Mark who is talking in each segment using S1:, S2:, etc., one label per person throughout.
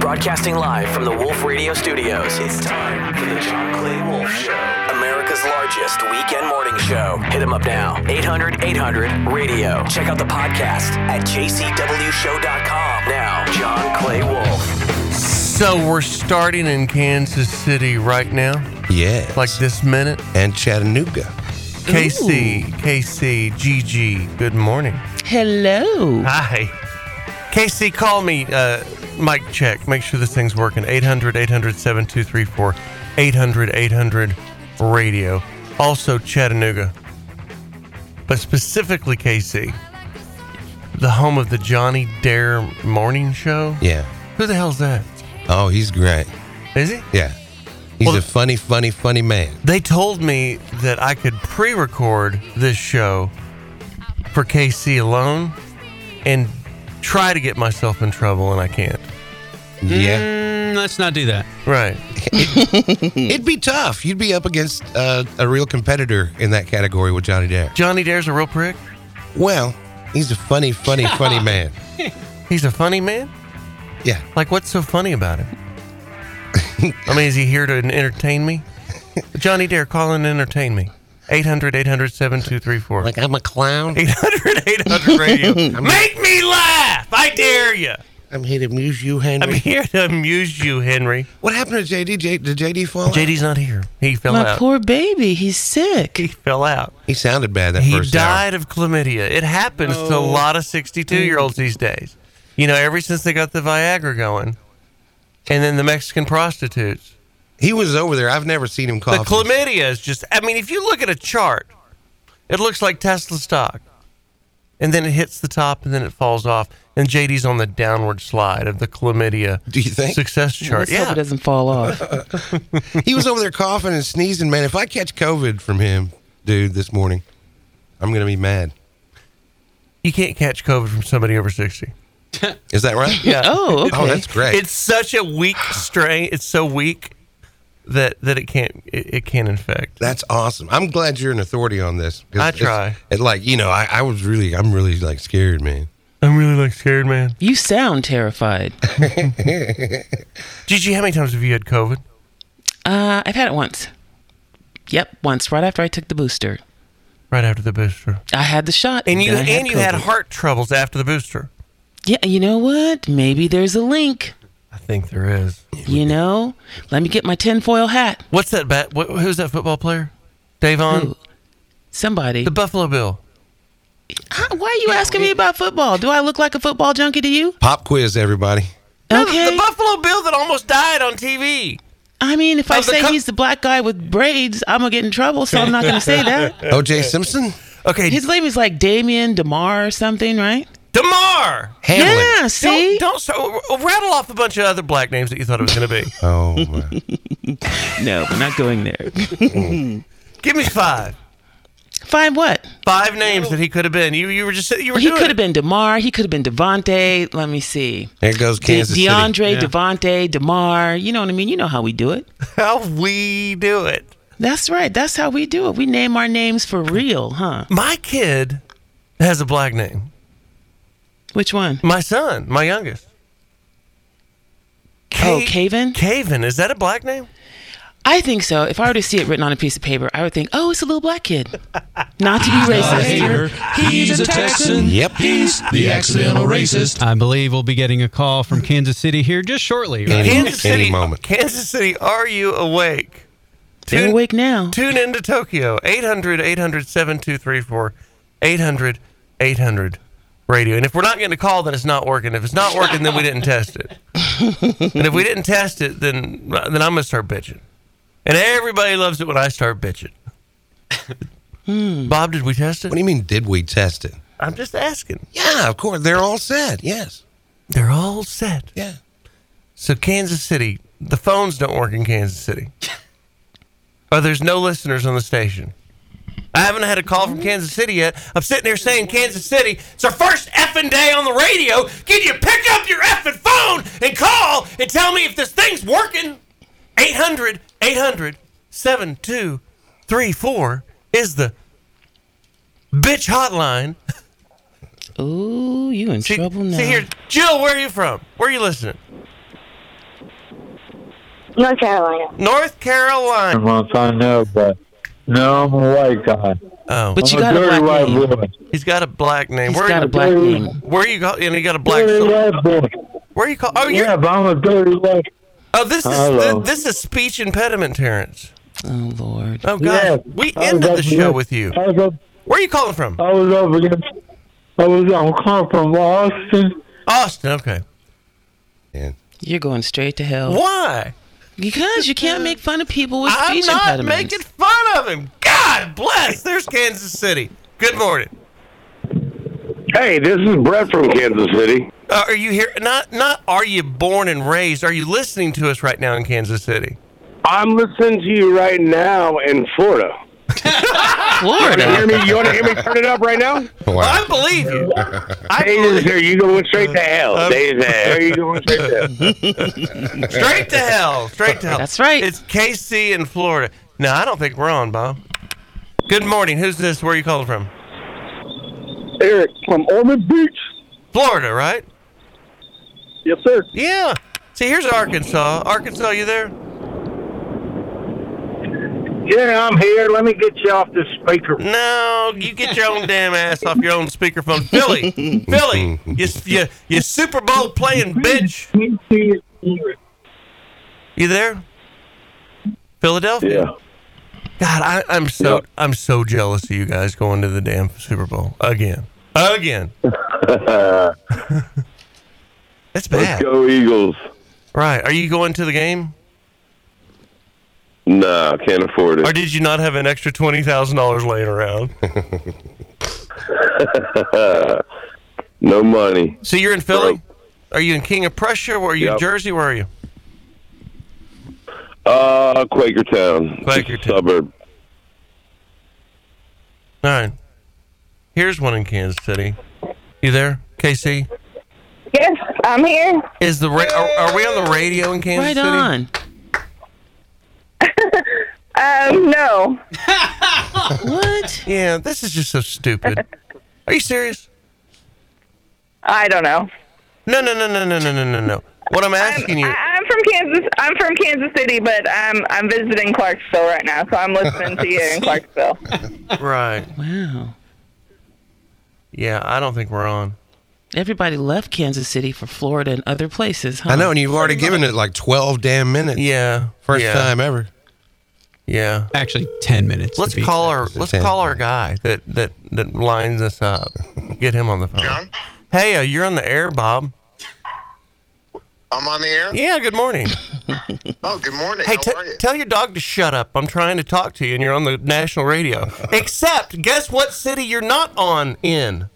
S1: Broadcasting live from the Wolf Radio Studios. It's time for the John Clay Wolf Show, America's largest weekend morning show. Hit him up now. 800 800 radio. Check out the podcast at jcwshow.com. Now, John Clay Wolf.
S2: So we're starting in Kansas City right now,
S3: Yes.
S2: like this minute.
S3: and Chattanooga.
S2: KC, KC, GG, good morning.
S4: Hello.
S2: Hi. KC, call me, uh, mic check, make sure this thing's working. 800 800 7234, 800 800 radio. Also Chattanooga, but specifically KC, the home of the Johnny Dare morning show.
S3: Yeah.
S2: Who the hell's that?
S3: Oh, he's great.
S2: Is he?
S3: Yeah. He's
S2: Well,
S3: a funny, funny, funny man.
S2: They told me that I could pre record this show for KC alone and try to get myself in trouble, and I can't.
S3: Yeah.
S5: Mm, let's not do that.
S2: Right.
S3: It'd be tough. You'd be up against uh, a real competitor in that category with Johnny Depp.
S2: Johnny Dare's a real prick.
S3: Well, he's a funny, funny, funny man.
S2: He's a funny man.
S3: Yeah.
S2: Like, what's so funny about him? I mean, is he here to entertain me? Johnny Dare, call and entertain me. 800 800 7234.
S3: Like, I'm a clown.
S2: 800 800 radio. Make me laugh! I dare you!
S3: I'm here to amuse you, Henry.
S2: I'm here to amuse you, Henry.
S3: what happened to JD? J- did JD fall? out?
S2: JD's not here. He fell
S4: My
S2: out.
S4: poor baby, he's sick.
S2: he fell out.
S3: He sounded bad that
S2: He
S3: first
S2: died of chlamydia. It happens to a lot of 62 year olds these days. You know, ever since they got the Viagra going, and then the Mexican
S3: hour.
S2: prostitutes.
S3: He was over there. I've never seen him cough.
S2: The chlamydia is just, I mean, if you look at a chart, it looks like Tesla stock. And then it hits the top and then it falls off. And JD's on the downward slide of the chlamydia
S3: Do you think?
S2: success chart.
S4: Let's hope it
S2: Yeah.
S4: doesn't fall off.
S3: he was over there coughing and sneezing, man. If I catch COVID from him, dude, this morning, I'm going to be mad.
S2: You can't catch COVID from somebody over 60.
S3: Is that right?
S2: Yeah.
S4: Oh, okay.
S3: Oh, that's great.
S2: It's such a weak strain. It's so weak that that it can't it, it can't infect.
S3: That's awesome. I'm glad you're an authority on this. 'cause
S2: I
S3: it's-
S2: try.
S3: It like you know, I, I was really, I'm really like scared, man.
S2: I'm really like scared, man.
S4: you sound terrified.
S2: Gigi, how many times have you had COVID?
S4: Uh, I've had it once. Yep, once, right after I took the booster.
S2: Right after the booster,
S4: I had the shot.
S2: and you
S4: then I
S2: and you had
S4: COVID.
S2: heart troubles after the booster.
S4: Yeah, you know what? Maybe there's a link.
S2: I think there is.
S4: You know? Let me get my tinfoil hat.
S2: What's that? Bat? What, who's that football player? Davon,
S4: Who? Somebody.
S2: the Buffalo Bill.
S4: Huh? Why are you asking me about football? Do I look like a football junkie to you?
S3: Pop quiz, everybody.
S2: The,
S4: Okay.
S2: Buffalo Bill that almost died on TV.
S4: I mean, if I
S2: Of the
S4: say
S2: co-
S4: he's the black guy with braids, I'm going to get in trouble, so I'm not going to say that.
S3: O.J. Simpson,
S2: Okay,
S4: His name is like Damien DeMar or something, right?
S2: Demar.
S3: Hamlin.
S4: Yeah, see?
S2: Don't, don't so, rattle off a bunch of other black names that you thought it was going to be.
S3: Oh, my.
S4: No, we're not going there.
S2: Give me five.
S4: Find what?
S2: Five names that he could have been. You you were just you were
S4: He
S2: doing
S4: could
S2: it.
S4: have been DeMar. He could have been Devontae. Let me see.
S3: there goes
S4: De-
S3: Kansas City.
S4: DeAndre,
S5: Yeah.
S4: Devontae, DeMar. You know what I mean? You know how we do it.
S2: how we do it.
S4: That's right. That's how we do it. We name our names for real, huh?
S2: My kid has a black name.
S4: Which one?
S2: My son, my youngest.
S4: Oh, Caven?
S2: Caven, is that a black name?
S4: I think so. If I were to see it written on a piece of paper, I would think, oh, it's a little black kid. Not to be racist.
S6: He's a Texan.
S3: Yep.
S6: He's the accidental racist.
S5: I believe we'll be getting a call from Kansas City here just shortly. Right?
S3: Any-
S2: Kansas
S3: any
S2: City,
S3: moment.
S2: Kansas City, are you awake?
S4: They're
S2: Tune-
S4: awake now.
S2: Tune into Tokyo. 800 800 7234 800 800 radio. And if we're not getting a call, then it's not working. If it's not working, then we didn't test it. and if we didn't test it, then then I'm going to start bitching. And everybody loves it when I start bitching.
S4: Hmm.
S2: Bob, did we test it?
S3: What do you mean? Did we test it?
S2: I'm just asking.
S3: Yeah, of course. They're all set. Yes.
S2: They're all set.
S3: Yeah.
S2: So, Kansas City, the phones don't work in Kansas City. or there's no listeners on the station. I haven't had a call from Kansas City yet. I'm sitting here saying, Kansas City, it's our first effing day on the radio. Can you pick up your effing phone and call and tell me if this thing's working? 800 800 7234 is the bitch hotline.
S4: Ooh, you in
S2: See,
S4: trouble now.
S2: see here, Jill, where are you from? Where are you listening?
S7: North Carolina.
S2: North
S4: Mm.
S2: Carolina.
S8: month, I know, but no, I'm a white guy.
S2: Oh,
S4: But you
S8: I'm a
S4: got a
S8: dirty
S4: black
S8: white
S4: name.
S8: boy.
S2: he's got a black name.
S4: He's
S2: where
S4: got a black name.
S2: where you got? And he got a black.
S8: Dirty
S2: soul.
S8: white boy.
S2: Where you call? Oh, you're.
S8: Yeah, but I'm a dirty white.
S2: Oh, this is
S8: Hello.
S2: th- this is speech impediment, Terrence.
S4: Oh Lord.
S2: Oh
S8: Yeah.
S2: God, we
S8: I was
S2: ended
S8: up
S2: the show
S8: here-
S2: with you.
S8: I was, up,
S2: Where are you calling from?
S8: I was up against. I was. I'm calling from Austin.
S2: Austin. Okay.
S4: You're going straight to hell.
S2: Why?
S4: Because you can't make fun of people with
S2: I'm
S4: speech
S2: not
S4: impediments.
S2: making fun of him. God bless. There's Kansas City. Good morning.
S9: Hey, this is Brett from Kansas City.
S2: Uh, are you here? Not not. Are you born and raised? Are you listening to us right now in Kansas City?
S9: I'm listening to you right now in Florida. You
S4: Florida.
S9: hear me? You want to hear me turn it up right now?
S2: I believe you. I
S9: They just
S2: believe Um,
S9: hear you going straight to hell. They just hear you going straight to hell.
S2: straight to hell. Straight to hell.
S4: That's right.
S2: It's KC in Florida. No, I don't think we're on, Bob. Good morning. Who's this? Where are you calling from?
S9: Eric from Ormond Beach.
S2: Florida, right?
S9: Yes, sir.
S2: Yeah. See, here's Arkansas. Arkansas, you there?
S9: Yeah, I'm here. Let me get you off this speaker.
S2: No, you get your own damn ass off your own speakerphone, Philly. Philly, you, you you Super Bowl playing bitch. You there? Philadelphia.
S9: Yeah.
S2: God, I, I'm so I'm so jealous of you guys going to the damn Super Bowl again, again. That's bad.
S9: Go Eagles.
S2: Right? Are you going to the game,
S9: Nah, can't afford
S2: or did you not have an extra twenty thousand dollars laying around?
S9: No money.
S2: So you're in Philly. Are you in King of Prussia? Where are you? in
S9: Yep.
S2: Jersey? Where are you?
S9: Uh, Quakertown.
S2: Quakertown.
S9: Suburb.
S2: All right. Here's one in Kansas City. You there, KC?
S7: Yes, I'm here.
S2: Is the ra- are, are we on the radio in Kansas
S4: Right
S2: City?
S4: on.
S7: Um, no.
S4: What?
S2: Yeah, this is just so stupid. Are you serious?
S7: I don't know.
S2: No, no, no, no, no, no, no, no, no. What I'm
S7: I'm,
S2: asking you.
S7: I, I'm from Kansas. I'm from Kansas City, but I'm I'm visiting Clarksville right now, so I'm listening to you in Clarksville.
S2: Right.
S4: Wow.
S2: Yeah, I don't think we're on.
S4: Everybody left Kansas City for Florida and other places, huh?
S3: I know, and you've already given it like 12 damn minutes.
S2: Yeah.
S3: First
S2: yeah,
S3: time ever.
S2: Yeah.
S5: Actually, 10 minutes. to
S2: Let's
S5: be
S2: call our
S3: It's a
S2: let's
S3: ten.
S2: call our guy that that that lines us up. Get him on the phone. Hey, uh, you're on the air, Bob.
S10: I'm on the air.
S2: Yeah. Good morning.
S10: Oh, good morning.
S2: Hey,
S10: How
S2: t-
S10: are you?
S2: tell your dog to shut up. I'm trying to talk to you, and you're on the national radio. Except, guess what city you're not on in?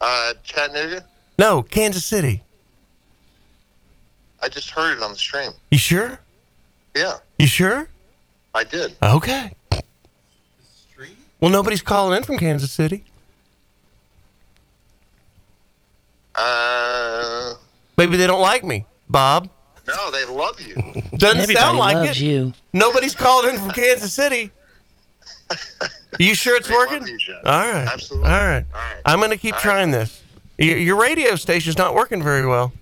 S10: uh, Chattanooga.
S2: No, Kansas City.
S10: I just heard it on the stream.
S2: You sure?
S10: Yeah,
S2: You sure?
S10: I did.
S2: Okay. Well, nobody's calling in from Kansas City.
S10: Uh,
S2: Maybe they don't like me, Bob.
S10: no, they love you.
S2: Doesn't
S4: Everybody
S2: sound like
S4: loves
S2: it.
S4: you.
S2: Nobody's calling in from Kansas City. You sure it's
S10: They love
S2: working?
S10: you, Jeff.
S2: All right.
S10: Absolutely.
S2: All right.
S10: All right.
S2: I'm going to keep
S10: All right.
S2: trying this. Y- Your radio station's not working very well.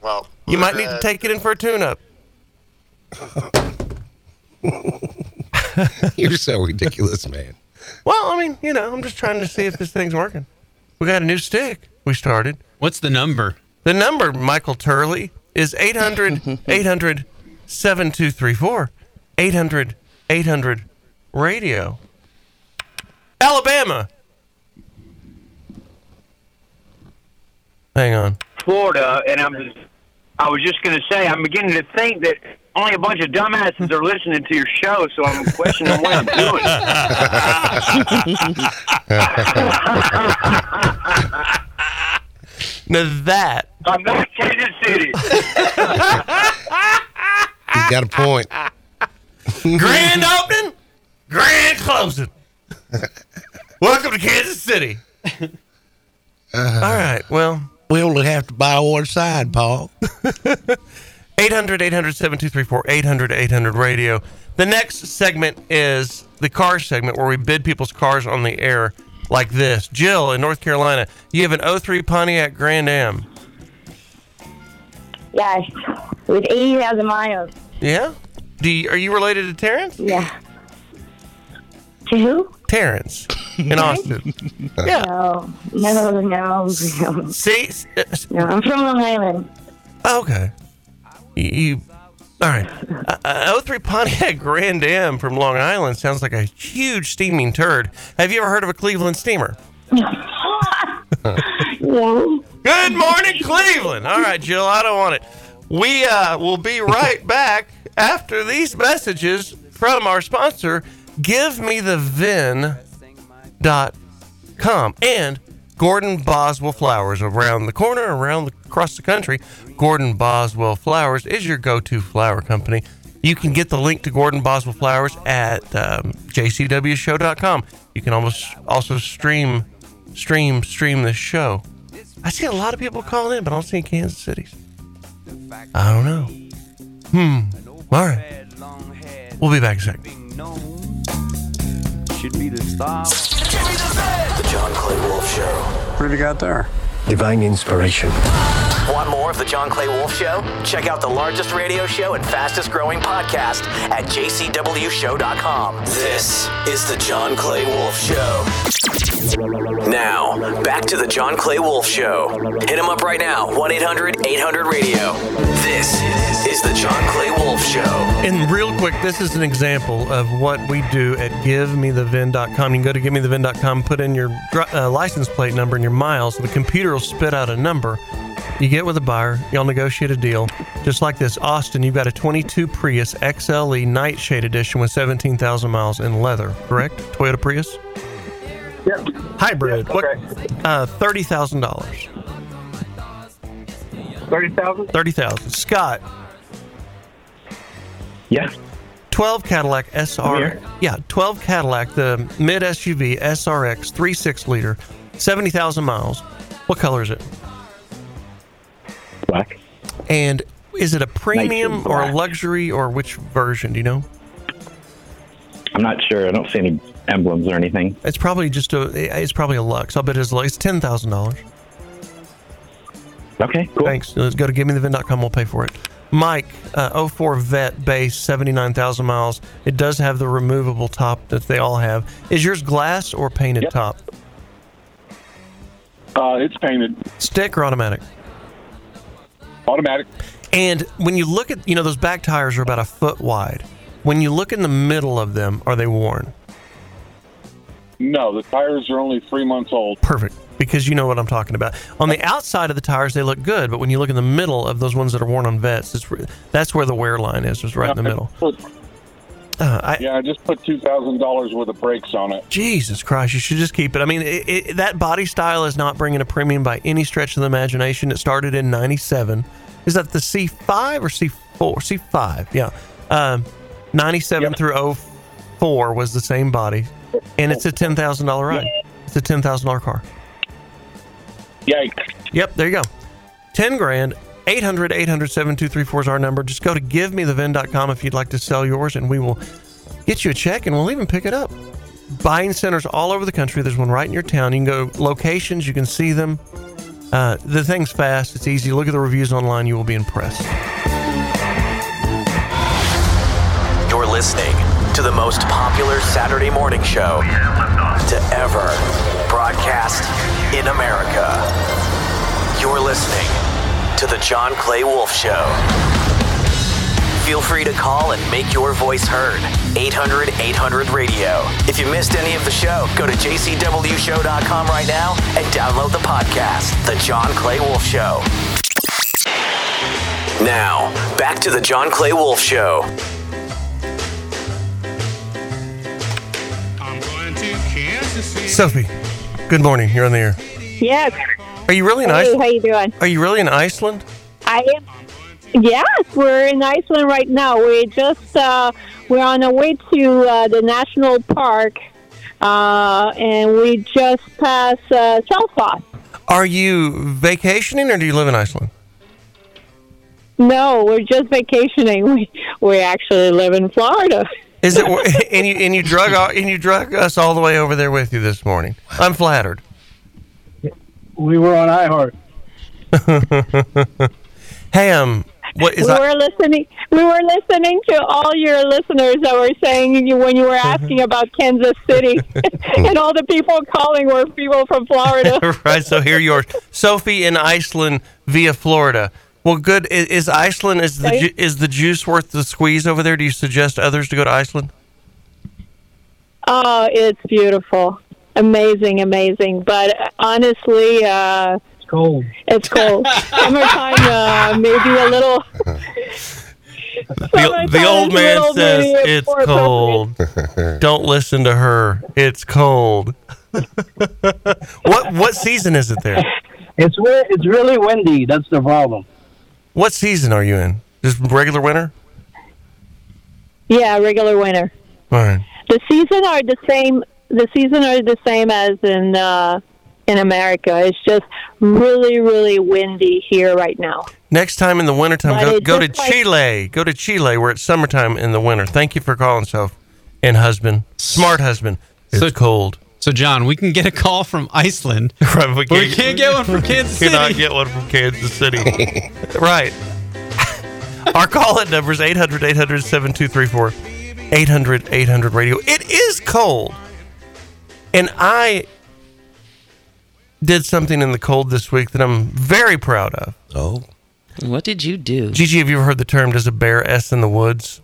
S10: Well,
S2: You might need
S10: uh,
S2: to take it in for a tune-up.
S3: You're so ridiculous, man.
S2: Well, I mean, you know, I'm just trying to see if this thing's working. We got a new stick we started.
S5: What's the number?
S2: The number, Michael Turley, is 800 800 7234. 800 800 radio. Alabama. Hang on.
S9: Florida, and I'm. I was just going to say, I'm beginning to think that only a bunch of dumbasses are listening to your show, so I'm questioning what I'm doing.
S2: Now that
S9: I'm not Kansas City.
S3: You got a point.
S2: grand opening, grand closing. Welcome to Kansas City. All right. Well,
S3: We only have to buy one side, Paul.
S2: 800 800 7234 800 800 radio. The next segment is the car segment where we bid people's cars on the air like this. Jill in North Carolina, oh you have an 03 Pontiac Grand Am.
S7: Yes.
S11: with E 80,000 miles.
S2: Yeah. Do you, are you related to Terrence?
S11: Yeah. To who?
S2: Terrence in Austin. Yeah.
S11: No, no, no. no.
S2: See?
S11: No, I'm from Long Island.
S2: Oh, Okay. You, you all right? Uh, uh, 03 Pontiac Grand Am from Long Island sounds like a huge steaming turd. Have you ever heard of a Cleveland steamer? Good morning, Cleveland. All right, Jill, I don't want it. We uh, will be right back after these messages from our sponsor, givemethevin.com and Gordon Boswell Flowers around the corner, around the, across the country. Gordon Boswell Flowers is your go to flower company. You can get the link to Gordon Boswell Flowers at um, jcwshow.com. You can almost also stream, stream, stream this show. I see a lot of people calling in, but I don't see Kansas City's. I don't know. Hmm. All right. We'll be back in a second.
S1: Should be the star. The John Clay Wolf Show.
S12: What have you got there? Divine inspiration.
S1: Want more of the John Clay Wolf Show? Check out the largest radio show and fastest growing podcast at jcwshow.com. This is the John Clay Wolf Show. Now, back to the John Clay Wolf Show. Hit him up right now, 1 800 800 radio. This is the John Clay Wolf Show.
S2: And real quick, this is an example of what we do at givemethevin.com. You can go to givemethevin.com, put in your dri- uh, license plate number and your miles. The computer will spit out a number. You get with a buyer, y'all negotiate a deal. Just like this, Austin, you've got a 22 Prius XLE Nightshade Edition with 17,000 miles in leather, correct? Toyota Prius?
S13: Yep.
S2: Hybrid. What? Uh, $30,000.
S13: Thirty thousand.
S2: Thirty thousand. Scott.
S13: Yeah.
S2: Twelve Cadillac SR. Yeah, twelve Cadillac, the mid SUV SRX, three six liter, seventy thousand miles. What color is it?
S13: Black.
S2: And is it a premium
S13: and
S2: or a
S13: black.
S2: luxury or which version? Do you know?
S13: I'm not sure. I don't see any emblems or anything.
S2: It's probably just a. It's probably a lux. I'll bet it's lux. It's ten thousand dollars.
S13: Okay, cool.
S2: Thanks. Let's go to givemethevin.com. We'll pay for it. Mike, uh, 04 Vet base, 79,000 miles. It does have the removable top that they all have. Is yours glass or painted top?
S14: Uh, it's painted.
S2: Stick or automatic?
S14: Automatic.
S2: And when you look at, you know, those back tires are about a foot wide. When you look in the middle of them, are they worn?
S14: No, the tires are only three months old.
S2: Perfect. Because you know what I'm talking about. On the outside of the tires, they look good, but when you look in the middle of those ones that are worn on vets, it's, re- that's where the wear line is, is right in the middle. Uh, I,
S14: yeah, I just put two thousand dollars worth of brakes on it.
S2: Jesus Christ, you should just keep it. I mean, it, it, that body style is not bringing a premium by any stretch of the imagination. It started in 97. Is that the C5 or C4? C5, yeah. Um, 97 through 04 was the same body. And it's a $10,000 ride. It's a $10,000 car.
S14: Yikes.
S2: Yep, there you go. 10 grand. 800 800 7234 is our number. Just go to givemethevin.com if you'd like to sell yours, and we will get you a check and we'll even pick it up. Buying centers all over the country. There's one right in your town. You can go locations, you can see them. Uh, the thing's fast, it's easy. Look at the reviews online, you will be impressed.
S1: You're listening to the most popular Saturday morning show to ever broadcast in America. You're listening to The John Clay Wolf Show. Feel free to call and make your voice heard. 800 800 radio. If you missed any of the show, go to jcwshow.com right now and download the podcast, The John Clay Wolf Show. Now, back to The John Clay Wolf Show.
S2: Sophie, good morning. You're on the air.
S11: Yes.
S2: Are you really in
S11: Hey,
S2: Iceland?
S11: how you doing?
S2: Are you really in Iceland?
S11: I am. Yes, we're in Iceland right now. We're just uh, we're on our way to uh, the national park, uh, and we just passed uh, Selfoss.
S2: Are you vacationing or do you live in Iceland?
S11: No, we're just vacationing. We we actually live in Florida.
S2: Is it wor- and you and you drug all- and you drug us all the way over there with you this morning? I'm flattered.
S8: We were on iHeart.
S2: hey, um, What is
S11: we
S2: I-
S11: were listening. We were listening to all your listeners that were saying you, when you were asking about Kansas City, and all the people calling were people from Florida.
S2: right. So here yours, Sophie in Iceland via Florida. Well, good. Is, is Iceland is the ju- is the juice worth the squeeze over there? Do you suggest others to go to Iceland?
S11: Oh, it's beautiful, amazing, amazing. But honestly, uh, it's
S15: cold.
S11: It's cold. Summertime, uh, maybe a little.
S2: The, the old man says it's cold. Don't listen to her. It's cold. what what season is it there?
S15: It's re- it's really windy. That's the problem.
S2: What season are you in? Just regular winter?
S11: Yeah, regular winter.
S2: All right.
S11: The season are the same. The season are the same as in uh, in America. It's just really, really windy here right now.
S2: Next time in the wintertime,
S11: But
S2: go,
S11: it
S2: go to
S11: just like-
S2: Chile. Go to Chile where it's summertime in the winter. Thank you for calling, Soph. And husband. Smart husband. It's cold.
S5: So, John, we can get a call from Iceland.
S2: Right,
S5: but we can't get one from Kansas City.
S2: Cannot get one from Kansas City. right. Our call in number is 800 800 7234. 800 800 radio. It is cold. And I did something in the cold this week that I'm very proud of. Oh.
S4: What did you do?
S2: Gigi, have you ever heard the term, does a bear S in the woods?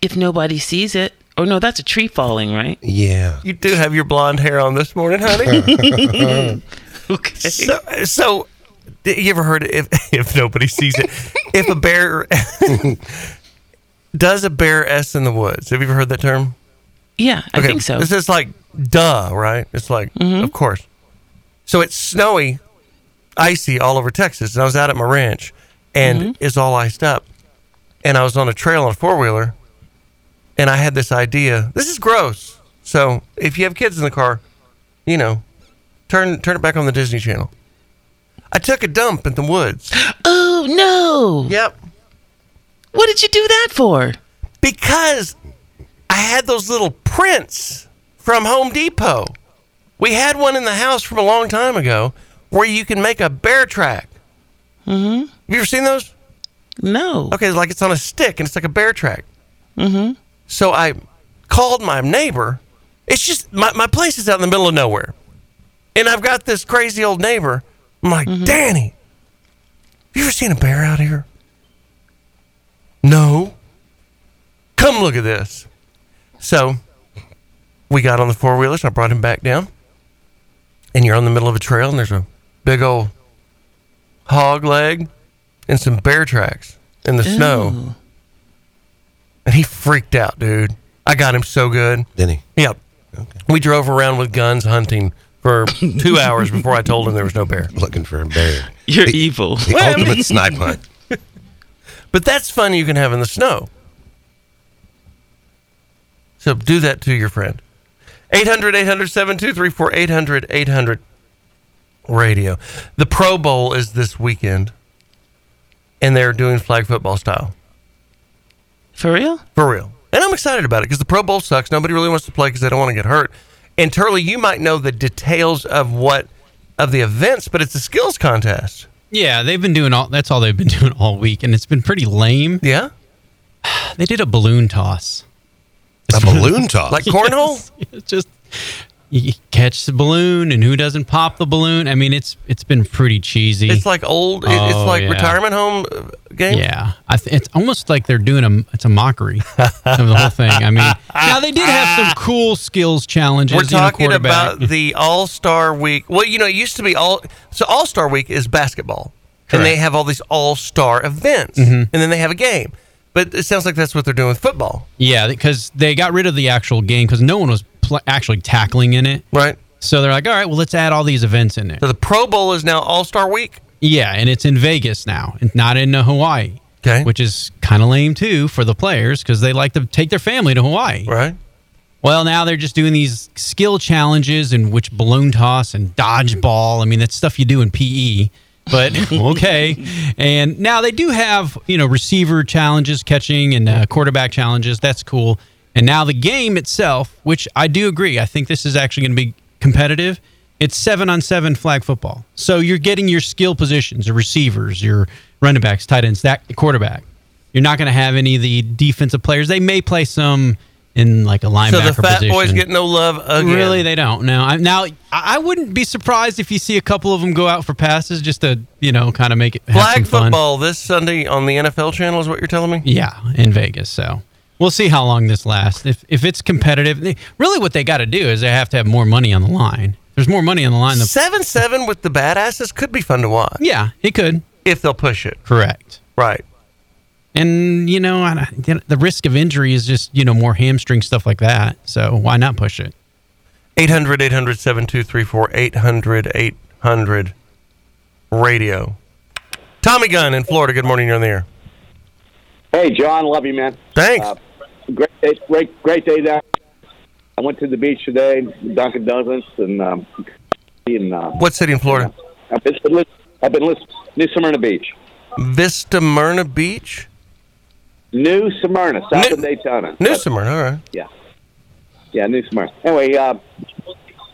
S4: If nobody sees it, or no, that's a tree falling, right?
S2: Yeah. You do have your blonde hair on this morning, honey. okay. So, so d- you ever heard if if nobody sees it, if a bear does a bear s in the woods? Have you ever heard that term?
S4: Yeah, I think so. Mm-hmm.
S2: This is like duh, right? It's like of course. So it's snowy, icy all over Texas, and I was out at my ranch, and
S4: Mm-hmm.
S2: it's all iced up, and I was on a trail on a four wheeler, and I had this idea. This is gross. So if you have kids in the car, you know, turn turn it back on the Disney Channel. I took a dump in the woods.
S4: Oh no!
S2: Yep.
S4: What did you do that for?
S2: Because I had those little prints from Home Depot. We had one in the house from a long time ago where you can make a bear track. Mm-hmm. Have you ever seen those?
S4: No.
S2: Okay, it's like it's on a stick and it's like a bear track. Mm-hmm. So I called my neighbor. It's just my, my place is out in the middle of nowhere. And I've got this crazy old neighbor. I'm like,
S14: Mm-hmm.
S2: Danny, have you ever seen a bear out here? No. Come look at this. So we got on the four wheelers. I brought him back down. And you're on the middle of a trail, and there's a big old hog leg and some bear tracks in the snow. And he freaked out, dude. I got him so good. Did he? Yep. We drove around with guns hunting for two hours before I told him there was no bear. Looking for a bear.
S4: You're evil.
S2: The ultimate snipe hunt. But that's fun you can have in the snow. So do that to your friend. 800 800 7234 800 800 radio. The Pro Bowl is this weekend, and they're doing flag football style.
S4: For real?
S2: For real. And I'm excited about it because the Pro Bowl sucks. Nobody really wants to play because they don't want to get hurt. And Turley, you might know the details of what of the events, but it's a skills contest.
S5: Yeah, they've been doing all. That's all they've been doing all week, and it's been pretty lame.
S2: Yeah,
S5: they did a balloon toss.
S3: A balloon toss?
S2: Like cornhole?
S5: Yes, it's just you catch the balloon, and who doesn't pop the balloon? I mean, it's it's been pretty cheesy.
S2: It's like old. it-
S5: Oh,
S2: it's like
S5: yeah.
S2: retirement home uh, game.
S5: Yeah, I th- it's almost like they're doing a it's a mockery of the whole thing. I mean, now they did have some cool skills challenges.
S2: Ah, We're
S5: you know,
S2: talking
S5: quarterback.
S2: about the All Star Week. Well, you know, it used to be all. So All Star Week is basketball, and they have all these All Star events,
S5: Mm-hmm.
S2: and then they have a game. But it sounds like that's what they're doing with football.
S5: Yeah, because they got rid of the actual game because no one was pl- actually tackling in it.
S2: Right.
S5: So they're like, all right, well, let's add all these events in there. So
S2: the Pro Bowl is now All Star Week.
S5: Yeah, and it's in Vegas now, and not in uh, Hawaii.
S2: Okay.
S5: Which is kind of lame too for the players because they like to take their family to Hawaii.
S2: Right.
S5: Well, now they're just doing these skill challenges and which balloon toss and dodgeball. I mean, that's stuff you do in PE. But okay, and now they do have you know receiver challenges, catching and uh, quarterback challenges. That's cool. And now the game itself, which I do agree, I think this is actually going to be competitive. It's seven on seven flag football, so you're getting your skill positions, your receivers, your running backs, tight ends, that quarterback. You're not going to have any of the defensive players. They may play some in like a linebacker
S2: So the fat
S5: position.
S2: boys get no love again.
S5: Really, they don't. No, I, now I- I wouldn't be surprised if you see a couple of them go out for passes just to you know kind of make it have some
S2: Flag
S5: fun.
S2: football this Sunday on the NFL channel is what you're telling me?
S5: Yeah, uh, in Vegas. So we'll see how long this lasts. If if it's competitive, they- really what they got to do is they have to have more money on the line. If There's more money on the line. The
S2: seven seven with the badasses could be fun to watch.
S5: Yeah, it could
S2: if they'll push it.
S5: Correct.
S2: Right.
S5: And you know, I, the risk of injury is just you know more hamstring stuff like that. So why not push it?
S2: 800 800 7234 800 800 radio. Tommy Gunn in Florida. Good morning. You're on the air.
S16: Hey, John, love you, man.
S2: Thanks.
S17: Uh,
S16: great, day, great, great day down. I went to the beach today, Dunkin' Donuts, and um, and uh,
S2: What city in Florida?
S16: I've been lis- I've been listening New Smyrna Beach,
S2: Vista Myrna Beach?
S16: New Smyrna, south of Daytona.
S2: New Smyrna. All right.
S16: Yeah, yeah, New Smyrna. Anyway, uh,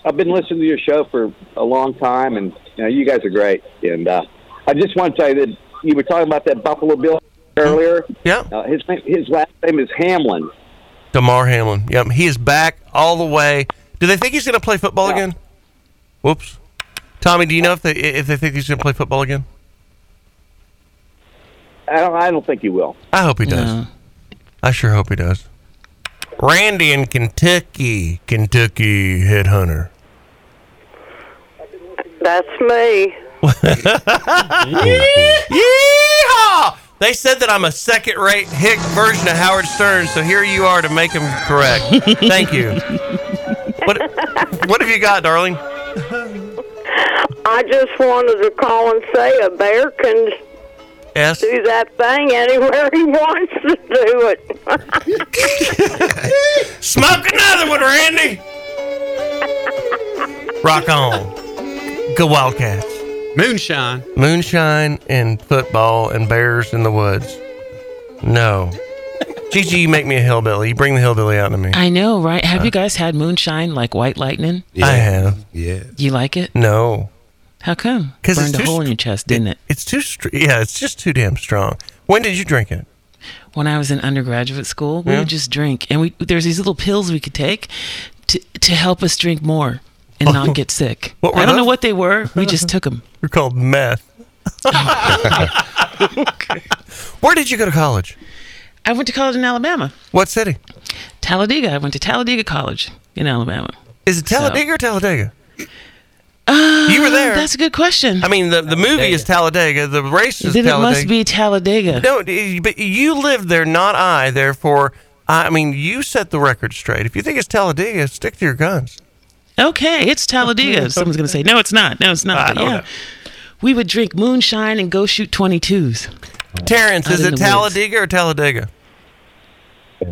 S16: I've been listening to your show for a long time, and you know you guys are great. And uh, I just want to tell you that you were talking about that Buffalo Bill earlier.
S2: Yeah.
S16: Uh, his name- his last name is Hamlin.
S2: Damar Hamlin. Yep. He is back all the way. Do they think he's going to play football again? Whoops. Tommy, do you know if they if they think he's going to play football again?
S16: I don't, I don't think he will.
S2: I hope he does. I sure hope he does. Randy in Kentucky, Kentucky headhunter.
S18: That's me.
S2: Yeehaw! They said that I'm a second-rate hick version of Howard Stern, so here you are to make him correct. Thank you. What what have you got, darling?
S18: I just wanted to call and say a bear can
S2: Yes.
S18: do that thing anywhere he wants to do it.
S2: Smoke another one, Randy. Rock on. Go Wildcats.
S5: Moonshine.
S2: Moonshine and football and bears in the woods. No. Gigi, you make me a hillbilly. You bring the hillbilly out to me.
S4: I know, right? Have you
S2: Uh.
S4: guys had moonshine like white lightning?
S2: I have.
S3: Yeah.
S4: You like it?
S2: No.
S4: How come?
S2: Because
S4: Burned
S2: it's
S4: a
S2: too
S4: hole in
S2: str-
S4: your chest, didn't it?
S2: It's too str- yeah, it's just too damn strong. When did you drink it?
S4: When I was in undergraduate school, we
S2: Yeah.
S4: would just drink, and we there's these little pills we could take to to help us drink more and not get sick.
S2: What were
S4: I don't know
S2: those?
S4: what they were. We just took them.
S2: They're called meth. Where did you go to college?
S4: I went to college in Alabama.
S2: What city?
S4: Talladega. I went to Talladega College in Alabama.
S2: Is it Talladega or Talladega?
S4: Uh,
S2: You were there.
S4: That's a good question.
S2: I mean, the, the movie is Talladega. The race is
S4: then it
S2: Talladega.
S4: must be Talladega.
S2: No, d- but you lived there, not I. Therefore, I I mean, you set the record straight. If you think it's Talladega, stick to your guns.
S4: Okay, it's Talladega. Someone's going to say, no, it's not. No, it's not. But
S2: don't
S4: yeah.
S2: know.
S4: We would drink moonshine and go shoot 22s.
S2: Terrence,
S4: Out
S2: is
S4: in
S2: it
S4: the woods.
S2: Talladega or Talladega?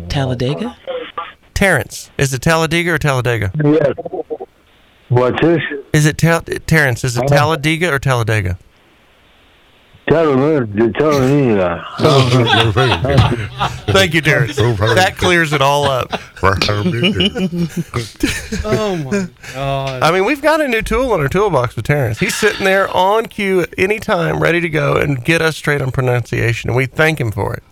S4: Talladega?
S2: Terrence, is it Talladega or Talladega?
S8: Yes. What's this? Uh-huh.
S2: Is it Tal- Terrence? Is it Talladega or Talladega?
S8: Tell him, uh, tell him, he, uh,
S2: Thank you, Terrence. that clears it all up.
S5: oh my god!
S2: I mean, we've got a new tool in our toolbox with Terrence. He's sitting there on cue at any time, ready to go and get us straight on pronunciation, and we thank him for it.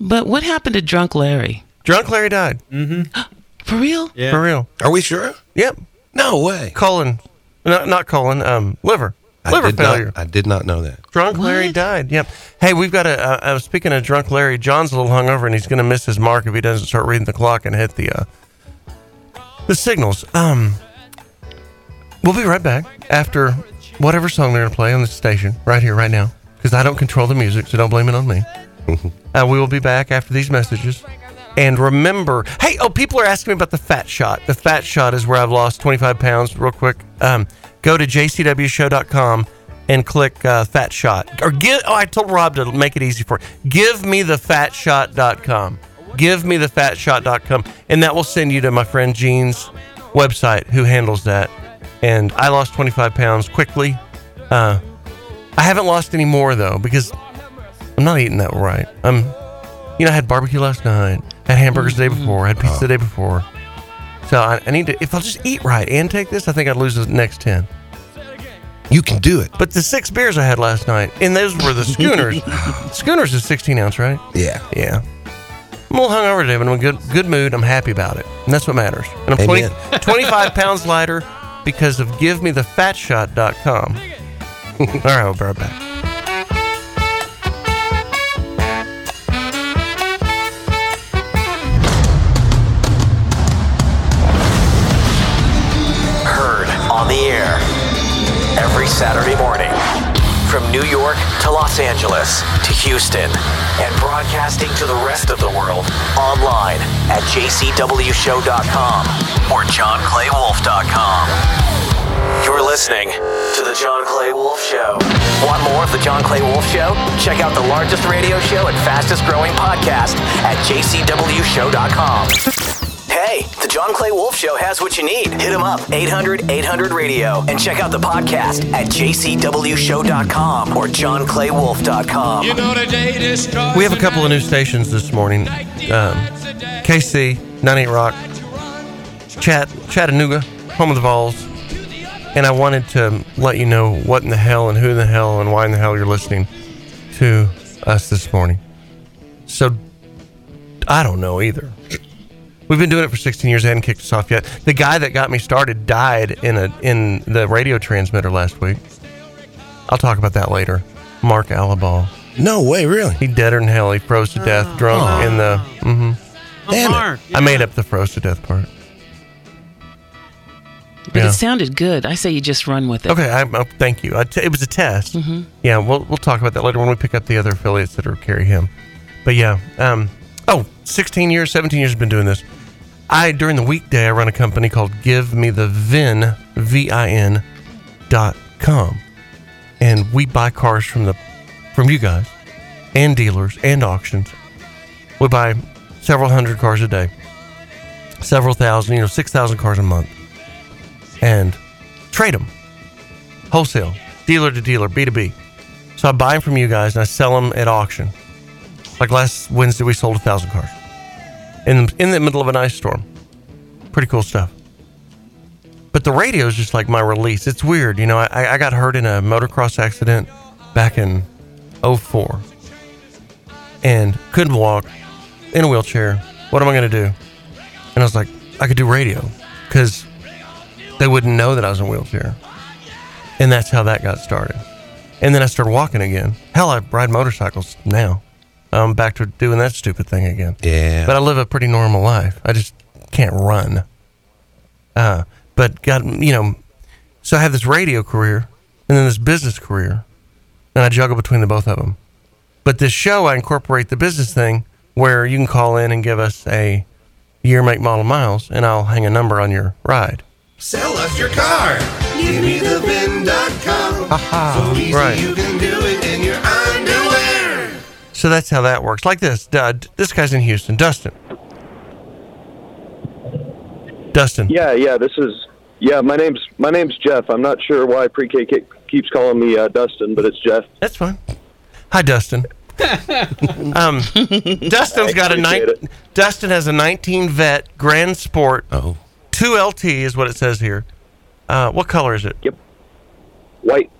S4: But what happened to Drunk Larry?
S2: Drunk Larry died.
S4: Mm-hmm. For real?
S2: For real. Are we sure? Yep. No way. Colon. No, not colon. Um, liver. liver
S3: I did
S2: failure.
S3: Not, I did not know that.
S2: Drunk Larry died. Yep. Hey, we've got a. Uh, uh, speaking of drunk Larry, John's a little hungover, and he's going to miss his mark if he doesn't start reading the clock and hit the uh, the signals. Um, we'll be right back after whatever song they're going to play on the station right here, right now, because I don't control the music, so don't blame it on me. uh, we will be back after these messages. And remember, hey, oh, people are asking me about the fat shot. The fat shot is where I've lost 25 pounds real quick. Um, go to jcwshow.com and click uh, fat shot. Or give, oh, I told Rob to make it easy for you. Give me the fatshot.com. Give me the fatshot.com. And that will send you to my friend Gene's website who handles that. And I lost 25 pounds quickly. Uh, I haven't lost any more though because I'm not eating that right. I'm, um, you know, I had barbecue last night, had hamburgers the day
S3: Mm.
S2: before, had pizza
S3: Oh.
S2: the day before. So I, I need to, if I'll just eat right and take this, I think I'd lose the next 10.
S3: You can do it.
S2: But the six beers I had last night, and those were the schooners. schooners is 16 ounce, right?
S3: Yeah.
S2: Yeah. I'm a little hungover today, but I'm in good good mood. I'm happy about it, and that's what matters. And I'm 20,
S3: Amen.
S2: 25 pounds lighter because of GiveMeTheFatShot.com. All right, we'll be right back.
S1: Heard on the air every Saturday morning. From New York to Los Angeles to Houston and broadcasting to the rest of the world online at jcwshow.com or johnclaywolf.com. You're listening to The John Clay Wolf Show. Want more of The John Clay Wolf Show? Check out the largest radio show and fastest growing podcast at jcwshow.com. Hey, The John Clay Wolf Show has what you need. Hit him up, 800 800 radio, and check out the podcast at jcwshow.com or johnclaywolf.com. You know the day
S2: We have a couple of new stations this morning. Um, KC, 98 Rock, Chat, Chattanooga, home of the Vols. And I wanted to let you know what in the hell and who in the hell and why in the hell you're listening to us this morning. So I don't know either. We've been doing it for 16 years. They hadn't kicked us off yet. The guy that got me started died in a in the radio transmitter last week. I'll talk about that later. Mark Alabal.
S3: No way, really? Oh.
S2: He deader than hell. He froze to death, drunk
S3: Aw.
S2: in the. hmm
S4: Damn it. Mark,
S2: I made up the froze to death part.
S4: But it sounded good. I say you just run with it.
S2: Okay, I, I, thank you. I t- it was a test.
S4: Mhm.
S2: Yeah, we'll, we'll talk about that later when we pick up the other affiliates that are carry him. But yeah, um, oh, 16 years, 17 years, been doing this. I during the weekday I run a company called Give Me the Vin V I N dot com, and we buy cars from the from you guys and dealers and auctions. We buy several hundred cars a day, several thousand, you know, six thousand cars a month, and trade them wholesale, dealer to dealer, B2B. So I buy them from you guys and I sell them at auction. Like last Wednesday, we sold a thousand cars in in the middle of an ice storm. Pretty cool stuff. But the radio is just like my release. It's weird, you know. I, I got hurt in a motocross accident back in 04 and couldn't walk in a wheelchair. What am I going to do? And I was like, I could do radio because they wouldn't know that I was in a wheelchair. And that's how that got started. And then I started walking again. Hell, I ride motorcycles now. I'm back to doing that stupid thing again.
S3: Yeah.
S2: But I live a pretty normal life. I just can't run. Uh, but got you know, so I have this radio career and then this business career, and I juggle between the both of them. But this show, I incorporate the business thing where you can call in and give us a year, make, model, miles, and I'll hang a number on your ride.
S3: Sell us your car. Give me the VIN.com.
S2: Aha,
S3: so easy
S2: right.
S3: you can do it in your underwear.
S2: So that's how that works. Like this, uh, d- this guy's in Houston, Dustin. Dustin.
S17: Yeah, yeah. This is yeah. My name's my name's Jeff. I'm not sure why Pre K keeps calling me uh, Dustin, but it's Jeff.
S2: That's fine. Hi, Dustin. um, Dustin's got a
S17: appreciate
S2: nine. Dustin has a 19 vet Grand Sport.
S3: Oh.
S2: Two LT is what it says here. Uh, what color is it? Yep.
S17: White.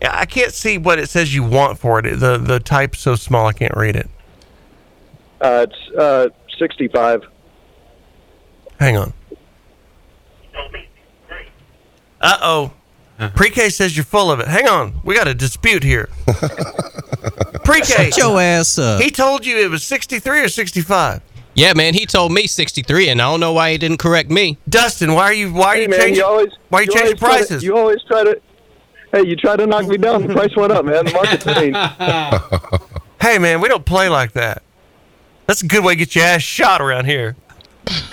S2: Yeah, I can't see what it says you want for it. The the type's so small I can't read it.
S17: Uh, it's uh, 65.
S2: Hang on. Uh oh. Pre K says you're full of it. Hang on. We got a dispute here. Pre K.
S19: Shut your ass up.
S2: He told you it was 63 or 65.
S19: Yeah, man, he told me 63, and I don't know why he didn't correct me.
S2: Dustin, why are you why are
S17: Hey, man, you always
S2: why you change
S17: always try to-
S2: prices?
S17: you always try to. Hey, you try to knock me down, the price went up, man. The market's mean.
S2: Hey, man, we don't play like that. That's a good way to get your ass shot around here.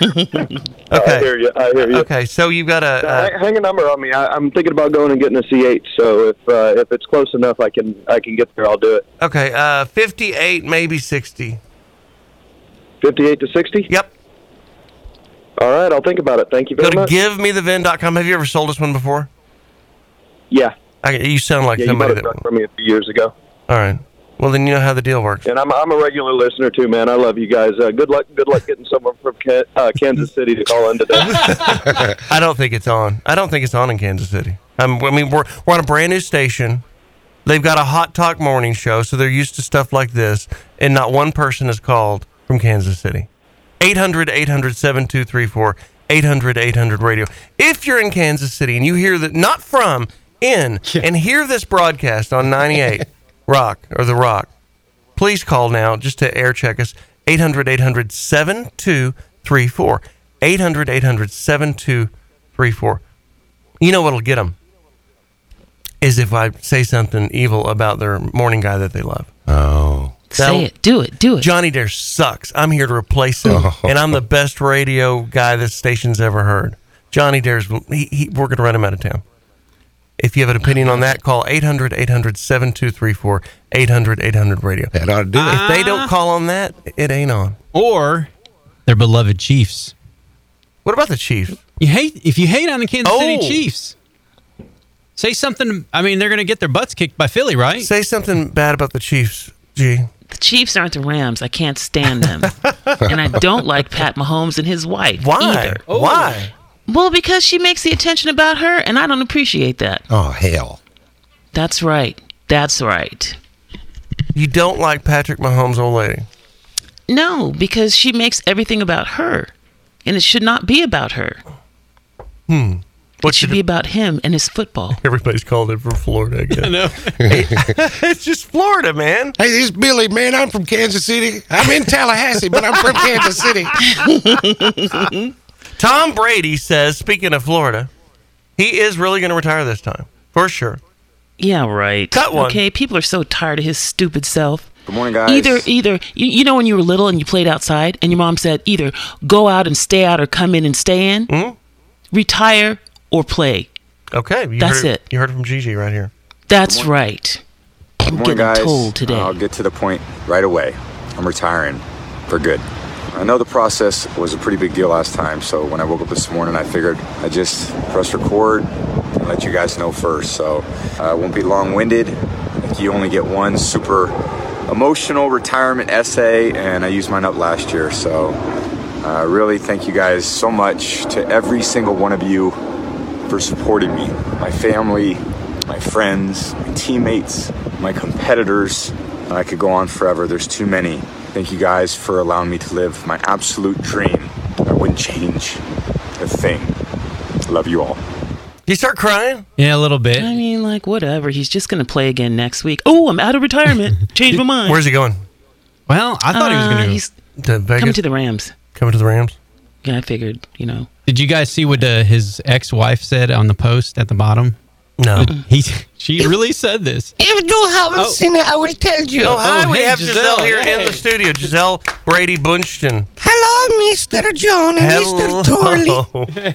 S2: okay.
S17: I hear you. I hear you.
S2: Okay, so you've got a.
S17: Uh, hang a number on me. I, I'm thinking about going and getting a C8. So if uh, if it's close enough, I can I can get there. I'll do it.
S2: Okay, uh, 58, maybe 60.
S17: 58 to 60.
S2: Yep.
S17: All right. I'll think about it. Thank you
S2: Go
S17: very
S2: to
S17: much.
S2: givemethevin.com. Have you ever sold us one before?
S17: yeah.
S2: I, you sound like
S17: yeah, you might
S2: somebody
S17: have done
S2: that.
S17: for me a few years ago.
S2: All right. Well, then you know how the deal works.
S17: And I'm, I'm a regular listener too, man. I love you guys. Uh, good luck. Good luck getting someone from Ka- uh, Kansas City to call in today.
S2: I don't think it's on. I don't think it's on in Kansas City. Um, I mean, we're, we're on a brand new station. They've got a hot talk morning show, so they're used to stuff like this. And not one person has called from Kansas City. 800 800 7234 800 800 radio. If you're in Kansas City and you hear that, not from, in, and hear this broadcast on 98 Rock or The Rock, please call now just to air check us 800 800 7234. 800 800 7234. You know what'll get them is if I say something evil about their morning guy that they love.
S3: Oh.
S4: Say it. Do it. Do it.
S2: Johnny Dare sucks. I'm here to replace him, and I'm the best radio guy this station's ever heard. Johnny Dare's, he, he, we're going to run him out of town. If you have an opinion on that, call 800 800 7234 800 800 radio. That ought to do it. If they don't call on that, it ain't on.
S5: Or their beloved Chiefs.
S2: What about the Chiefs?
S5: You hate if you hate on the Kansas City
S2: Oh.
S5: Chiefs. Say something. I mean, they're going to get their butts kicked by Philly, right?
S2: Say something bad about the Chiefs, G.
S4: The Chiefs aren't the Rams. I can't stand them. and I don't like Pat Mahomes and his wife.
S2: Why? Oh.
S4: Either.
S2: Why?
S4: Well, because she makes the attention about her, and I don't appreciate that.
S3: Oh, hell.
S4: That's right. That's right.
S2: You don't like Patrick Mahomes' old lady.
S4: No, because she makes everything about her, and it should not be about her.
S2: Hmm.
S4: it should be about him and his football.
S2: Everybody's called in from Florida again.
S4: I know.
S2: it's just Florida, man.
S3: Hey, this is Billy, man. I'm from Kansas City. I'm in Tallahassee, but I'm from Kansas City.
S2: Tom Brady says, speaking of Florida, he is really going to retire this time, for sure.
S4: Yeah, right.
S2: Cut one.
S4: Okay, people are so tired of his stupid self.
S2: Good morning, guys.
S4: Either, either you, you know when you were little and you played outside, and your mom said either go out and stay out or come in and stay in, retire or play.
S2: Hmm? Okay, you
S4: That's
S2: heard
S4: it.
S2: You heard it from Gigi right here.
S4: That's right. I'm
S20: Morning,
S4: getting
S20: guys.
S4: told today.
S20: I'll get to the point right away. I'm retiring for good. I know the process was a pretty big deal last time, so when I woke up this morning, I figured I just press record and let you guys know first. So uh, I won't be long winded. Like you only get one super emotional retirement essay, and I used mine up last year. So uh, really, thank you guys so much to every single one of you for supporting me, my family, my friends, my teammates, my competitors. And I could go on forever. There's too many. Thank you guys for allowing me to live my absolute dream. I wouldn't change a thing. Love you all.
S2: You start crying?
S5: Yeah, a little bit.
S4: I mean, like whatever. He's just gonna play again next week. Oh, I'm out of retirement. Change my mind.
S2: Where's he going?
S5: Well, I thought he was
S4: Uh,
S5: going
S4: he's
S2: to Vegas.
S4: coming to the Rams.
S2: Coming to the Rams.
S4: Yeah, I figured. You know.
S5: Did you guys see what uh, his ex-wife said on the post at the bottom?
S2: No.
S5: He she really said this.
S2: If you haven't
S5: seen
S2: it, I will tell
S5: you.
S2: Oh, hi.
S5: Oh,
S2: we
S5: hey,
S2: have Giselle,
S5: Giselle.
S2: here in
S5: Hey.
S2: the studio. Giselle Brady Bunchton.
S21: Hello, Mr. John and Mr.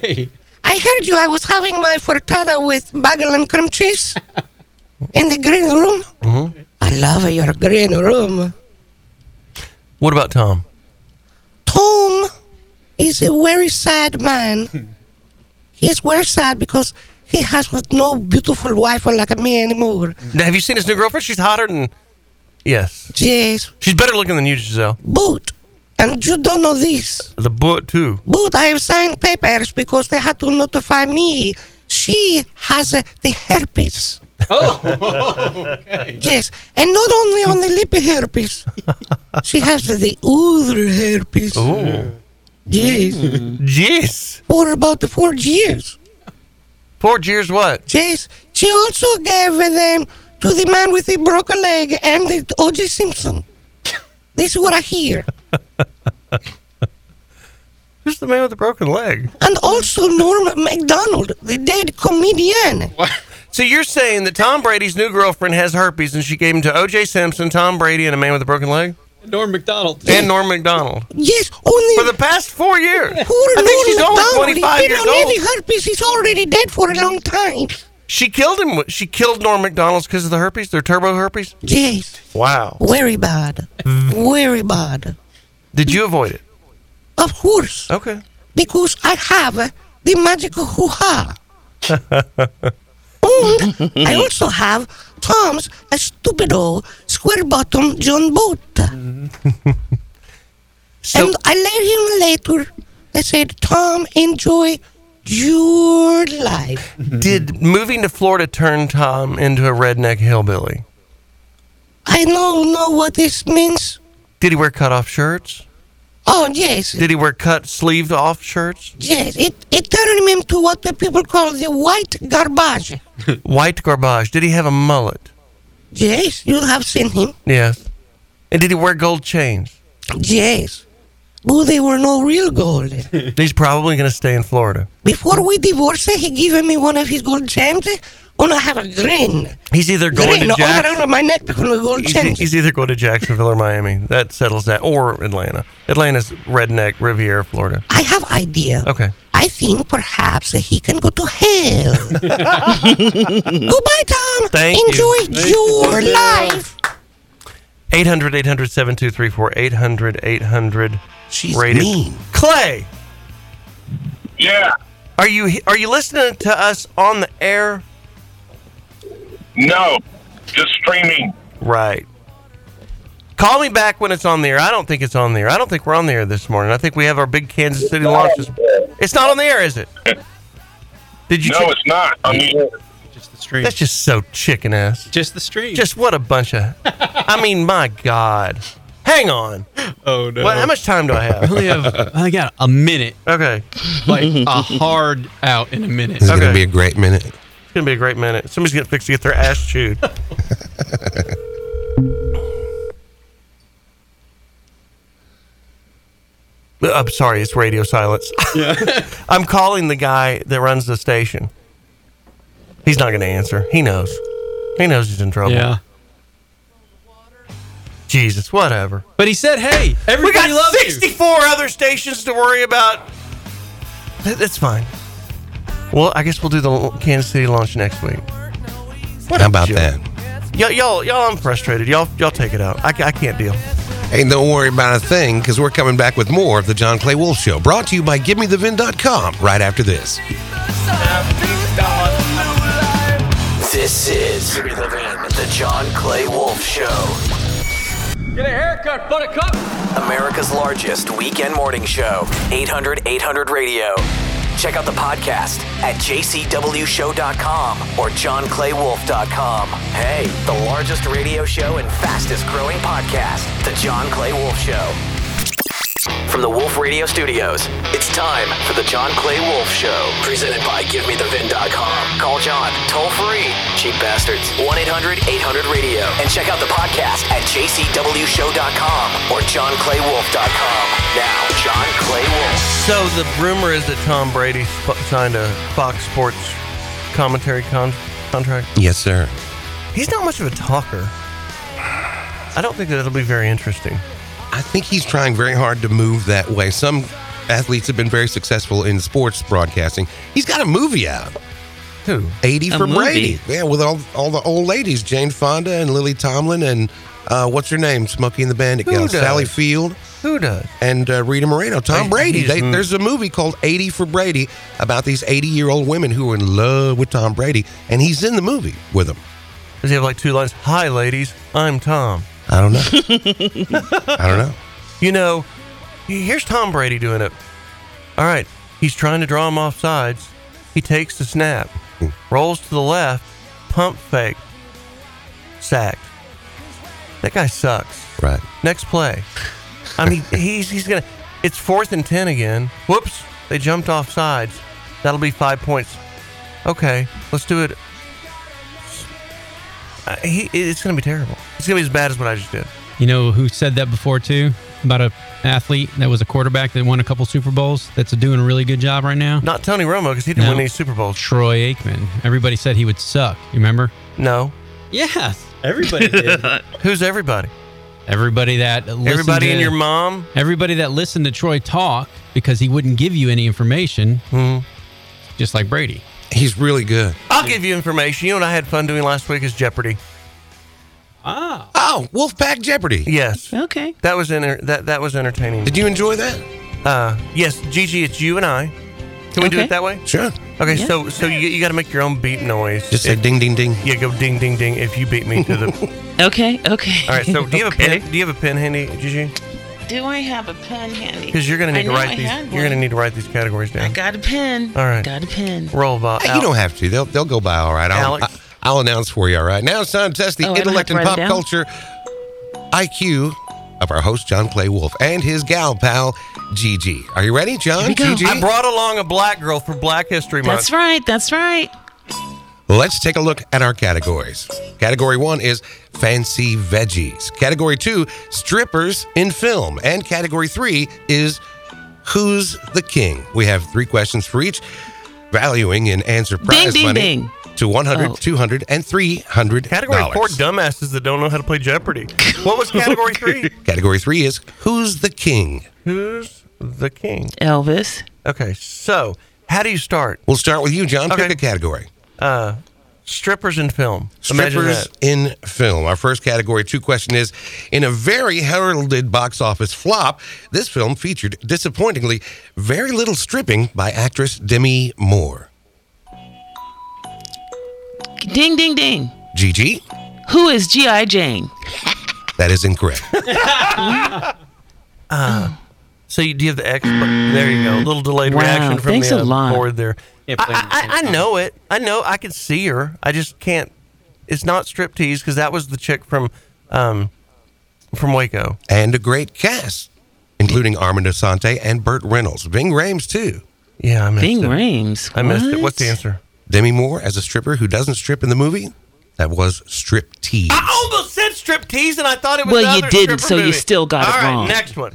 S21: Torley.
S5: Hey.
S21: I heard you. I was having my frittata with bagel and cream cheese in the green room.
S2: Mm-hmm.
S21: I love your green room.
S2: What about Tom?
S21: Tom is a very sad man. He's very sad because he has got no beautiful wife like me anymore.
S2: Now, have you seen his new girlfriend? She's hotter than. Yes.
S21: Yes.
S2: She's better looking than you, Giselle.
S21: Boot. And you don't know this.
S2: The butt, too.
S21: But I have signed papers because they had to notify me. She has uh, the herpes.
S5: Oh,
S21: Yes, and not only on the lip herpes, she has the other herpes.
S2: Oh.
S21: Yes.
S2: Mm. Yes.
S21: For about four years.
S2: Four years what?
S21: Yes. She also gave them to the man with the broken leg and the O.J. Simpson. This is what I hear.
S2: Who's the man with the broken leg?
S21: And also Norm MacDonald, the dead comedian.
S2: So you're saying that Tom Brady's new girlfriend has herpes and she gave him to OJ Simpson, Tom Brady, and a man with a broken leg?
S5: Norm McDonald.
S2: And Norm McDonald.
S21: Yes, only
S2: For the past four years.
S21: Poor
S2: I think she's
S21: Norman
S2: only
S21: Donald,
S2: 25
S21: he
S2: years
S21: don't
S2: old.
S21: need the herpes. He's already dead for a long time.
S2: She killed him. with- She killed Norm McDonald's because of the herpes, their turbo herpes?
S21: Yes,
S2: Wow.
S21: very bad, very bad.
S2: Did you avoid it?
S21: Of course,
S2: Okay.
S21: because I have uh, the magical hoo-ha. and I also have Tom's a stupido square bottom John Boat. and I let him later. I said, Tom, enjoy your life.
S2: Did moving to Florida turn Tom into a redneck hillbilly?
S21: I don't know what this means.
S2: Did he wear cut off shirts?
S21: Oh, yes.
S2: Did he wear cut sleeved off shirts?
S21: Yes, it, it turned him into what the people call the white garbage.
S2: White garbage. Did he have a mullet?
S21: Yes, you have seen him.
S2: Yes. And did he wear gold chains?
S21: Yes. But they were no real gold.
S2: He's probably going to stay in Florida.
S21: Before we divorced, he given me one of his gold gems, and I have a grin.
S2: He's either going
S21: Grin
S2: to
S21: all
S2: Jackson.
S21: around my neck because of gold
S2: He's,
S21: gems.
S2: he's either going to Jacksonville or Miami. That settles that, or Atlanta. Atlanta's redneck Riviera, Florida.
S21: I have idea.
S2: Okay.
S21: I think perhaps he can go to hell. Goodbye, Tom.
S2: Thank you.
S21: Enjoy
S2: Thank
S21: your life.
S2: 800 800 7234 800 800
S21: She's
S2: rated.
S21: mean.
S2: Clay,
S9: Yeah.
S2: are you are you listening to us on the air?
S9: No. Just streaming.
S2: Right. Call me back when it's on the air. I don't think it's on the air. I don't think we're on the air this morning. I think we have our big Kansas City launch. this- It's not on the air, is it? Did you?
S9: No,
S2: check-
S9: it's not. I mean,
S5: Just the stream.
S2: That's just so chicken ass.
S5: Just the stream.
S2: Just what a bunch of. I mean, my God. Hang on.
S5: Oh no.
S2: What, how much time do I have?
S5: I only have. I got a minute.
S2: Okay.
S5: Like a hard out in a minute.
S3: It's going to be a great minute.
S2: It's gonna be a great minute. Somebody's gonna fix to get their ass chewed. Uh, I'm sorry, it's radio silence. I'm calling the guy that runs the station. He's not gonna answer. He knows. He knows he's in trouble.
S5: Yeah.
S2: Jesus, whatever.
S5: But he said, "Hey,
S2: We
S5: everybody
S2: got
S5: loves you."
S2: 64 other stations to worry about. Th- That's fine. Well, I guess we'll do the l- Kansas City launch next week. What
S3: How about that?
S2: Y'all, y'all, y'all, I'm frustrated. Y'all, y'all take it out. I, ca- I can't deal.
S3: And don't worry about a thing because we're coming back with more of the John Clay Wolf Show brought to you by GiveMeTheVin.com right after this.
S1: This is Give Me the Van, the John Clay Wolf Show.
S9: Get a haircut, buttercup.
S1: America's largest weekend morning show, 800 800 Radio. Check out the podcast at jcwshow.com or johnclaywolf.com. Hey, the largest radio show and fastest growing podcast, The John Clay Wolf Show. From the Wolf Radio Studios, it's time for The John Clay Wolf Show, presented by GiveMeTheVin.com. Call John, toll free, cheap bastards, 1 800 800 Radio. And check out the podcast at jcwshow.com or johnclaywolf.com. Now, John Clay Wolf.
S2: So the rumor is that Tom Brady sp- signed a Fox Sports commentary con- contract.
S3: Yes, sir.
S2: He's not much of a talker. I don't think that'll be very interesting.
S3: I think he's trying very hard to move that way. Some athletes have been very successful in sports broadcasting. He's got a movie out.
S2: Who?
S3: 80
S2: A
S3: for
S2: movie?
S3: Brady. Yeah, with all, all the old ladies, Jane Fonda and Lily Tomlin and uh, what's her name? Smokey and the Bandit
S2: Who
S3: gal,
S2: does?
S3: Sally Field.
S2: Who does?
S3: And uh, Rita Moreno, Tom
S2: Hey,
S3: Brady.
S2: he's
S3: They,
S2: m-
S3: there's a movie called 80 for Brady about these 80 year old women who are in love with Tom Brady, and he's in the movie with them.
S2: Does he have like two lines? Hi, ladies. I'm Tom.
S3: I don't know. I don't know.
S2: You know, here's Tom Brady doing it. All right, he's trying to draw him off sides. He takes the snap,
S3: Hmm.
S2: rolls to the left, pump fake, sacked. That guy sucks.
S3: Right.
S2: Next play. I mean, he's he's gonna. It's fourth and ten again. Whoops! They jumped off sides. That'll be five points. Okay, let's do it. Uh, he, it's gonna be terrible. It's gonna be as bad as what I just did.
S5: You know who said that before too about a athlete that was a quarterback that won a couple Super Bowls that's doing a really good job right now.
S2: Not Tony Romo because he didn't
S5: No.
S2: win any Super Bowls.
S5: Troy Aikman. Everybody said he would suck. You remember?
S2: No.
S5: Yes. Everybody did.
S2: Who's everybody?
S5: Everybody that listened
S2: Everybody
S5: to,
S2: and your mom.
S5: Everybody that listened to Troy talk because he wouldn't give you any information.
S2: Hmm.
S5: Just like Brady.
S3: He's really good.
S2: I'll give you information. You know what I had fun doing last week is Jeopardy.
S5: Ah.
S3: Oh, Wolfpack Jeopardy.
S2: Yes,
S4: Okay.
S2: that was enter- that that was entertaining.
S3: Did you enjoy that?
S2: Uh, yes, Gigi, it's you and I. Can we do
S4: Okay.
S2: it that way?
S3: Sure.
S2: Okay,
S4: Yeah.
S2: so so you, you got to make your own beat noise.
S3: Just say
S2: If-
S3: ding, ding, ding.
S2: Yeah, go ding, ding, ding. If you beat me to the.
S4: Okay. Okay.
S2: All right. So do you have
S4: Okay.
S2: a pen? Do you have a pen handy, Gigi?
S4: Do I have a pen handy?
S2: Because you're going to
S4: I
S2: need to
S4: know I
S2: write these.
S4: had
S2: You're going to
S4: one.
S2: need to write these categories down.
S4: I got a pen.
S2: All right.
S4: Got a pen.
S2: Roll, Bob.
S3: Hey, you don't have to. They'll they'll go by all right. I'll,
S2: Alex?
S3: I, I'll announce for you. All right. Now it's time to test the
S4: Oh, I don't
S3: intellect
S4: have
S3: and
S4: to
S3: pop
S4: write it down?
S3: culture IQ of our host John Clay Wolf and his gal pal Gigi. Are you ready, John? Gigi,
S2: I brought along a black girl for Black History Month.
S4: That's right. That's right.
S3: Let's take a look at our categories. Category one is fancy veggies. Category two, strippers in film. And category three is who's the king? We have three questions for each, valuing in answer prize
S2: ding,
S3: money
S2: ding.
S3: to 100,
S2: Oh.
S3: 200, and 300
S2: Category four dumbasses that don't know how to play Jeopardy. What was category three?
S3: Category three is who's the king?
S2: Who's the king?
S4: Elvis.
S2: Okay, so how do you start?
S3: We'll start with you, John.
S2: Okay.
S3: Pick a category.
S2: Uh, strippers in film. Imagine
S3: Strippers
S2: that.
S3: in film. Our first category two question is In a very heralded box office flop, this film featured disappointingly very little stripping by actress Demi Moore.
S4: Ding, ding, ding.
S3: Gigi,
S4: Who is G.I. Jane?
S3: that is incorrect.
S2: Uh, so you, do you have the X? button? There you go. A little delayed
S4: Wow,
S2: reaction from
S4: thanks
S2: the
S4: a
S2: uh,
S4: lot.
S2: board there.
S4: Yeah,
S2: I,
S4: playing at the
S2: I- I, I know it. I know. I can see her. I just can't. It's not striptease because that was the chick from um, from Waco.
S3: and a great cast, including Armand Asante and Burt Reynolds. Bing Rames, too.
S2: Yeah, I missed
S4: Bing
S2: it.
S4: Rames.
S2: I missed it. What's the answer?
S3: Demi Moore as a stripper who doesn't strip in the movie? That was strip tease.
S2: I almost said striptease, and I thought it was.
S4: Well, you
S2: the other
S4: didn't,
S2: stripper
S4: so you
S2: movie.
S4: still got it
S2: All right,
S4: wrong.
S2: next one.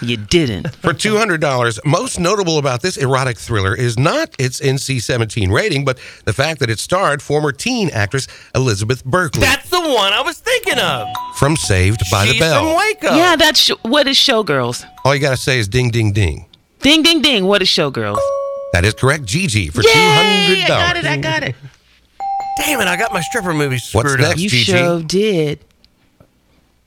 S4: You didn't.
S3: For $200, most notable about this erotic thriller is not its NC 17 rating, but the fact that it starred former teen actress Elizabeth Berkley
S2: That's the one I was thinking of.
S3: from Saved by the
S2: She's
S3: Bell.
S2: from Waco.
S4: Yeah, that's sh- what is Showgirls.
S3: All you got to say is ding, ding, ding.
S4: Ding, ding, ding. What is Showgirls?
S3: That is correct, Gigi, for
S4: Yay!
S3: $200.
S4: I got it. I got it.
S2: Damn it! I got my stripper movie screwed
S3: What's
S2: up.
S3: next,
S4: You
S3: Gigi?
S4: sure did.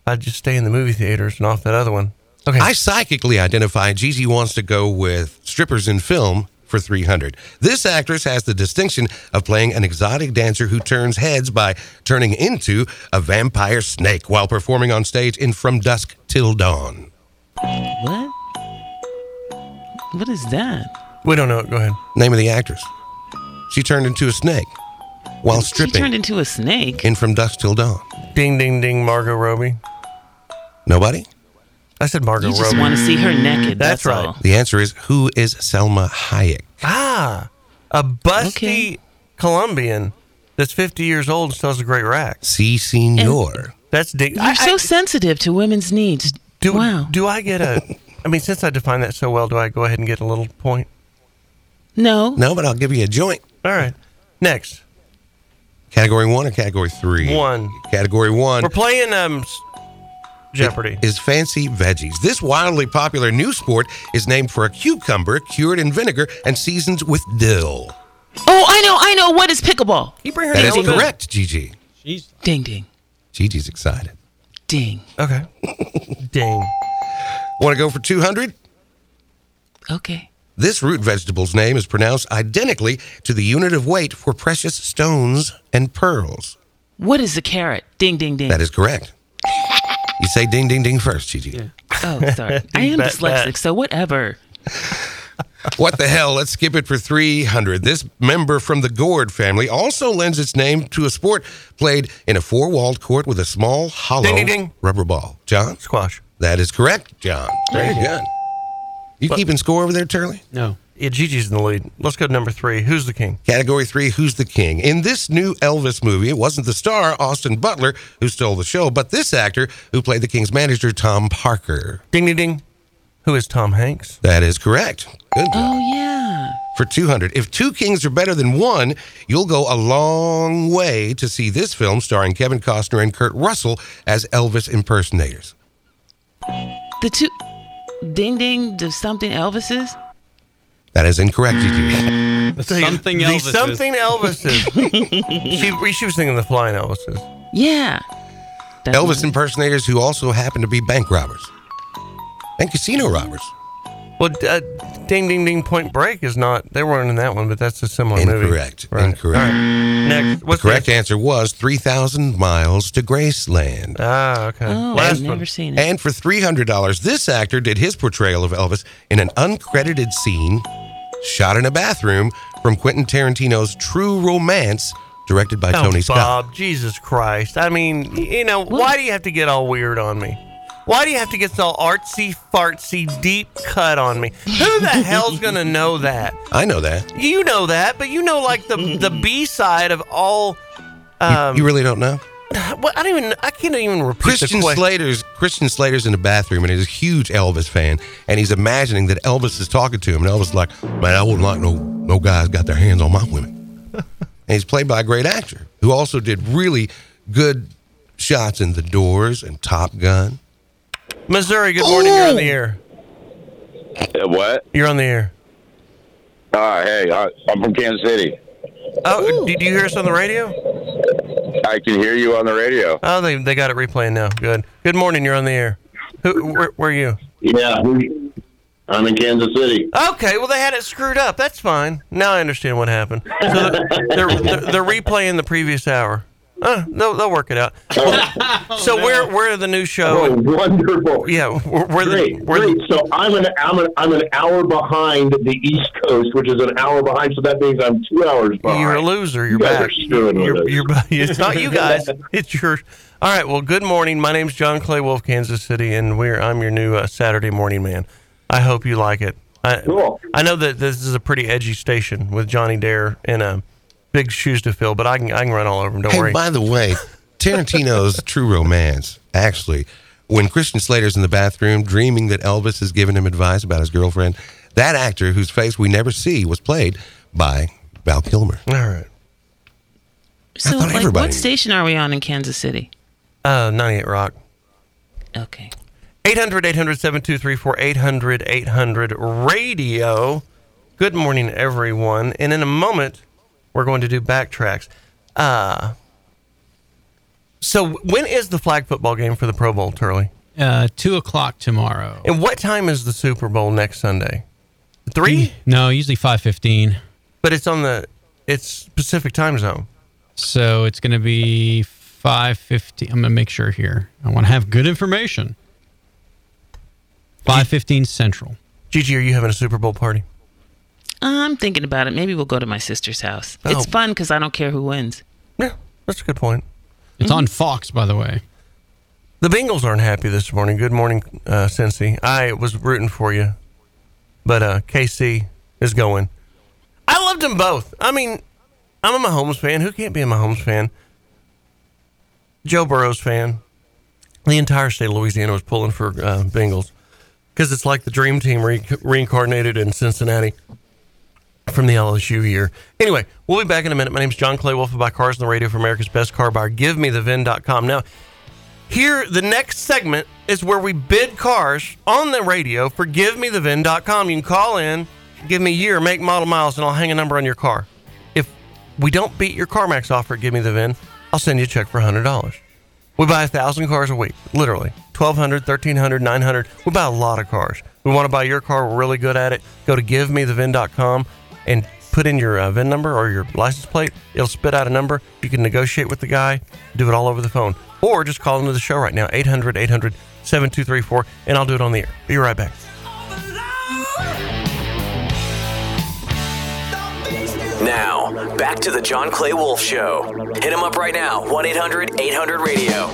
S2: I'd just stay in the movie theaters and off that other one. Okay.
S3: I psychically identify Gigi wants to go with strippers in film for 300. This actress has the distinction of playing an exotic dancer who turns heads by turning into a vampire snake while performing on stage in From Dusk Till Dawn.
S4: What? What is that?
S2: we don't know. it. Go ahead.
S3: Name of the actress. She turned into a snake while
S4: She turned
S3: stripping
S4: into a snake.
S3: in From Dusk Till Dawn.
S2: Ding, ding, ding. Margot Robbie.
S3: Nobody?
S2: I said Margot
S4: You just
S2: Robbie.
S4: want to see her naked. That's,
S2: That's right.
S4: all.
S3: The answer is who is Selma Hayek?
S2: Ah, a busty
S4: Okay.
S2: Colombian that's 50 years old and still has a great rack.
S3: Si Senor.
S2: That's ding.
S4: You're so sensitive to women's needs.
S2: do,
S4: wow.
S2: Do I get a? I mean, since I defined that so well, do I go ahead and get a little point?
S4: no.
S3: No, but I'll give you a joint.
S2: All right. Next
S3: Category one or category three?
S2: one.
S3: Category one.
S2: We're playing um s- Jeopardy.
S3: is fancy veggies. This wildly popular new sport is named for a cucumber cured in vinegar and seasoned with dill.
S4: Oh, I know. I know. What is pickleball?
S2: You bring her
S3: That is
S2: down a bit.
S3: correct, Gigi.
S4: Ding, ding,
S3: Gigi's excited.
S4: ding.
S2: Okay. Ding.
S3: Want to go for 200?
S4: Okay.
S3: This root vegetable's name is pronounced identically to the unit of weight for precious stones and pearls.
S4: What is a carrot? Ding, ding, ding.
S3: That is correct. You say ding, ding, ding first, Gigi.
S4: Oh, sorry. I am
S2: Bat, bat.
S4: dyslexic, so whatever.
S3: What the hell? Let's skip it for 300. This member from the Gourd family also lends its name to a sport played in a four walled court with a small, hollow
S2: Ding, ding, ding.
S3: rubber ball. John?
S2: Squash.
S3: That is correct, John. Very good. You keeping score over there, Turley?
S5: No.
S2: Yeah, Gigi's in the lead. Let's go to number three. Who's the king?
S3: Category three, who's the king? In this new Elvis movie, it wasn't the star, Austin Butler, who stole the show, but this actor who played the king's manager, Tom Parker.
S2: Ding, ding, ding. Who is Tom Hanks?
S3: That is correct. Good job.
S4: Oh, yeah.
S3: for 200. If two kings are better than one, you'll go a long way to see this film starring Kevin Costner and Kurt Russell as Elvis impersonators.
S4: The two. Ding, ding, the something Elvises.
S3: That is incorrect, Gigi.
S4: Mm.
S5: Something
S2: the
S5: else.
S2: something Elvises. she, she was thinking the flying Elvises.
S4: Yeah. That's
S3: Elvis impersonators who also happen to be bank robbers and casino robbers.
S2: Well, d- uh, ding, ding, ding. Point Break is not. They weren't in that one, but that's a similar movie.
S3: Incorrect. Incorrect.
S2: Next,
S3: the correct answer was 3,000 miles to Graceland.
S2: Ah, okay.
S4: Oh, Last I've never one. seen it.
S3: And for $300, this actor did his portrayal of Elvis in an uncredited scene shot in a bathroom from Quentin Tarantino's True Romance, directed by
S2: Oh,
S3: Tony Scott.
S2: Bob, Jesus Christ. I mean, y- you know, why do you have to get all weird on me? Why do you have to get so artsy fartsy deep cut on me? Who the hell's gonna know that?
S3: I know that.
S2: You know that, but you know like the the B side of all. Um,
S3: You really don't know?
S2: well, I don't even. I can't even repeat
S3: Christian
S2: the question.
S3: Slater's Christian Slater's in the bathroom and he's a huge Elvis fan and he's imagining that Elvis is talking to him and Elvis is like, man, I wouldn't like no no guys got their hands on my women. and he's played by a great actor who also did really good shots in The Doors and Top Gun.
S2: Missouri, good morning. You're on the air.
S14: What?
S2: You're on the air.
S14: Uh, hey, I, I'm from Kansas City.
S2: Oh, did you hear us on the radio?
S14: I can hear you on the radio.
S2: Oh, they they got it replaying now. Good. Good morning. You're on the air. Who? Where, where are you?
S14: Yeah, I'm in Kansas City.
S2: Okay, well they had it screwed up. That's fine. Now I understand what happened. So they're, they're, they're, they're replaying the previous hour. Uh, they'll, they'll work it out. so where where the new show?
S6: Oh, wonderful!
S2: Yeah, we're, we're
S6: great,
S2: the we're
S6: great. So I'm an I'm an I'm an hour behind the East Coast, which is an hour behind. So that means I'm two hours
S2: the,
S6: behind.
S2: you're a loser. You're
S6: You guys
S2: back.
S6: are screwing with
S2: You're,
S6: us.
S2: you're back. It's not you guys. It's your. All right. Well, good morning. My name's John Clay Wolf, Kansas City, and we're I'm your new uh, Saturday morning man. I hope you like it. I, cool. I know that this is a pretty edgy station with Johnny Dare and um, big shoes to fill, but I can I can run all over them. Don't
S3: hey,
S2: worry.
S3: by the way, Tarantino's True Romance, actually, when Christian Slater's in the bathroom dreaming that Elvis has given him advice about his girlfriend, that actor whose face we never see was played by Val Kilmer.
S2: All right.
S4: So,
S3: thought
S4: like,
S3: everybody
S4: what
S3: knew.
S4: station are we on in Kansas City?
S2: Uh, 98 Rock.
S4: Okay.
S2: 800 800 7234 800 800 radio. Good morning, everyone. And in a moment, we're going to do backtracks. Uh, so, when is the flag football game for the Pro Bowl, Turley?
S5: Uh, two o'clock tomorrow.
S2: And what time is the Super Bowl next Sunday? Three?
S5: No, usually five fifteen.
S2: But it's on the it's Pacific time zone.
S5: So it's going to be five fifteen. I'm going to make sure here. I want to have good information. Five fifteen Central.
S2: Gigi, are you having a Super Bowl party?
S4: I'm thinking about it. Maybe we'll go to my sister's house.
S2: Oh.
S4: It's fun because I don't care who wins.
S2: Yeah, that's a good point.
S5: It's on Fox, by the way.
S2: Mm-hmm. The Bengals aren't happy this morning. Good morning, uh, Cincy. I was rooting for you, but uh, KC is going. I loved them both. I mean, I'm a Mahomes fan. Who can't be a Mahomes fan? Joe Burrow's fan. The entire state of Louisiana was pulling for uh, Bengals because it's like the dream team re- reincarnated in Cincinnati from the LSU year. Anyway, we'll be back in a minute. My name's John Clay Wolf. I buy cars on the radio for America's best car buyer. Give me the VIN.com. Now, here, the next segment is where we bid cars on the radio for GiveMeTheVIN.com. You can call in, give me year, make, model, miles, and I'll hang a number on your car. If we don't beat your CarMax offer at Give Me The VIN, I'll send you a check for $100. We buy a 1,000 cars a week, literally. 1,200, 1,300, 900. We buy a lot of cars. We want to buy your car. We're really good at it. Go to GiveMeTheVIN.com and put in your uh, VIN number or your license plate. It'll spit out a number. You can negotiate with the guy, do it all over the phone, or just call into the show right now, 800 800 7234, and I'll do it on the air. Be right back.
S1: Now, back to the John Clay Wolf Show. Hit him up right now, 1 800 800 radio.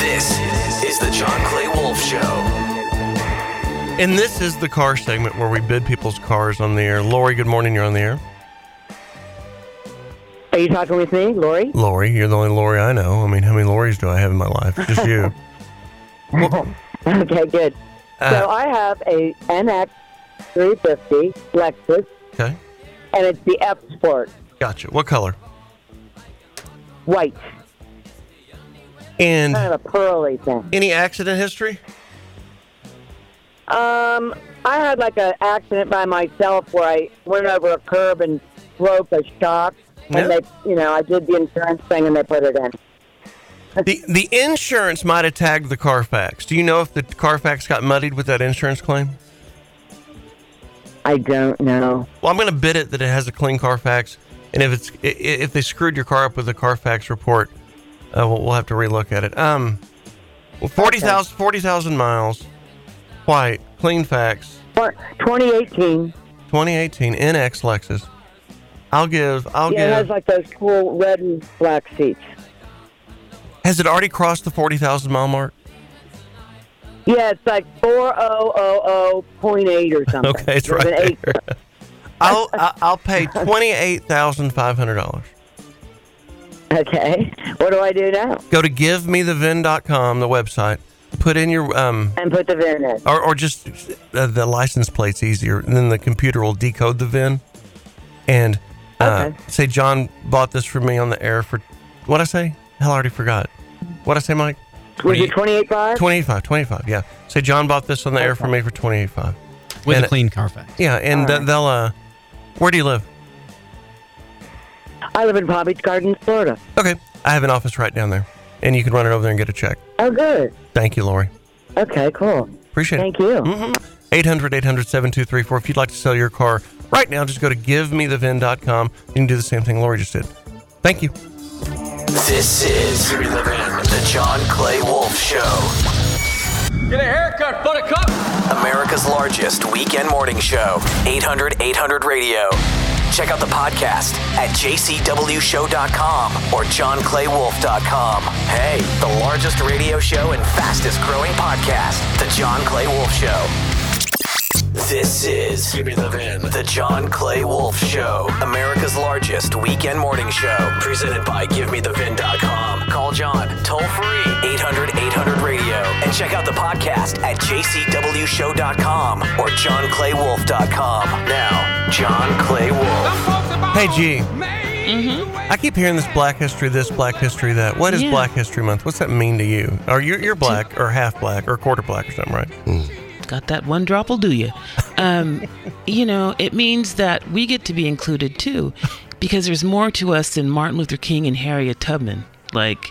S1: This is the John Clay Wolf Show.
S2: And this is the car segment where we bid people's cars on the air. Lori, good morning. You're on the air.
S22: Are you talking with me, Lori?
S2: Lori, you're the only Lori I know. I mean, how many Loris do I have in my life? Just you. Uh,
S22: okay, good. so I have a NX 350 Lexus,
S2: Okay.
S22: and it's the F Sport,
S2: Gotcha. What color?
S22: white,
S2: And
S22: kind of a pearly thing.
S2: any accident history?
S22: Um, I had like an accident by myself where I went over a curb and broke a shock, and
S2: Yeah.
S22: they, you know, I did the insurance thing and they put it in.
S2: The the insurance might have tagged the Carfax. Do you know if the Carfax got muddied with that insurance claim?
S22: I don't know.
S2: Well, I'm going to bid it that it has a clean Carfax, and if it's i- i- if they screwed your car up with a Carfax report, uh, we'll, we'll have to relook at it. Um, well, 40,000 40,000 miles, white, clean fax,
S22: 2018.
S2: 2018 NX Lexus. I'll give. I'll
S22: yeah, it
S2: give.
S22: has like those cool red and black seats.
S2: Has it already crossed the 40,000 mile mark?
S22: Yeah, it's like 4000.8 or something.
S2: Okay, it's
S22: There's an
S2: right
S22: eight.
S2: there. I'll I- I'll pay twenty eight thousand five hundred dollars.
S22: Okay. What do I do now?
S2: Go to givemethevin.com, the website. Put in your um
S22: And put the VIN in.
S2: or or just uh, the license plate's easier, and then the computer will decode the VIN. And uh, say John bought this for me on the air for what I say? Hell, I already forgot. What I say, Mike?
S22: Was it 28.5?
S2: 25, 25, yeah. Say John bought this on the air for me for 28.5.
S5: With
S2: And
S5: a
S2: it-
S5: clean Carfax.
S2: Yeah, and
S22: All
S2: th-
S22: right.
S2: they'll, uh, where do you live?
S22: I live in Palm Beach Gardens, Florida.
S2: Okay. I have an office right down there, and you can run it over there and get a check.
S22: Oh, good.
S2: Thank you, Lori.
S22: Okay, cool.
S2: Appreciate Mm-hmm.
S22: Thank you.
S2: 800 800 7234. If you'd like to sell your car right now, just go to givemethevin.com. You can do the same thing Lori just did. Thank you.
S1: This is the John Clay Wolf Show.
S7: Get a haircut, buttercup.
S1: America's largest weekend morning show, 800 800 Radio. Check out the podcast at jcwshow.com or johnclaywolf.com. Hey, the largest radio show and fastest growing podcast, The John Clay Wolf Show. This is The John Clay Wolf Show, America's largest weekend morning show, presented by GiveMeTheVin.com. Call John toll free 800 800 radio and check out the podcast at JCWShow.com or JohnClayWolf.com. Now, John Clay Wolf.
S2: Hey, G.
S4: Mm-hmm.
S2: I keep hearing this Black History, this Black History, that. What is
S1: Yeah.
S2: Black History Month? What's that mean to you? Are you you're black or half black or quarter black or something, right?
S4: Got that one drop will do you. Um, you know, it means that we get to be included too, because there's more to us than Martin Luther King and Harriet Tubman. Like,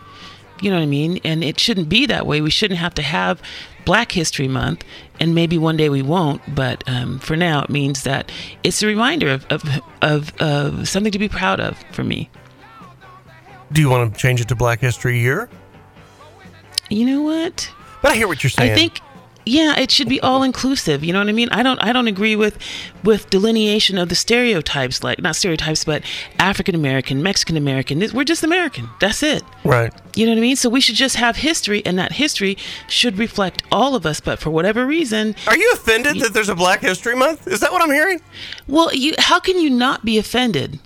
S4: you know what I mean? And it shouldn't be that way. We shouldn't have to have Black History Month, and maybe one day we won't. But um, for now, it means that it's a reminder of, of, of, of something to be proud of for me.
S2: Do you want to change it to Black History Year?
S4: You know what?
S2: But I hear what you're saying.
S4: I think yeah, it should be all inclusive. You know what I mean? I don't I don't agree with with delineation of the stereotypes like not stereotypes but African American, Mexican American. This- We're just American. That's it.
S2: Right.
S4: You know what I mean? So we should just have history and that history should reflect all of us, but for whatever reason
S2: Are you offended that there's a Black History Month? Is that what I'm hearing?
S4: Well, you how can you not be offended?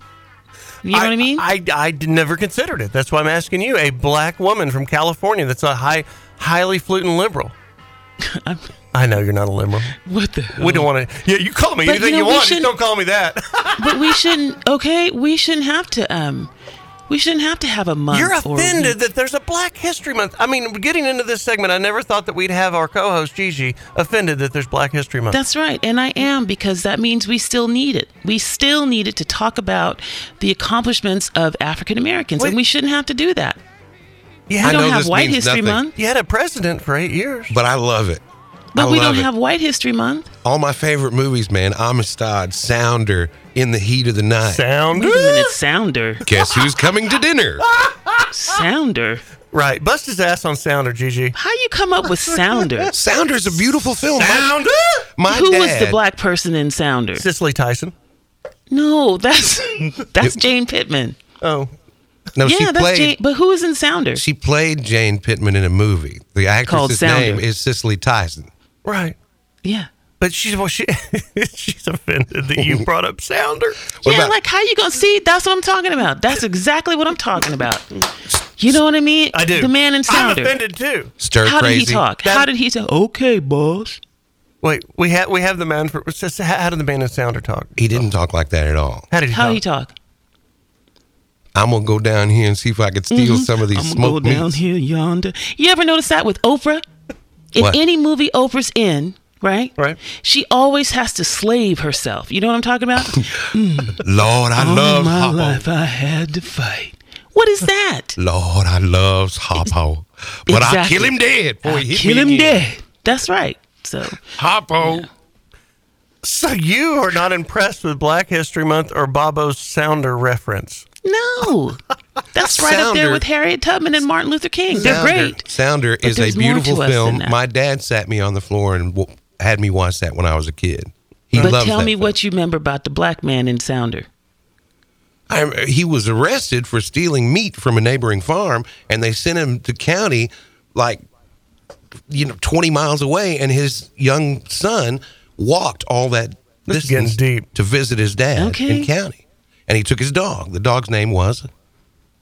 S4: You know
S2: I,
S4: what I mean?
S2: I, I d- never considered it. That's why I'm asking you, a black woman from California that's a high, highly fluting liberal. I know you're not a liberal.
S4: What the
S2: We don't want to. Yeah, you call me
S4: But,
S2: anything
S4: you
S2: you,
S4: know, we
S2: want.
S4: shouldn't-
S2: Just don't call me that.
S4: but we shouldn't okay, we shouldn't have to um we shouldn't have to have a month
S2: You're
S4: or a week.
S2: offended that there's a Black History Month. I mean, getting into this segment, I never thought that we'd have our co-host Gigi offended that there's Black History Month.
S4: That's right. And I am because that means we still need it. We still need it to talk about the accomplishments of African Americans. And we shouldn't have to do that.
S3: Yeah. I
S4: we
S3: know
S4: don't have
S3: this
S4: White
S3: means
S4: History
S3: nothing.
S4: Month.
S2: You had a president for eight years.
S3: But I love it.
S4: But
S3: I
S4: we
S3: love
S4: don't
S3: it.
S4: have White History Month.
S3: all my favorite movies, man. Amistad, Sounder, In the Heat of the Night.
S2: Sounder?
S4: Sounder.
S3: Guess who's coming to dinner?
S4: Sounder.
S2: Right. Bust his ass on Sounder, Gigi.
S4: How you come up with Sounder?
S3: Sounder's a beautiful film.
S2: Sounder?
S3: My
S4: Who was
S3: dad-
S4: the black person in Sounder?
S2: Cicely Tyson.
S4: No, that's that's Jane Pittman.
S2: Oh.
S3: No, she
S4: yeah, that's
S3: played-
S4: Jane. But who was in Sounder?
S3: She played Jane Pittman in a movie. The
S4: Called
S3: actress's
S4: Sounder.
S3: name is Cicely Tyson.
S2: Right.
S4: Yeah.
S2: But she's well, she she's offended that you brought up Sounder.
S4: yeah, like how you gonna see? That's what I'm talking about. That's exactly what I'm talking about. You know what I mean?
S2: I do.
S4: The man in Sounder.
S2: I'm offended too.
S4: How did he talk? how did he talk? Okay, boss.
S2: Wait, we have we have the man for. it's just- How how did the man in Sounder talk?
S3: He didn't talk like that at all.
S2: How did he
S4: How
S2: talk?
S4: he talk?
S3: I'm gonna go down here and see if I could steal some of these
S4: I'm gonna Mm-hmm. go
S3: smoked
S4: down
S3: meats.
S4: here yonder. You ever notice that with Oprah? In
S3: What?
S4: any movie Oprah's in, right? Right. She always has to slave herself. You know what I'm talking about?
S3: Lord, I
S4: All
S3: love
S4: my
S3: Hoppo.
S4: life I had to fight. What is that?
S3: Lord, I love Hoppo. But I
S4: Exactly.
S3: kill him dead. Boy,
S4: I'll
S3: he hit
S4: kill
S3: me
S4: him
S3: again.
S4: dead. That's right. So
S3: Hoppo.
S2: So you are not impressed with Black History Month or Bobo's Sounder reference?
S4: No, that's right up there
S2: Sounder.
S4: with Harriet Tubman and Martin Luther King. They're
S3: Sounder,
S4: great.
S3: Sounder
S4: But
S3: is a
S4: there's more
S3: beautiful
S4: to us than
S3: film.
S4: that.
S3: My dad sat me on the floor and w- had me watch that when I was a kid. He
S4: but
S3: loved
S4: tell
S3: that.
S4: me what you remember about the black man in Sounder.
S3: I, he was arrested for stealing meat from a neighboring farm, and they sent him to county, like you know, twenty miles away. And his young son walked all that
S2: This is
S3: distance deep. to visit his dad
S2: Okay.
S3: in county, and he took his dog. The dog's name was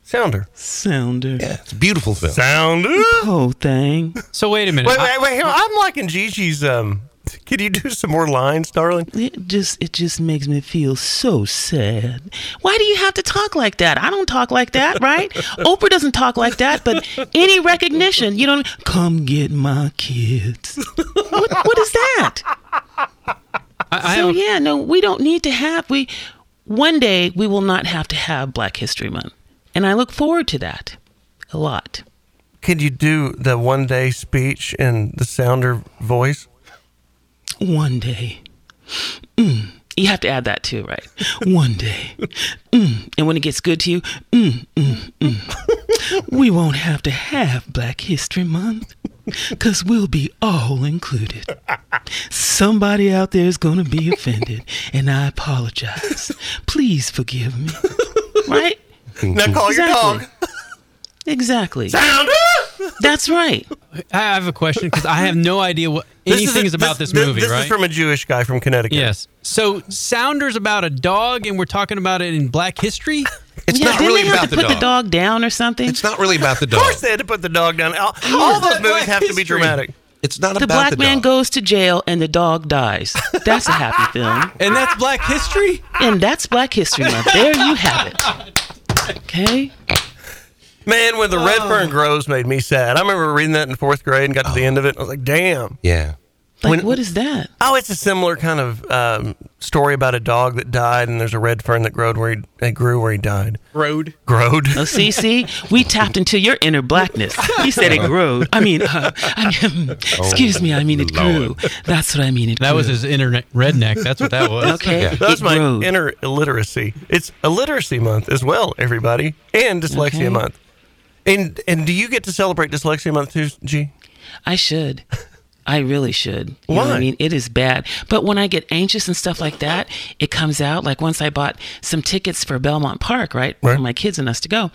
S2: Sounder.
S4: Sounder.
S3: Yeah, it's a beautiful film.
S2: Sounder.
S4: Whole thing.
S5: So wait a minute.
S2: Wait,
S5: I-
S2: wait, wait. hang on. I'm liking Gigi's. Um, can you do some more lines, darling?
S4: It just it just makes me feel so sad. Why do you have to talk like that? I don't talk like that, right? Oprah doesn't talk like that, but any recognition, you know, what I mean? come get my kids. what, what is that? so yeah, no, we don't need to have we. One day we will not have to have Black History Month, and I look forward to that a lot.
S2: Can you do the one day speech in the Sounder voice?
S4: One day. Mm. You have to add that too, right? One day. Mm. And when it gets good to you, mm, mm, mm. we won't have to have Black History Month because we'll be all included. Somebody out there is going to be offended, and I apologize. Please forgive me. Right?
S2: Now call your dog.
S4: Exactly.
S2: Sounder!
S4: That's right.
S5: I have a question because I have no idea what anything is, about this, movie,
S2: This
S5: right?
S2: is from a Jewish guy from Connecticut.
S5: Yes. so Sounder's about a dog, and we're talking about it in Black History.
S3: It's
S4: Yeah, didn't they have to put the dog down or something? It's
S3: not really about the
S2: Of course, they had to put the dog down. All, all those movies have to be dramatic.
S3: It's not
S4: the black man goes to jail and the dog dies. That's a happy film.
S5: And that's Black History.
S4: And that's Black History Month. There you have it. Okay.
S2: Man, when the red fern grows made me sad. I remember reading that in fourth grade and got to the end of it. and I was like, damn.
S3: Yeah.
S4: Like, what is that?
S2: Oh, it's a similar kind of um, story about a dog that died, and there's a red fern that growed where he that grew where he died.
S5: Road.
S2: Growed.
S4: Oh, see, see, we tapped into your inner blackness. You said it grew. I mean, uh, I mean
S5: Oh
S4: excuse me. I mean,
S2: Oh,
S4: it grew. That's what I mean. It
S5: That was his internet redneck. That's what that was.
S4: Okay. Yeah.
S2: That's
S4: It
S2: my
S4: grows.
S2: inner illiteracy. It's illiteracy month as well, everybody, and dyslexia
S4: Okay.
S2: month. And and do you get to celebrate dyslexia month too, G?
S4: I should. I really should. You know what
S2: Why?
S4: I mean, it is bad. But when I get anxious and stuff like that, it comes out. Like once I bought some tickets for Belmont Park, right,
S2: Right.
S4: for my kids and us to go,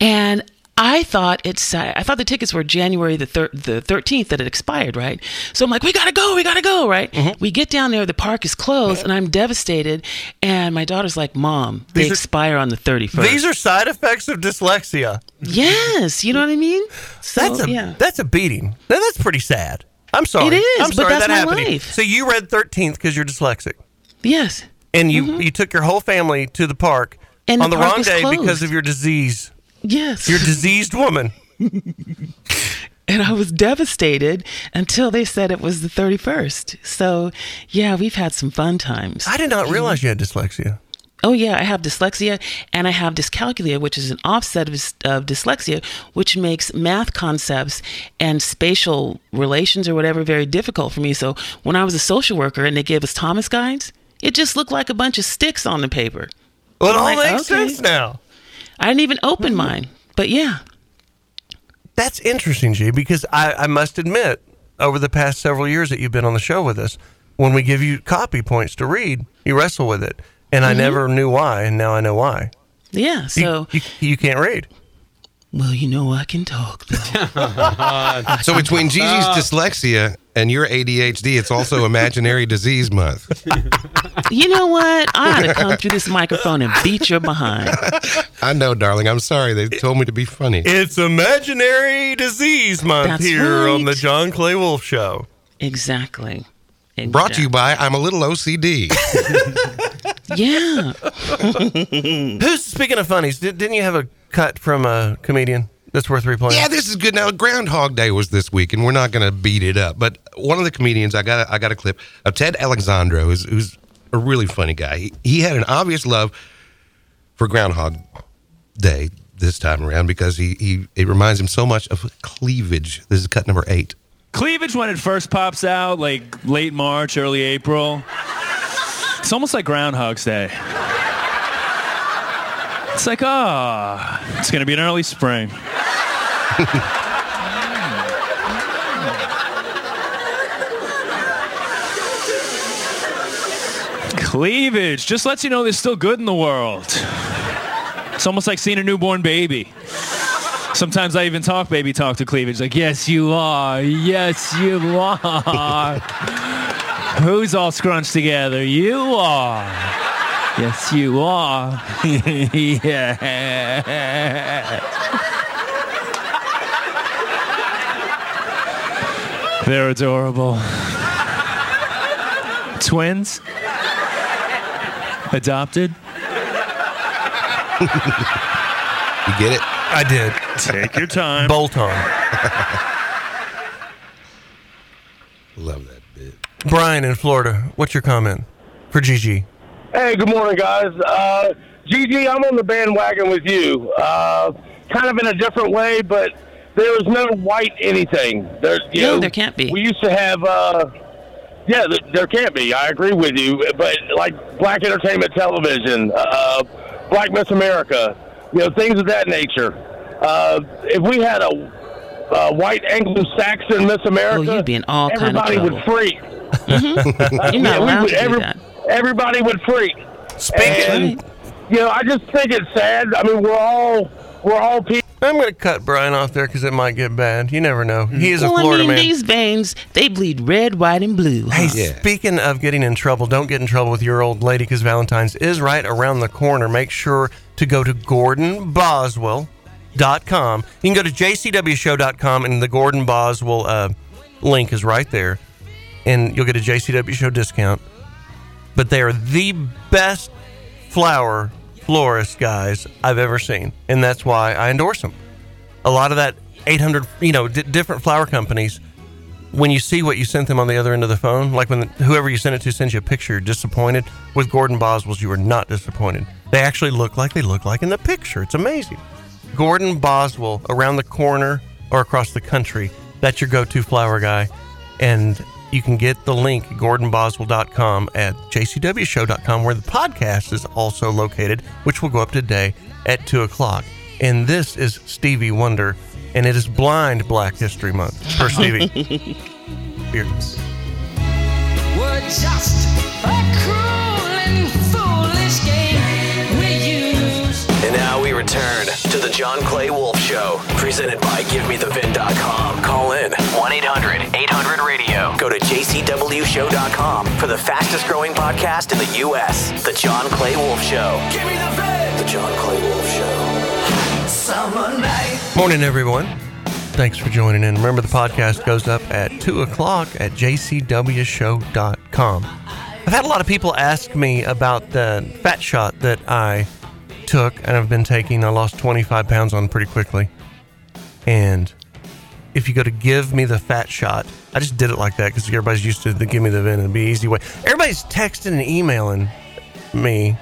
S4: and I thought it's I thought the tickets were January the thir- the thirteenth that it expired, right? So I'm like, we gotta go, we gotta go, right?
S2: Mm-hmm.
S4: We get down there, the park is closed, and I'm devastated. And my daughter's like, Mom, they
S2: These are-
S4: expire on the thirty first.
S2: These are side effects of dyslexia.
S4: yes, you know what I mean. So,
S2: That's a
S4: yeah.
S2: that's a beating. Now, that's pretty sad. I'm sorry.
S4: It is,
S2: I'm
S4: but
S2: sorry
S4: that's
S2: that
S4: my
S2: happened to you.
S4: life.
S2: So you read 13th because you're dyslexic,
S4: yes. Mm-hmm.
S2: and you you took your whole family to the park
S4: And the
S2: on the,
S4: park
S2: wrong
S4: is
S2: day because
S4: closed.
S2: of your disease.
S4: Yes.
S2: You're a diseased woman.
S4: and I was devastated until they said it was the 31st. So, yeah, we've had some fun times.
S2: I did not realize you had dyslexia.
S4: Oh, yeah, I have dyslexia and I have dyscalculia, which is an offset of, of dyslexia, which makes math concepts and spatial relations or whatever very difficult for me. So, when I was a social worker and they gave us Thomas guides, it just looked like a bunch of sticks on the paper.
S2: Well, it
S4: I'm
S2: all
S4: like,
S2: makes
S4: okay.
S2: sense now. Mm-hmm.
S4: I didn't even open mine, but yeah.
S2: That's interesting, G, because I, I must admit, over the past several years that you've been on the show with us, when we give you copy points to read, you wrestle with it. And
S4: Mm-hmm.
S2: I never knew why, and now I know why.
S4: Yeah, so,
S2: You, you can't read.
S4: well, you know, I can talk though.
S3: So between Gigi's dyslexia and your ADHD, it's also Imaginary Disease Month.
S4: You know what? I ought to come through this microphone and beat your behind.
S3: I know, darling. I'm sorry. They told me to be funny.
S2: It's imaginary disease month
S4: That's
S2: here
S4: right.
S2: on the John Clay Wolf Show.
S4: Exactly.
S3: Brought to you by I'm a little OCD.
S4: Yeah.
S2: Who's speaking of funnies? Did, didn't you have a cut from a comedian that's worth replaying?
S3: Yeah, this is good. Now Groundhog Day was this week, and we're not going to beat it up. But one of the comedians, I got, a, I got a clip of Ted Alexandro, who's, who's a really funny guy. He, he had an obvious love for Groundhog Day this time around because he, he it reminds him so much of cleavage. This is cut number eight.
S10: Cleavage when it first pops out, like late March, early April.
S23: It's almost like Groundhog's Day. It's like, ah, it's going to be an early spring. Cleavage just lets you know there's still good in the world. It's almost like seeing a newborn baby. Sometimes I even talk baby talk to cleavage, like, yes, you are. Yes, you are. Who's all scrunched together? You are. Yes, you are. yeah. They're adorable. Twins? Adopted?
S3: You get it?
S2: I did.
S23: Take your time.
S2: Bolt on.
S3: Love that
S2: bit. Brian in Florida, what's your comment for Gigi?
S24: Hey, good morning, guys. Uh, Gigi, I'm on the bandwagon with you. Uh, kind of in a different way, but there was no white anything. There, you
S4: No,
S24: know,
S4: there can't be.
S24: We used to have. Uh, yeah, th- there can't be. I agree with you, but like black entertainment television, uh, Black Miss America, you know, things of that nature. Uh, if we had a uh, white Anglo-Saxon Miss America,
S4: Oh, you'd be in all kind of
S24: everybody would
S4: trouble.
S24: freak.
S4: Mhm. You're not
S24: we
S4: allowed
S24: would-
S4: to do that.
S24: Everybody would freak.
S2: Speaking,
S24: you know, I just think it's sad. I mean, we're all we're all people.
S2: I'm going to cut Brian off there because it might get bad. You never know. He is a
S4: well,
S2: Florida
S4: I mean,
S2: man.
S4: these veins, they bleed red, white, and blue.
S2: Hey, speaking of getting in trouble, don't get in trouble with your old lady because Valentine's is right around the corner. Make sure to go to GordonBoswell.com. You can go to JCWShow.com and the Gordon Boswell uh, link is right there, and you'll get a JCW Show discount. But they are the best flower florist guys I've ever seen, and that's why I endorse them. A lot of that 800, you know, di different flower companies when you see what you sent them on the other end of the phone, like when the, whoever you sent it to sends you a picture, you're disappointed. With Gordon Boswell's, you are not disappointed. They actually look like they look like in the picture. It's amazing. Gordon Boswell around the corner or across the country. That's your go-to flower guy, and you can get the link gordonboswell.com at jcwshow.com where the podcast is also located, which will go up today at two o'clock. And this is Stevie Wonder, and it is Blind Black History Month for Stevie. Beards.
S9: We're just a cruel and foolish game we use.
S1: And now we return to the John Clay Wolf Show, presented by GiveMeTheVin.com. Call in 1 800 800 radio. Go to JCWShow.com for the fastest growing podcast in the U.S. The John Clay Wolf Show. Give me the vid! The John Clay Wolf Show.
S9: Summer night.
S2: Morning, everyone. Thanks for joining in. Remember, the podcast goes up at 2 o'clock at jcwshow.com. I've had a lot of people ask me about the fat shot that I took and I've been taking. I lost 25 pounds on pretty quickly. And if you go to give me the fat shot, I just did it like that because everybody's used to the give me the vin and be easy way. Everybody's texting and emailing me,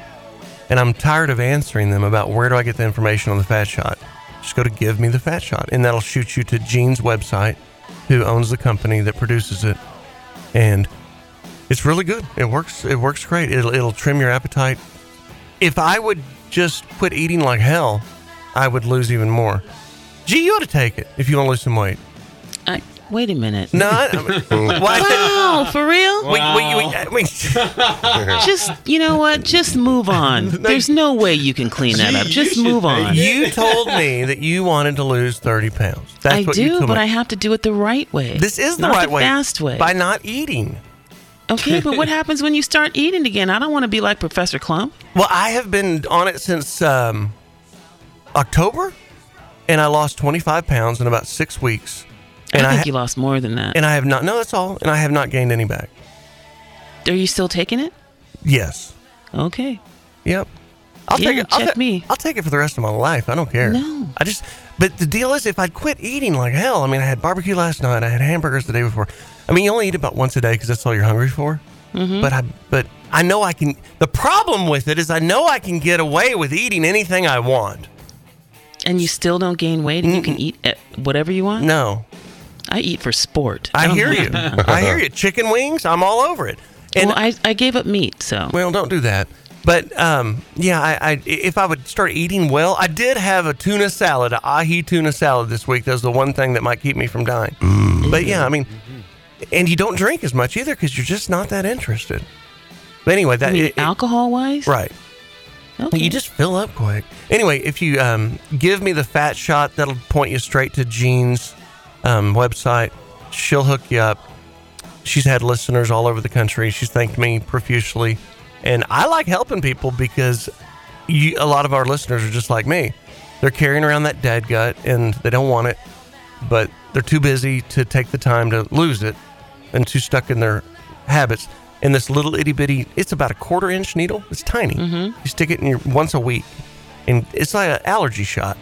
S2: and I'm tired of answering them about where do I get the information on the fat shot. Just go to give me the fat shot, and that'll shoot you to Gene's website, who owns the company that produces it, and it's really good. It works. It works great. It'll, it'll trim your appetite. If I would just quit eating like hell, I would lose even more. Gee, you ought to take it if you want to lose some weight.
S4: I, Uh, wait a minute.
S2: No, I, well, I said-
S4: wow, for real?
S2: We- we- we- I mean-
S4: just you know what? Just move on. There's no way you can clean that up. Just move on.
S2: You told me that you wanted to lose thirty pounds. That's
S4: I
S2: what you
S4: do,
S2: told
S4: but
S2: me.
S4: I have to do it the right way.
S2: This is the
S4: Not
S2: right way.
S4: fast way.
S2: By not eating.
S4: Okay, but what happens when you start eating again? I don't want to be like Professor Clump.
S2: Well, I have been on it since um, October, and I lost 25 pounds in about six weeks. And
S4: I think
S2: ha-
S4: you lost more than that.
S2: And I have not. No, that's all. And I have not gained any back.
S4: Are you still taking it?
S2: Yes.
S4: Okay.
S2: Yep. I'll
S4: Yeah,
S2: take it. I'll
S4: check
S2: ta- I'll take it for the rest of my life. I don't care. No. I just. But the deal is, if I'd quit eating like hell, I mean, I had barbecue last night. I had hamburgers the day before. I mean, you only eat about once a day because that's all you're hungry for.
S4: Mhm.
S2: Mm-hmm. But I. But I know I can. The problem with it is, I know I can get away with eating anything I want.
S4: And you still don't gain weight, and you can eat at whatever you want.
S2: No.
S4: I eat for sport.
S2: I
S4: don't
S2: hear
S4: have
S2: you.
S4: time.
S2: I hear you. Chicken wings. I'm all over it.
S4: well, I, I gave up meat, so.
S2: Well, don't do that. But um, yeah, I, I if I would start eating well, I did have a tuna salad, a ahi tuna salad this week. That was the one thing that might keep me from dying. But yeah, I mean, and you don't drink as much either because you're just not that interested. But anyway, that
S4: alcohol wise,
S2: right?
S4: Okay.
S2: You just fill up quick. Anyway, if you um, give me the fat shot, that'll point you straight to Jean's um, website. She'll hook you up. She's had listeners all over the country. She's thanked me profusely, and I like helping people because you, a lot of our listeners are just like me. They're carrying around that dad gut and they don't want it, but they're too busy to take the time to lose it and too stuck in their habits. And this little itty bitty, it's about a quarter inch needle. It's tiny.
S4: Mm-hmm.
S2: You stick it in your once a week, and it's like an allergy shot.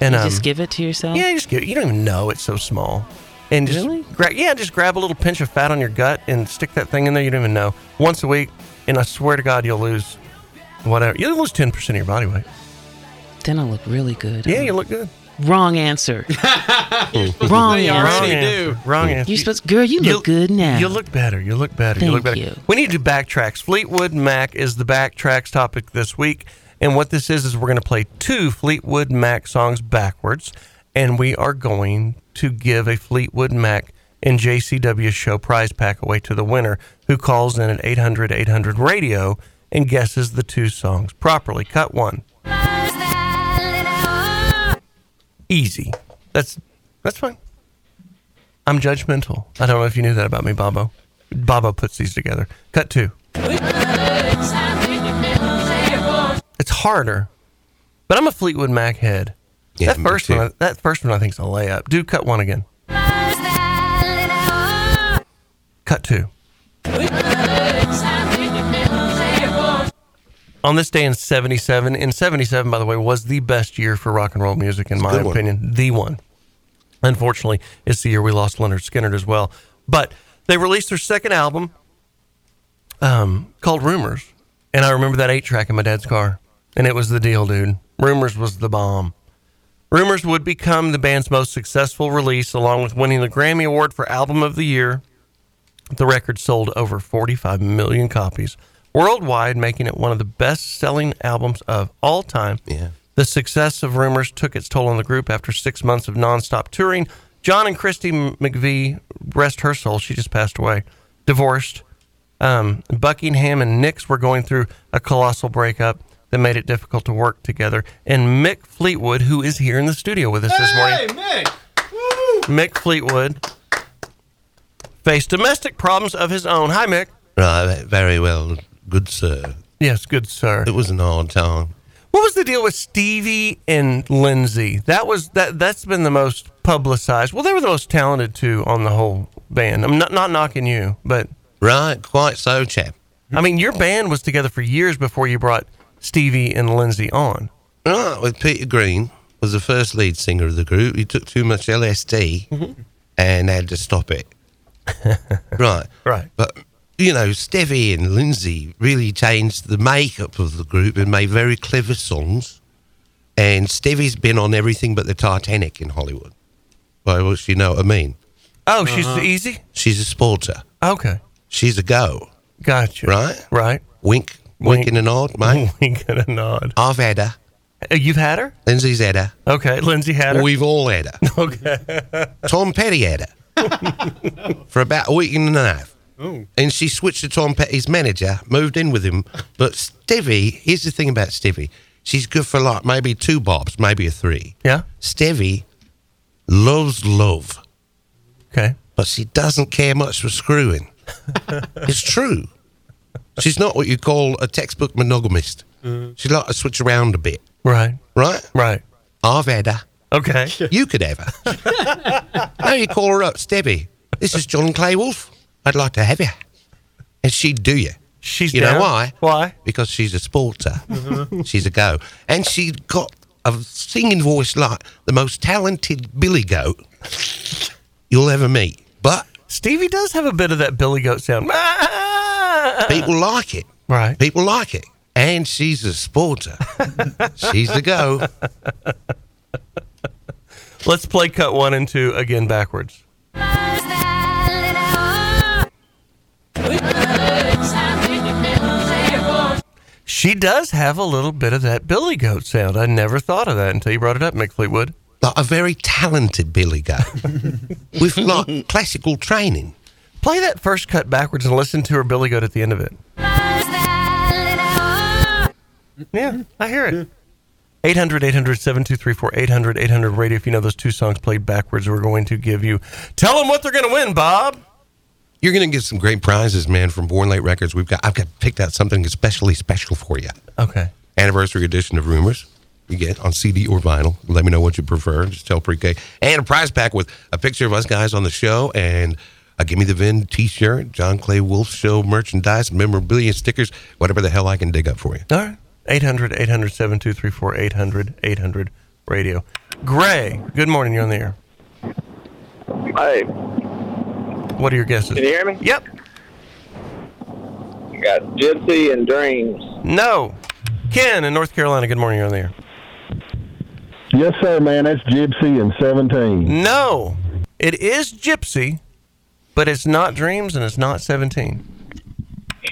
S2: And
S4: you
S2: um,
S4: just give it to yourself?
S2: yeah, you just give it. You don't even know it's so small. And just
S4: Really?
S2: gra- yeah, just grab a little pinch of fat on your gut and stick that thing in there. You don't even know. Once a week, and I swear to God, you'll lose whatever. You'll lose ten percent of your body weight.
S4: Then I look really good. Oh,
S2: Yeah, you look good.
S4: Wrong answer. Wrong
S2: You
S4: answer.
S2: already do. Wrong answer.
S4: You're supposed, girl, you look good now.
S2: You look better. You look better. you look better.
S4: Thank you.
S2: We need to do backtracks. Fleetwood Mac is the backtracks topic this week. And what this is, is we're going to play two Fleetwood Mac songs backwards. And we are going to give a Fleetwood Mac and JCW show prize pack away to the winner who calls in at 800 800 radio and guesses the two songs properly. Cut one. Easy. That's that's fine. I'm judgmental. I don't know if you knew that about me, Bobo. Bobo puts these together. Cut two. It's harder, but I'm a Fleetwood Mac head. that first one, that first one, I think is a layup. Do cut one again. Cut two. On this day in '77, in '77, by the way, was the best year for rock and roll music, in
S25: It's a
S2: my
S25: good one.
S2: opinion. The one. Unfortunately, it's the year we lost Leonard Skinner as well. But they released their second album um, called Rumors, and I remember that eight track in my dad's car, and it was the deal, dude. Rumors was the bomb. Rumors would become the band's most successful release, along with winning the Grammy Award for Album of the Year. The record sold over 45 million copies worldwide, making it one of the best selling albums of all time. Yeah. The success of Rumors took its toll on the group after six months of nonstop touring. John and Christy McVie, rest her soul, she just passed away, divorced. Um, Buckingham and Nix were going through a colossal breakup that made it difficult to work together. And Mick Fleetwood, who is here in the studio with us this morning, Mick Fleetwood faced domestic problems of his own. Hi, Mick.
S3: Right, very well, good sir.
S2: Yes, good sir.
S3: It was an hard time.
S2: What was the deal with Stevie and Lindsay? That was that. That's been the most publicized. Well, they were the most talented two on the whole band. I'm not not knocking you, but
S3: right, quite so, chap.
S2: I mean, your band was together for years before you brought Stevie and Lindsay on.
S3: Right, with Peter Green was the first lead singer of the group. He took too much LSD
S2: Mm-hmm.
S3: and had to stop it. right,
S2: right.
S3: But you know, Stevie and Lindsay really changed the makeup of the group and made very clever songs. And Stevie's been on everything but the Titanic in Hollywood. Well, you know what I mean?
S2: Oh, she's
S3: Uh-huh.
S2: easy.
S3: She's a sporter.
S2: Okay.
S3: She's a go.
S2: Gotcha.
S3: Right?
S2: Right.
S3: Wink. Wink, and a nod, mate.
S2: Wink and a nod. Uh,
S3: I've had her.
S2: You've had her?
S3: Lindsay's had her.
S2: Okay, Lindsay had her.
S3: We've all had her.
S2: Okay.
S3: Tom Petty had her. For about a week and a half. And she switched to Tom Petty's manager, moved in with him. But Stevie, here's the thing about Stevie. She's good for like maybe two bobs, maybe a three.
S2: Yeah.
S3: Stevie loves love.
S2: Okay.
S3: But she doesn't care much for screwing. it's true. She's not what you call a textbook monogamist. She like to switch around a bit.
S2: Right.
S3: Right?
S2: Right.
S3: I've had her.
S2: Okay.
S3: You could have her. now you call her up, Stebby. This is John Clay Wolf. I'd like to have you. And she'd do you.
S2: She's
S3: You
S2: down.
S3: know why?
S2: Why? Mm-hmm.
S3: Because she's a sporter. she's a go. And she's got a singing voice like the most talented billy goat you'll ever meet. But
S2: Stevie does have a bit of that billy goat sound.
S3: People like it.
S2: Right.
S3: People like it. And she's a sporter. she's a go.
S2: Let's play cut one and two again backwards. She does have a little bit of that Billy Goat sound. I never thought of that until you brought it up, Mick Fleetwood.
S3: a very talented Billy Goat with like classical training.
S2: Play that first cut backwards and listen to her Billy Goat at the end of it. Yeah, I hear it. 800 800 7234 800 800 radio. If you know those two songs played backwards, we're going to give you. Tell them what they're going to win, Bob.
S3: You're going to get some great prizes, man, from Born Late Records. We've got I've got picked out something especially special for you.
S2: Okay.
S3: Anniversary edition of Rumors. You get on CD or vinyl. Let me know what you prefer. Just tell pre-K. And a prize pack with a picture of us guys on the show and a Gimme the Vin t-shirt, John Clay Wolf Show merchandise, memorabilia stickers, whatever the hell I can dig up for you.
S2: All right. 800 800 7234 800 800 radio. Gray, good morning. You're on the air.
S13: Hey,
S2: What are your guesses?
S13: can you hear me?
S2: Yep.
S13: You got Gypsy and Dreams.
S2: No. Ken in North Carolina, good morning. You're on the air.
S8: Yes, sir, man. That's Gypsy and 17.
S2: No. It is Gypsy, but it's not Dreams and it's not 17.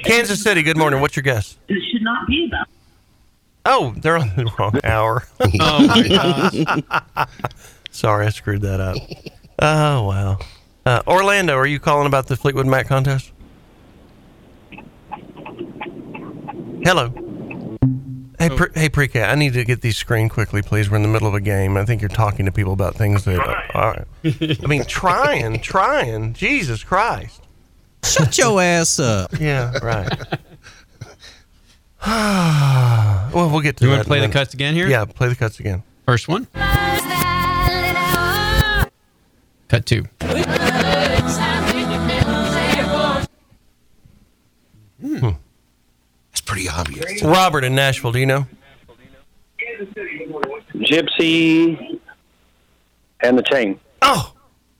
S2: Kansas City, good morning. What's your guess?
S26: This should not be about.
S2: Oh, they're on the wrong hour.
S26: Oh, my
S2: Sorry, I screwed that up. Oh, wow. Uh, Orlando, are you calling about the Fleetwood Mac contest? Hello. Hey,
S5: Oh.
S2: pre- hey, pre-K, I need to get these screen quickly, please. We're in the middle of a game. I think you're talking to people about things that are. I mean, trying, trying. Jesus Christ!
S15: Shut your ass
S5: Uh.
S15: up.
S2: Yeah, right. well, we'll get to
S5: You
S2: that
S5: wanna
S2: in a
S5: play the
S2: minute.
S5: cuts again here?
S2: Yeah, play the cuts again.
S5: First one. Cut two.
S3: Hmm. That's pretty obvious.
S2: Robert in Nashville, do you know?
S13: Gypsy and the Chain.
S2: Oh,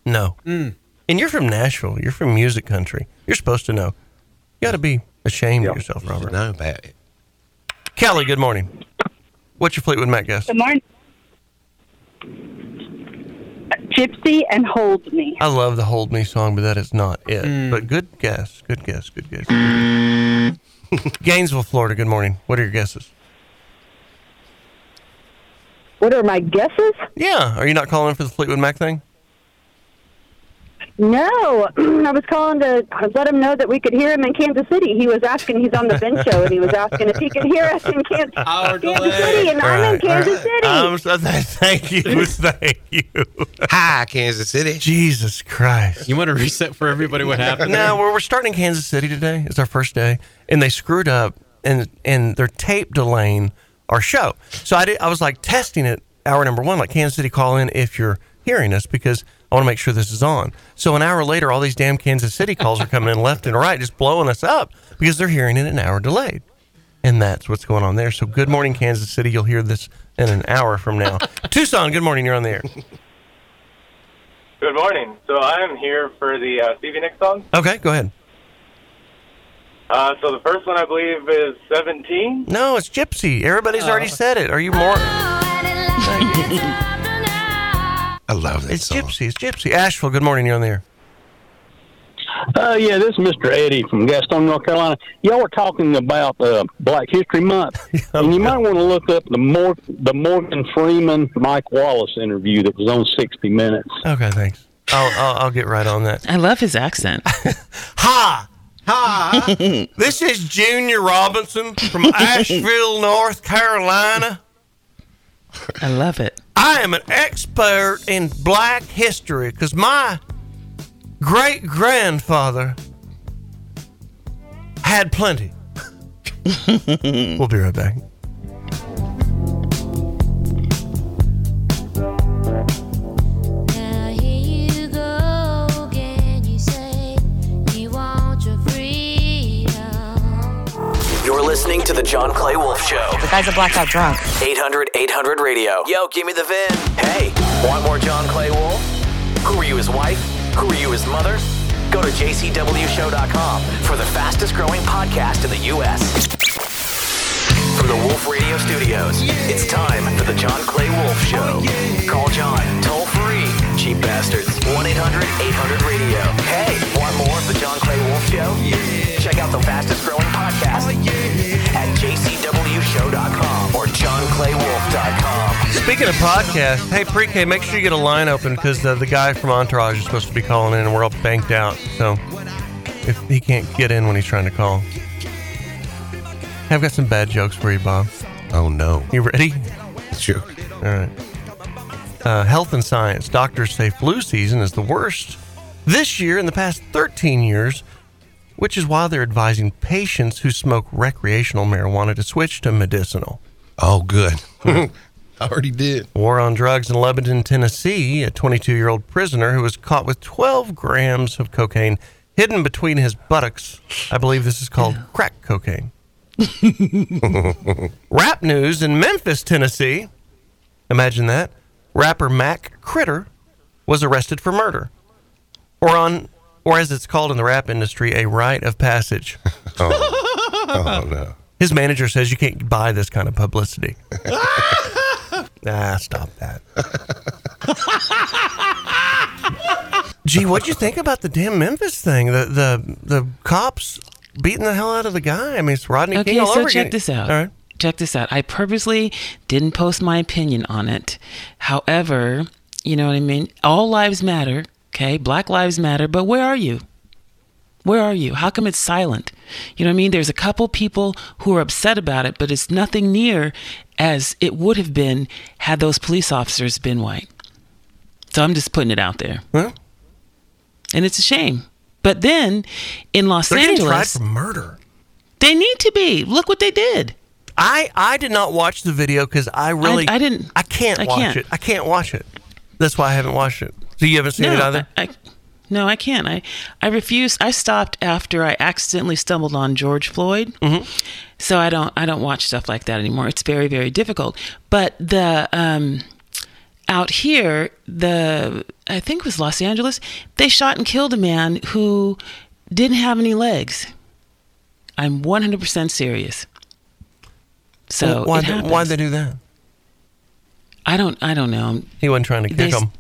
S2: no.
S3: Hmm.
S2: And you're from Nashville. You're from music country. You're supposed to know. You got to be ashamed of yourself, Robert.
S3: No, about it.
S2: Kelly, good morning. What's your Fleetwood Mac guess?
S16: Good morning. Gypsy and Hold Me.
S2: I love the Hold Me song, but that is not it.
S3: Hmm.
S2: But good guess. Good guess. Good guess. Gainesville, Florida, good morning. What are your guesses?
S22: What are my guesses?
S2: Yeah. Are you not calling for the Fleetwood Mac thing?
S22: No, I was calling to let him know that we could hear him in Kansas City. He was asking, he's on the Ben show, and he was asking if he could hear us in Kansas, Kansas City, and I'm in Kansas City.
S2: I'm so- thank you. Thank you.
S3: Hi, Kansas City.
S2: Jesus Christ.
S5: You want to reset for everybody what happened?
S2: No, we're, we're starting in Kansas City today. It's our first day, and they screwed up, and and they're tape delaying our show. So I did, I was like testing it hour number one, like Kansas City, call in if you're hearing us because I want to make sure this is on. So an hour later, all these damn Kansas City calls are coming in left and right, just blowing us up because they're hearing it an hour delayed. And that's what's going on there. So, good morning, Kansas City. You'll hear this in an hour from now. Tucson, good morning. You're on the air.
S27: Good morning. So I am here for the uh, Stevie Nicks song.
S2: Okay, go ahead.
S27: Uh, so the first one I believe is 17.
S2: No, it's Gypsy. Everybody's already said it. Are you more? I
S3: love that
S2: it's Gypsy. It's Gypsy. Asheville. Good morning. You're on the air.
S27: Uh, yeah, this is Mr. Eddie from Gaston, North Carolina. Y'all were talking about uh, Black History Month, and you might want to look up the Mor- the Morgan Freeman Mike Wallace interview that was on 60 Minutes.
S2: Okay, thanks. I'll, I'll, I'll get right on that.
S4: I love his accent.
S2: ha! Ha! this is Junior Robinson from Asheville, North Carolina.
S4: I love it.
S2: I am an expert in black history because my great grandfather had plenty. we'll be right back.
S26: Now here you go again. You say you want your freedom.
S1: You're listening to The John Clay Wolf Show. The
S26: guy's a blackout drunk.
S1: 800 800 radio. Yo, give me the VIN. Hey, want more John Clay Wolf? Who are you, his wife? Who are you, his mother? Go to jcwshow.com for the fastest growing podcast in the U.S. From the Wolf Radio Studios, it's time for The John Clay Wolf Show. Call John, toll free, cheap bastards. 1 800 800 radio. Hey, want more of The John Clay Wolf Show? Check out the fastest growing podcast at jcwshow.com.
S2: Speaking of podcasts, hey Pre-K, make sure you get a line open because uh, the guy from Entourage is supposed to be calling in, and we're all banked out. So if he can't get in when he's trying to call, Hey, I've got some bad jokes for you, Bob.
S3: Oh no!
S2: You ready?
S3: Sure.
S2: All right. Uh, health and science. Doctors say flu season is the worst this year in the past 13 years, which is why they're advising patients who smoke recreational marijuana to switch to medicinal.
S3: Oh, good. I already did.
S2: War on drugs in Lebanon, Tennessee. A 22 year old prisoner who was caught with 12 grams of cocaine hidden between his buttocks. I believe this is called crack cocaine. Rap news in Memphis, Tennessee. Imagine that. Rapper Mac Critter was arrested for murder, or on, or as it's called in the rap industry, a rite of passage.
S3: Oh no!
S2: His manager says you can't buy this kind of publicity. ah, stop that. Gee, what'd you think about the damn Memphis thing? The the the cops beating the hell out of the guy. I mean, it's Rodney
S4: okay,
S2: King all
S4: so
S2: over
S4: check
S2: again.
S4: this out.
S2: All right.
S4: Check this out. I purposely didn't post my opinion on it. However, you know what I mean? All lives matter, okay? Black lives matter, but where are you? Where are you? How come it's silent? You know what I mean? There's a couple people who are upset about it, but it's nothing near as it would have been had those police officers been white. So I'm just putting it out there. And it's a shame. But then in Los
S2: They're getting tried
S4: Angeles,
S2: for murder.
S4: they need to be. Look what they did.
S2: I I did not watch the video because I really
S4: I didn't-
S2: I can't
S4: I
S2: watch
S4: can't.
S2: it. I can't watch it. That's why I haven't watched it. So you haven't seen it either.
S4: I, I- no, I can't. I, I refuse. I stopped after I accidentally stumbled on George Floyd.
S2: Mm-hmm.
S4: So I don't I don't watch stuff like that anymore. It's very very difficult. But the um, out here the I think it was Los Angeles. They shot and killed a man who didn't have any legs. I'm 100% serious. So
S2: why
S4: it
S2: they-
S4: happens.
S2: why they do that?
S4: I don't I don't know.
S2: He wasn't trying to kick
S4: They-
S2: him.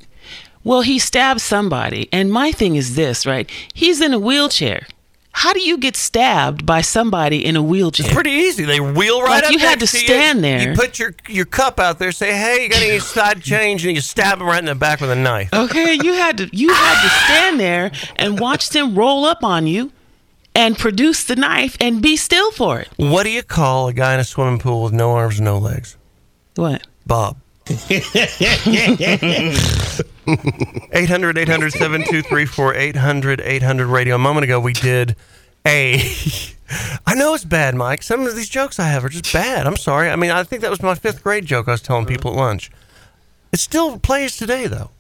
S4: Well, he stabbed somebody. And my thing is this, right? He's in a wheelchair. How do you get stabbed by somebody in a wheelchair?
S2: It's pretty easy. They wheel right
S4: Like,
S2: up.
S4: you had
S2: next
S4: to
S2: you.
S4: stand there.
S2: You put your your cup out there. Say, hey, you got any side change? And you stab him right in the back with a knife.
S4: Okay, you had to you had to stand there and watch them roll up on you and produce the knife and be still for it.
S2: What do you call a guy in a swimming pool with no arms and no legs?
S4: What?
S2: Bob. 800 800 7234 800 800 radio. A moment ago, we did a. I know it's bad, Mike. Some of these jokes I have are just bad. I'm sorry. I mean, I think that was my fifth grade joke I was telling people at lunch. It still plays today, though.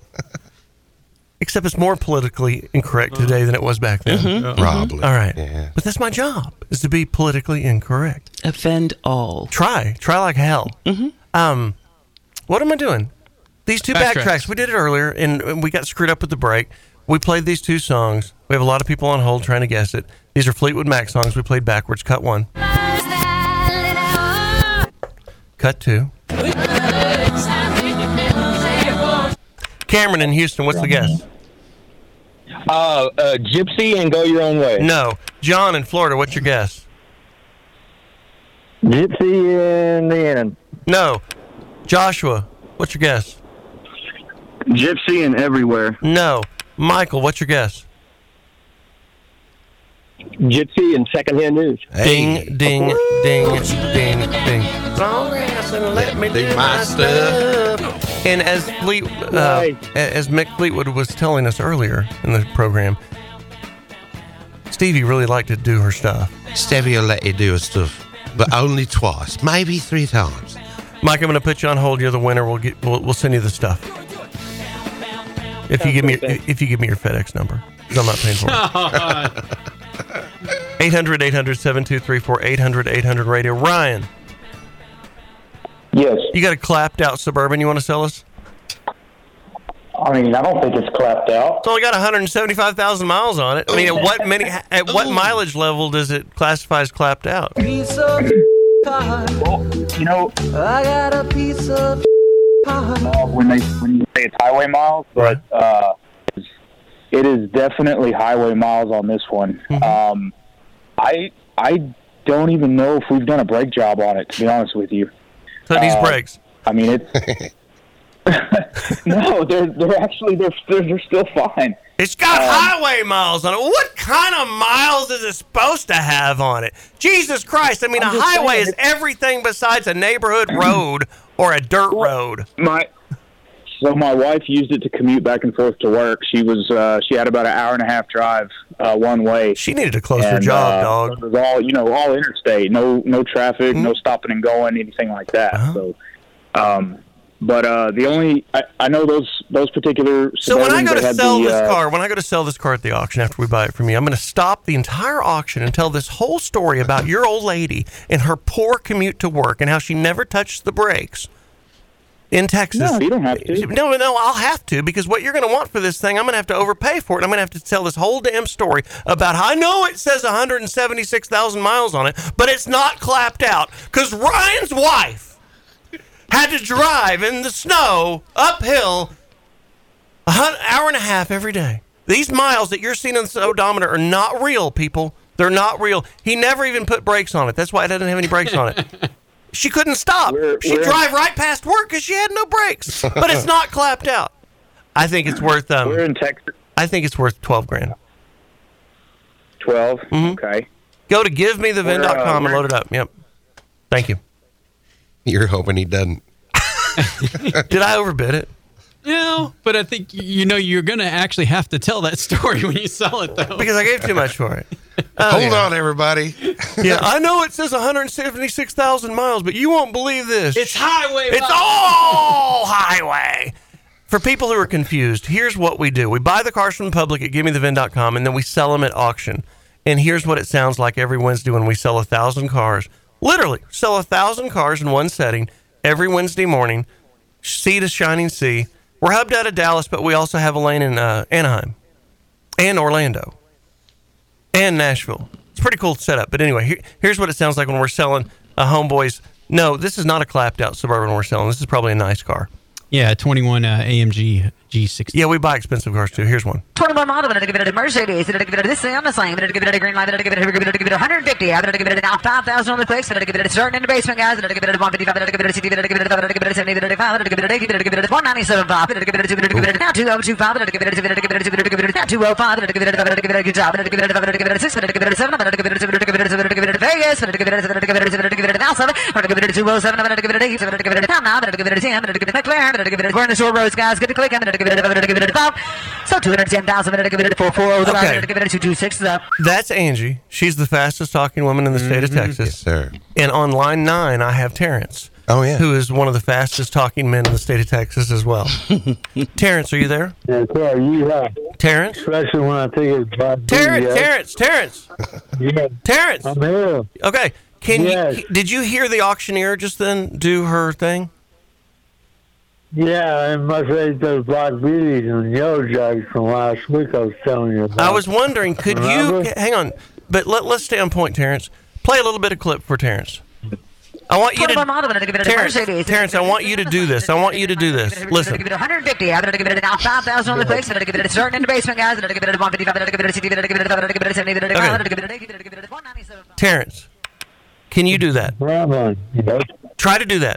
S2: Except it's more politically incorrect today than it was back then.
S4: Mhm.
S3: Mm-hmm. Probably.
S2: All right.
S3: Yeah.
S2: But that's my job, is to be politically incorrect.
S4: Offend all.
S2: Try. Try like hell. Mm-hmm. Um, what am I doing? These two
S1: Backtracks.
S2: backtracks. We did it earlier, and and we got screwed up with the break. We played these two songs. We have a lot of people on hold trying to guess it. These are Fleetwood Mac songs. We played backwards. Cut one. Cut two. Cameron in Houston. What's the guess?
S27: Uh, uh, gypsy and go your own way.
S2: No. John in Florida. What's your guess?
S27: Gypsy in the end.
S2: No. Joshua. What's your guess?
S13: Gypsy and everywhere.
S2: No. Michael. What's your guess?
S27: Gypsy and secondhand news.
S2: Ding, ding, ding, ding, ding. Let me do my stuff. And as Fleet, uh, as Mick Fleetwood was telling us earlier in the program, Stevie really liked to do her stuff.
S3: Stevie will let you do her stuff, but only twice, maybe three times.
S2: Mike, I'm going to put you on hold. You're the winner. We'll get we'll, we'll send you the stuff if you give me your, if you give me your FedEx number. 'cause I'm not paying for it. 800 800 7234 800 800 radio. Ryan.
S18: Yes.
S2: You got a clapped out Suburban you want to sell us?
S18: I mean, I don't think it's clapped out.
S2: It's only got 175,000 miles on it. I mean, at what many at what mileage level does it classify as clapped out?
S18: Piece of pie. you know, I got a piece of pie.
S13: Oh, When they when you say it's highway miles,
S2: but
S13: uh, it is definitely highway miles on this one. Um, I I don't even know if we've done a brake job on it. To be honest with you,
S2: So it needs
S13: Uh,
S2: brakes.
S13: I mean, it's no, they're they're actually they're they're, they're still fine. Um,
S2: It's got highway miles on it. What kind of miles is it supposed to have on it? Jesus Christ! I mean,
S13: I'm
S2: a
S13: just
S2: highway
S13: saying,
S2: is everything besides a neighborhood road or a dirt road.
S13: My so my wife used it to commute back and forth to work. She was uh, she had about an hour and a half drive uh, one way.
S2: She needed to close her
S13: And,
S2: job,
S13: uh,
S2: dog. Mm-hmm.
S13: It was all you know, all interstate, no no traffic, no stopping and going, anything like that.
S2: Uh-huh.
S13: So, um, but uh, the only I, I know those those particular
S2: So when I
S13: Suburbans,
S2: go
S13: they
S2: to
S13: had
S2: sell
S13: the,
S2: this
S13: uh,
S2: car, when I go to sell this car at the auction after we buy it from you, I'm going to stop the entire auction and tell this whole story about your old lady and her poor commute to work and how she never touched the brakes in Texas.
S13: No, you don't have to.
S2: No, no, I'll have to because what you're going to want for this thing, I'm going to have to overpay for it. I'm going to have to tell this whole damn story about how I know it says 176,000 miles on it, but it's not clapped out because Ryan's wife had to drive in the snow uphill a hun- hour and a half every day. These miles that you're seeing on this odometer are not real, people. They're not real. He never even put brakes on it. That's why it doesn't have any brakes on it. She couldn't stop. She'd
S18: we're-
S2: drive right past work because she had no brakes. But it's not clapped out. I think it's worth. Um, we're
S13: in Texas.
S2: I think it's worth twelve grand. Mm-hmm.
S13: 12 Okay.
S2: Go to givemethevin.com
S13: We're,
S2: and
S13: uh,
S2: load it up. Yep. Thank you.
S3: You're hoping he doesn't.
S2: Did I overbid it?
S5: No, but I think y- you know you're going to actually have to tell that story when you sell it, though.
S2: Because I gave too much for it.
S3: Hold on, everybody.
S2: yeah, I know it says 176,000 miles, but you won't believe this. It's
S5: highway.
S2: It's all highway. For people who are confused, here's what we do: we buy the cars from the public at GiveMeTheVin.com, and then we sell them at auction. And here's what it sounds like every Wednesday when we sell a thousand cars. Literally, sell a thousand cars in one setting every Wednesday morning. Sea to shining sea. We're hubbed out of Dallas, but we also have a lane in uh, Anaheim and Orlando and Nashville. It's a pretty cool setup. But anyway, here, here's what it sounds like when we're selling a homeboy's. No, this is not a clapped out suburban we're selling. This is probably a nice car.
S5: Yeah, 21 uh, AMG G60.
S2: Yeah, we buy expensive cars too. Here's one.
S17: 21 model, I'm going to give it a Mercedes, I'm going to give it a this thing, I'm going to give it a green light, I'm going to give it a, give it a 150, I'm going to give it a now 5,000 on the clicks, I'm going to give it a starting in the basement, guys, I'm going to give it a 155, I'm going to give it a 60, I'm going to give it a 70, I'm going to give it a 70, I'm going to give it a 80, I'm going to give it a 197, I'm going to give it a 200, I'm going to give it a now 2025, I'm going to give it a 200, I'm going to give it a 200, now 205, I'm going to give it a 500, I'm going to give it a good job, I'm going to give it a 500, I'm going to give it a 6, I'm going to give it a 7, I'm going to give it a 200, I'm going to give it a 200, I'm going to give it a Vegas, I'm going to give it a 7, I'm going to give it a 7, I'm going to give it a now 7, I'm going to give it a 207, I'm going to give it a 8, I'm going to give it a 9, I'm going to give it a 10, I'm going to give it a McLaren, I'm going to give it a, we're in the short roads, guys, good to click, I'm going to give it a, I'm going to give it a 5, so 210,000, I'm going to give it a 440, I'm
S2: Okay.
S17: going to Oh, give it a 226, uh,
S2: That's Angie. She's the fastest talking woman in the state of
S5: Mm-hmm.
S3: Mm-hmm.
S2: Texas. Yes,
S3: sir.
S2: And on line nine, I have Terrence.
S3: Oh, yeah.
S2: Who is one of the fastest talking men in the state of Texas as well. Terrence, are you there?
S8: Yes, sir. You have.
S2: Terrence?
S8: Especially when I think it's by
S2: Terrence,
S8: yes.
S2: Terrence, Terrence.
S8: Yeah.
S2: Terrence.
S8: uh, I'm here.
S2: Okay. Can
S8: Yes.
S2: you did you hear the auctioneer just then do her thing?
S8: Yeah, and my face those black beauties and yellow jackets from last week I was telling you about.
S2: I was wondering, could you
S8: Remember?
S2: hang on? But let, let's stay on point, Terrence. Play a little bit of clip for Terrence. I want you
S17: 21 model, I'm going to give
S2: to
S17: it a
S2: Terrence.
S17: Mercedes.
S2: Terrence, I want you to do this. I want you to do this.
S17: I'm
S2: Listen,
S17: gonna give it 150. I'm gonna give it now 5,000 on the clicks. I'm gonna give it a starting in the basement, guys. I'm gonna give it a 155. I'm gonna give it a 60. I'm gonna give it a 70. I'm gonna give it a 70. I'm gonna give it a 80. I'm gonna give it a 197.
S2: Terrence, can you do that? Try to do that.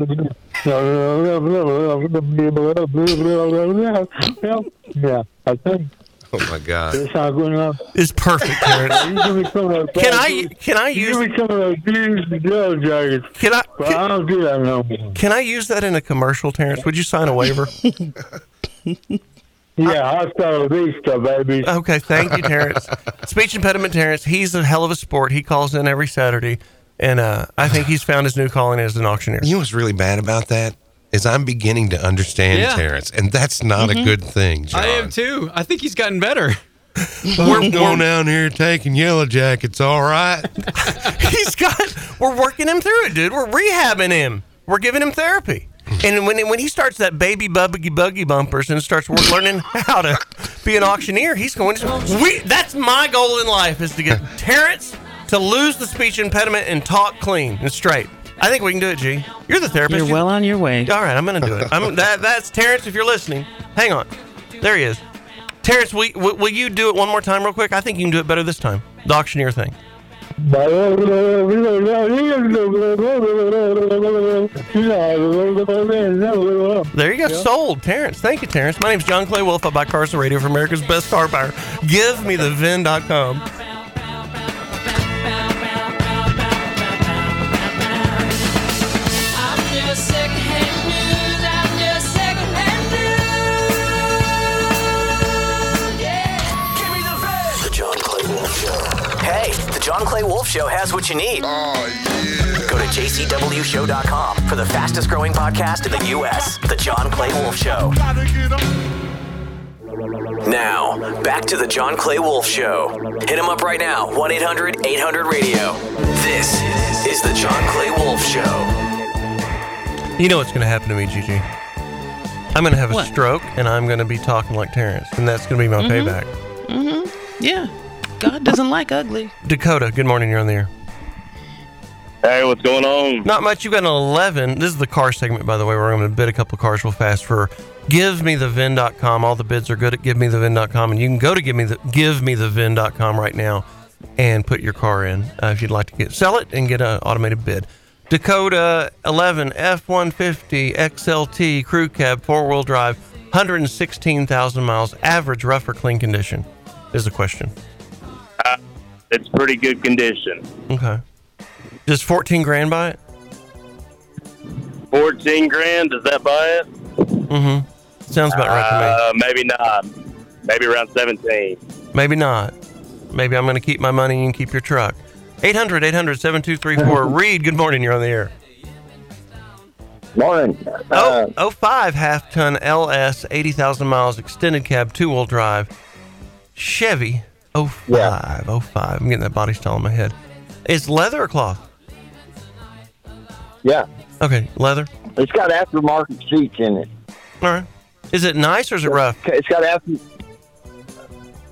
S8: Yeah, I think.
S3: Oh my God.
S8: It's not good enough.
S2: It's perfect, Terrence. Can I- can I use-
S8: Give me some of those beauties and yellow jackets.
S2: Can I?
S8: But I don't do that no more.
S2: Can I use that in a commercial, Terrence? Would you sign a waiver?
S8: Yeah, hasta la vista, baby.
S2: Okay, thank you, Terrence. Speech impediment Terrence. He's a hell of a sport. He calls in every Saturday, and uh, I think he's found his new calling as an auctioneer.
S3: You know what's really bad about that is I'm beginning to understand
S5: Yeah.
S3: Terrence, and that's not a
S5: Mhm.
S3: good thing. John.
S5: I am too. I think he's gotten better.
S3: we're going down here taking yellow jackets. All right.
S2: he's got we're working him through it dude we're rehabbing him we're giving him therapy and when, when he starts that baby buggy buggy bumpers and starts work, learning how to be an auctioneer he's going to we, that's my goal in life is to get terrence to lose the speech impediment and talk clean and straight i think we can do it g you're the therapist
S4: You're well on your way.
S2: all right i'm gonna do it I'm, that, that's terrence if you're listening hang on there he is terrence will, will will you do it one more time real quick i think you can do it better this time the auctioneer thing There you go. Sold, Terrence. Thank you, Terrence. My name's John Clay Wolf. I buy cars on radio for America's best car buyer. Give me the VIN.com.
S1: The John Clay Wolf Show. Hey, the John Clay Wolf Show has what you need. Go to jcwshow.com for the fastest growing podcast in the U.S. The John Clay Wolf Show. Now, back to the John Clay Wolf Show. Hit him up right now, 1 800 800 radio. This is the John Clay Wolf Show.
S2: You know what's going to happen to me, Gigi? I'm going to have a
S4: What?
S2: stroke and I'm going to be talking like Terrence, and that's going to be my
S4: Mhm.
S2: payback.
S4: Mm-hmm. Yeah. God doesn't like ugly.
S2: Dakota, good morning. You're on the air.
S12: Hey, what's going on?
S2: Not much. You've got an 11. This is the car segment, by the way. We're going to bid a couple of cars real fast for givemethevin.com. All the bids are good at givemethevin.com, and you can go to give me the givemethevin.com right now and put your car in uh, if you'd like to get sell it and get an automated bid. Dakota 11 F150 XLT crew cab four wheel drive, 116,000 miles, average rough or clean condition is the question.
S12: Uh, it's pretty good condition.
S2: Okay, just 14 grand by it.
S12: 14 grand, does that buy it?
S2: Mm-hmm. Sounds about right to me.
S12: Uh, maybe not. Maybe around 17.
S2: Maybe not. Maybe I'm going to keep my money and you keep your truck. 800 800 7234. Reed, good morning. You're on the air.
S9: Morning.
S2: Oh, oh five half ton LS, 80,000 miles, extended cab, two wheel drive, Chevy 05. 05. I'm getting that body style in my head. It's leather or cloth?
S9: Yeah.
S2: Okay, leather.
S9: It's got aftermarket seats in it.
S2: All right. Is it nice or is it rough?
S9: It's got after.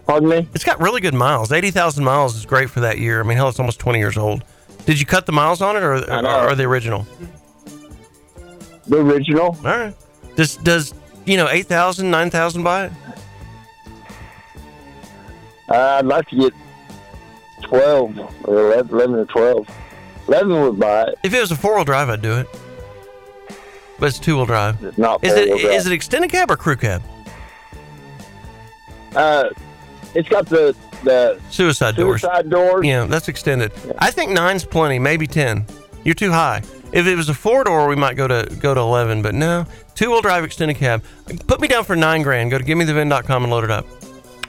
S9: Pardon me?
S2: It's got really good miles. 80,000 miles is great for that year. I mean, hell, it's almost 20 years old. Did you cut the miles on it or, or, or the original?
S9: The original.
S2: All right. Does does you know 8,000, 9,000 buy it?
S9: Uh, I'd like to get 12 or 11, 11 or 12. 11 would buy it.
S2: If it was a four wheel drive, I'd do it. But it's two wheel drive.
S9: It's not
S2: Is it
S9: four-wheel drive.
S2: is it extended cab or crew cab?
S9: Uh, it's got the, the
S2: Suicide doors.
S9: Suicide doors.
S2: Yeah, that's extended. I think nine's plenty, maybe ten. You're too high. If it was a four door, we might go to go to eleven. But no, two wheel drive extended cab. Put me down for nine grand. Go to givemethevin.com and load it up.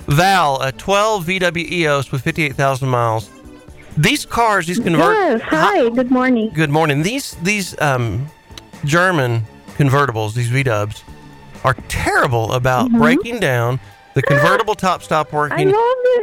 S2: Val, a 12 VW EOS E with 58,000 miles. These cars, these convert.
S22: Yes. Hi. Good morning.
S2: Good morning. These these um, German convertibles, these V Dubs, are terrible about breaking down. The convertible top stop working. I
S22: Mm-hmm.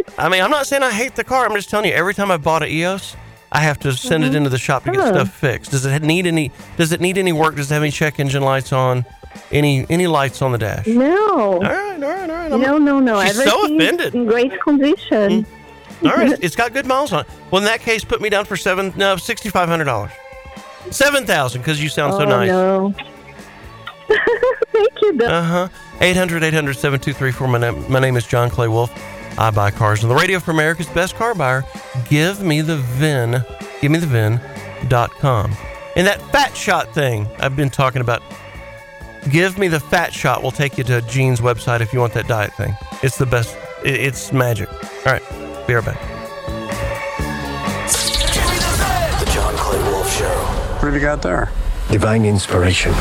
S22: love it.
S2: I mean, I'm not saying I hate the car. I'm just telling you, every time I bought an EOS, I have to
S22: Mm-hmm.
S2: send
S9: Mhm.
S2: it into the shop to get
S9: Oh.
S2: stuff fixed. Does it need any? Does it need any work? Does it have any check engine lights on? Any any lights on the dash?
S22: No. All
S2: right. All right. All right.
S22: No. No. No.
S2: She's so
S22: Everything is
S2: offended. Hmm.
S22: In great condition.
S2: All right, it's got good miles on. it. Well, in that case, put me down for seven, no, sixty five hundred dollars, seven thousand because you sound so
S22: Oh,
S2: nice.
S22: no. Thank you. Though.
S2: Uh huh. 800 800 7234. My name, my name is John Clay Wolf. I buy cars on the radio for America's best car buyer. Give me the VIN. Give me the VIN.com. And that fat shot thing I've been talking about. Give me the fat shot. We'll take you to Gene's website if you want that diet thing. It's the best. It, it's magic. All right. Be right back.
S1: The John Clay Wolf Show.
S19: What have you got there? Divine inspiration.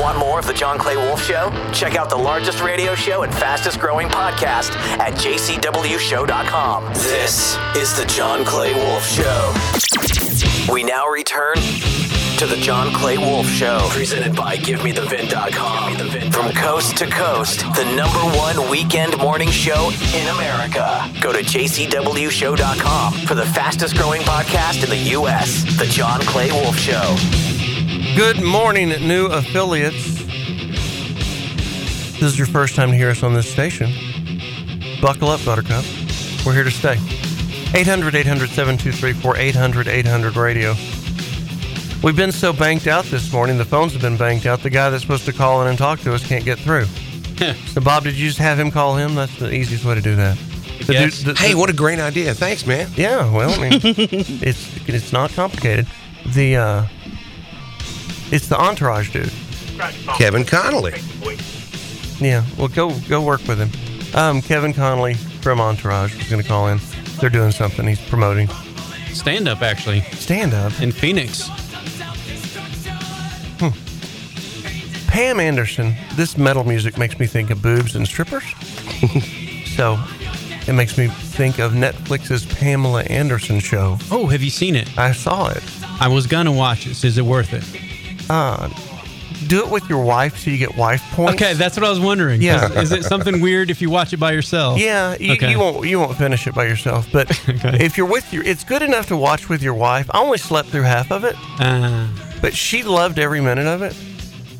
S1: Want more of The John Clay Wolf Show? Check out the largest radio show and fastest growing podcast at jcwshow.com. This is The John Clay Wolf Show. We now return to The John Clay Wolf Show, presented by GiveMeTheVin.com. From coast to coast, the number one weekend morning show in America. Go to jcwshow.com for the fastest growing podcast in the U.S. The John Clay Wolf Show.
S2: Good morning, new affiliates. If This is your first time to hear us on this station. Buckle up, Buttercup. We're here to stay. 800 800 7234 800 800 radio. We've been so banked out this morning, the phones have been banked out. The guy that's supposed to call in and talk to us can't get through. so, Bob, did you just have him call him? That's the easiest way to do that.
S3: guess. Hey, what a great idea! Thanks, man.
S2: Yeah, well, I mean, it's it's not complicated. The uh, it's the entourage dude.
S3: Kevin Connolly.
S2: Yeah, well, go go work with him. Um, Kevin Connolly from Entourage is going to call in. They're doing something. He's promoting
S5: Stand up, actually.
S2: stand up.
S5: In Phoenix.
S2: Hmm. Pam Anderson. This metal music makes me think of boobs and strippers. so it makes me think of Netflix's Pamela Anderson show.
S5: Oh, have you seen it?
S2: I saw it.
S5: I was gonna watch it. Is it worth it?
S2: Uh, do it with your wife so you get wife points.
S5: Okay, that's what I was wondering.
S2: Yeah.
S5: Is, is it something weird if you watch it by
S3: Oh.
S5: yourself?
S2: Yeah, you,
S5: okay.
S2: you won't you won't finish it by yourself. But if you're with your, it's good enough to watch with your wife. I only slept through half of it,
S3: Uh.
S2: but she loved every minute of it.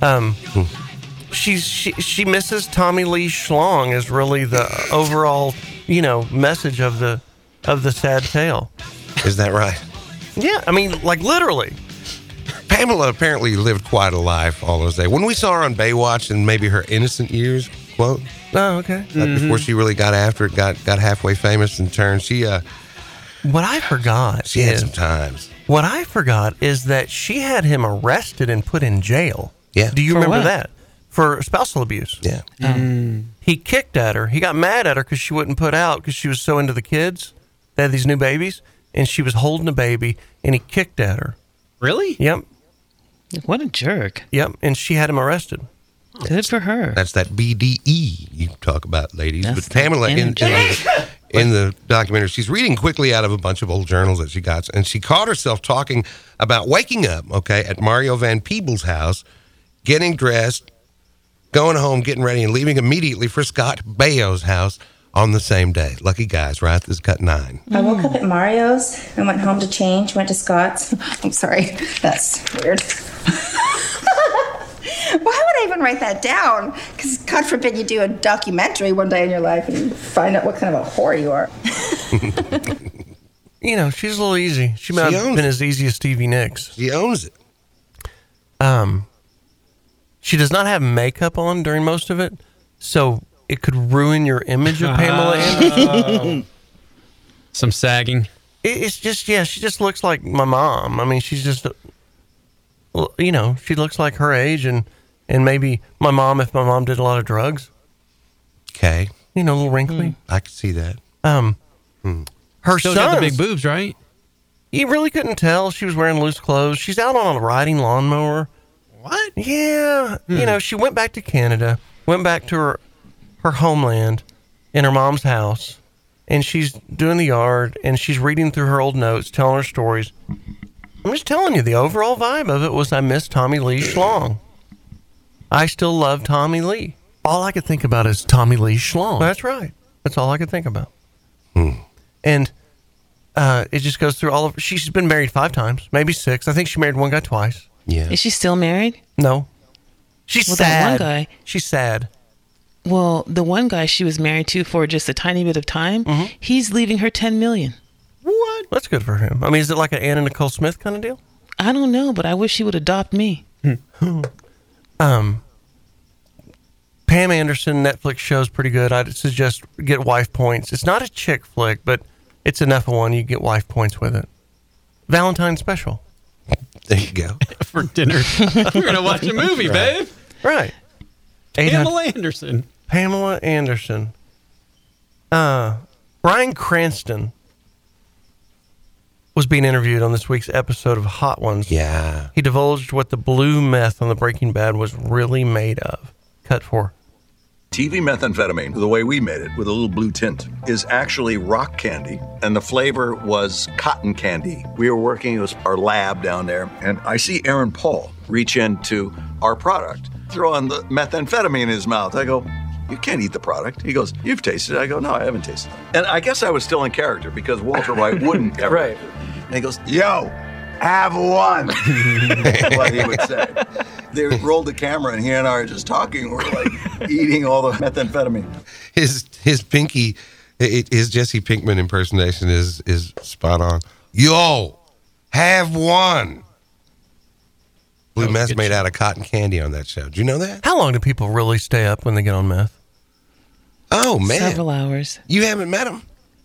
S2: Um, she's she she misses Tommy Lee Schlong is really the overall you know message of the of the sad tale.
S3: Is that right?
S2: Yeah, I mean, like literally.
S3: Pamela apparently lived quite a life all those days. When we saw her on Baywatch in maybe her innocent years, quote.
S2: Oh, okay.
S3: uh,
S5: Mm-hmm.
S3: before she really got after it, got got halfway famous and turned. She uh,
S2: What I forgot
S3: she had
S2: is-
S3: some times.
S2: What I forgot is that she had him arrested and put in jail.
S3: Yeah.
S2: Do you
S3: For
S2: remember
S3: what? Oh.
S2: that? For spousal abuse.
S3: Yeah.
S5: Mm.
S2: He kicked at her. He got mad at her because she wouldn't put out because she was so into the kids. They had these new babies, and she was holding a baby, and he kicked at her.
S5: Really?
S2: Yep.
S4: What a jerk.
S2: Yep. And she had him arrested.
S4: Good for her.
S3: That's that BDE you talk about, ladies.
S4: That's
S3: but Pamela
S4: the
S3: in, in,
S4: energy.
S3: the, in the documentary, she's reading quickly out of a bunch of old journals that she got, and she caught herself talking about waking up, okay, at Mario Van Peebles' house, getting dressed, going home, getting ready, and leaving immediately for Scott Baio's house on the same day. Lucky guys, right? This got nine.
S6: I woke up at Mario's and went home to change, went to Scott's. I'm sorry, that's weird. Why would I even write that down? Because God forbid you do a documentary one day in your life and you find out what kind of a whore you are.
S2: You know, she's a little easy. She might
S3: She
S2: have
S3: owns
S2: been as easy as Stevie Nicks.
S3: She owns it.
S2: Um, she does not have makeup on during most of it, so it could ruin your image of Pamela Anderson.
S5: Some sagging.
S2: It- It's just yeah, she just looks like my mom. I mean, she's just, a- well, you know, she looks like her age and and maybe my mom if my mom did a lot of drugs.
S3: Okay.
S2: You know, a little wrinkly.
S3: I could see that. Hmm.
S2: Um, her
S5: Still got
S2: son
S5: the big boobs, right?
S2: You really couldn't tell. She was wearing loose clothes. She's out on a riding lawnmower.
S5: What? Hmm.
S2: Yeah. You know, she went back to Canada, went back to her her homeland in her mom's house, and she's doing the yard and she's reading through her old notes, telling her stories. I'm just telling you, the overall vibe of it was I miss Tommy Lee Schlong. I still love Tommy Lee. All I could think about is Tommy Lee Schlong. That's right. That's all I could think about. And uh, it just goes through all of. She's been married five times, maybe six. I think she married one guy twice.
S3: Yeah.
S4: Is she still married?
S2: No. She's
S4: Well, that one
S2: sad.
S4: guy-
S2: She's sad.
S4: Well, the one guy she was married to for just a tiny bit of time,
S2: Mm-hmm.
S4: he's leaving her 10 million.
S2: What? That's good for him. I mean, is it like an Anna Nicole Smith kind of deal?
S4: I don't know, but I wish she would adopt me.
S2: um, Pam Anderson Netflix show's pretty good. I'd suggest get wife points. It's not a chick flick, but it's enough of one you get wife points with it. Valentine's special.
S3: There you go.
S5: For dinner. We're going to watch a movie,
S2: Right.
S5: babe.
S2: Right.
S5: Pamela Anderson.
S2: Pamela Anderson. Uh, Brian Cranston was being interviewed on this week's episode of Hot Ones.
S3: Yeah.
S2: He divulged what the blue meth on the Breaking Bad was really made of. Cut four.
S14: TV methamphetamine, the way we made it with a little blue tint, is actually rock candy, and the flavor was cotton candy. We were working, it was our lab down there, and I see Aaron Paul reach into our product, throwing the methamphetamine in his mouth. I go, You can't eat the product. He goes, You've tasted it. I go, No, I haven't tasted it. And I guess I was still in character because Walter White wouldn't ever. right. And he goes, Yo, have one. what he would say. They rolled the camera, and he and I are just talking. We're like eating all the methamphetamine.
S3: his his pinky it, his Jesse Pinkman impersonation is is spot on. Yo, have one. Blue meth made out of cotton candy on that show. Do you know that?
S2: How long do people really stay up when they get on meth?
S3: Oh man,
S4: Several hours.
S3: you haven't met him.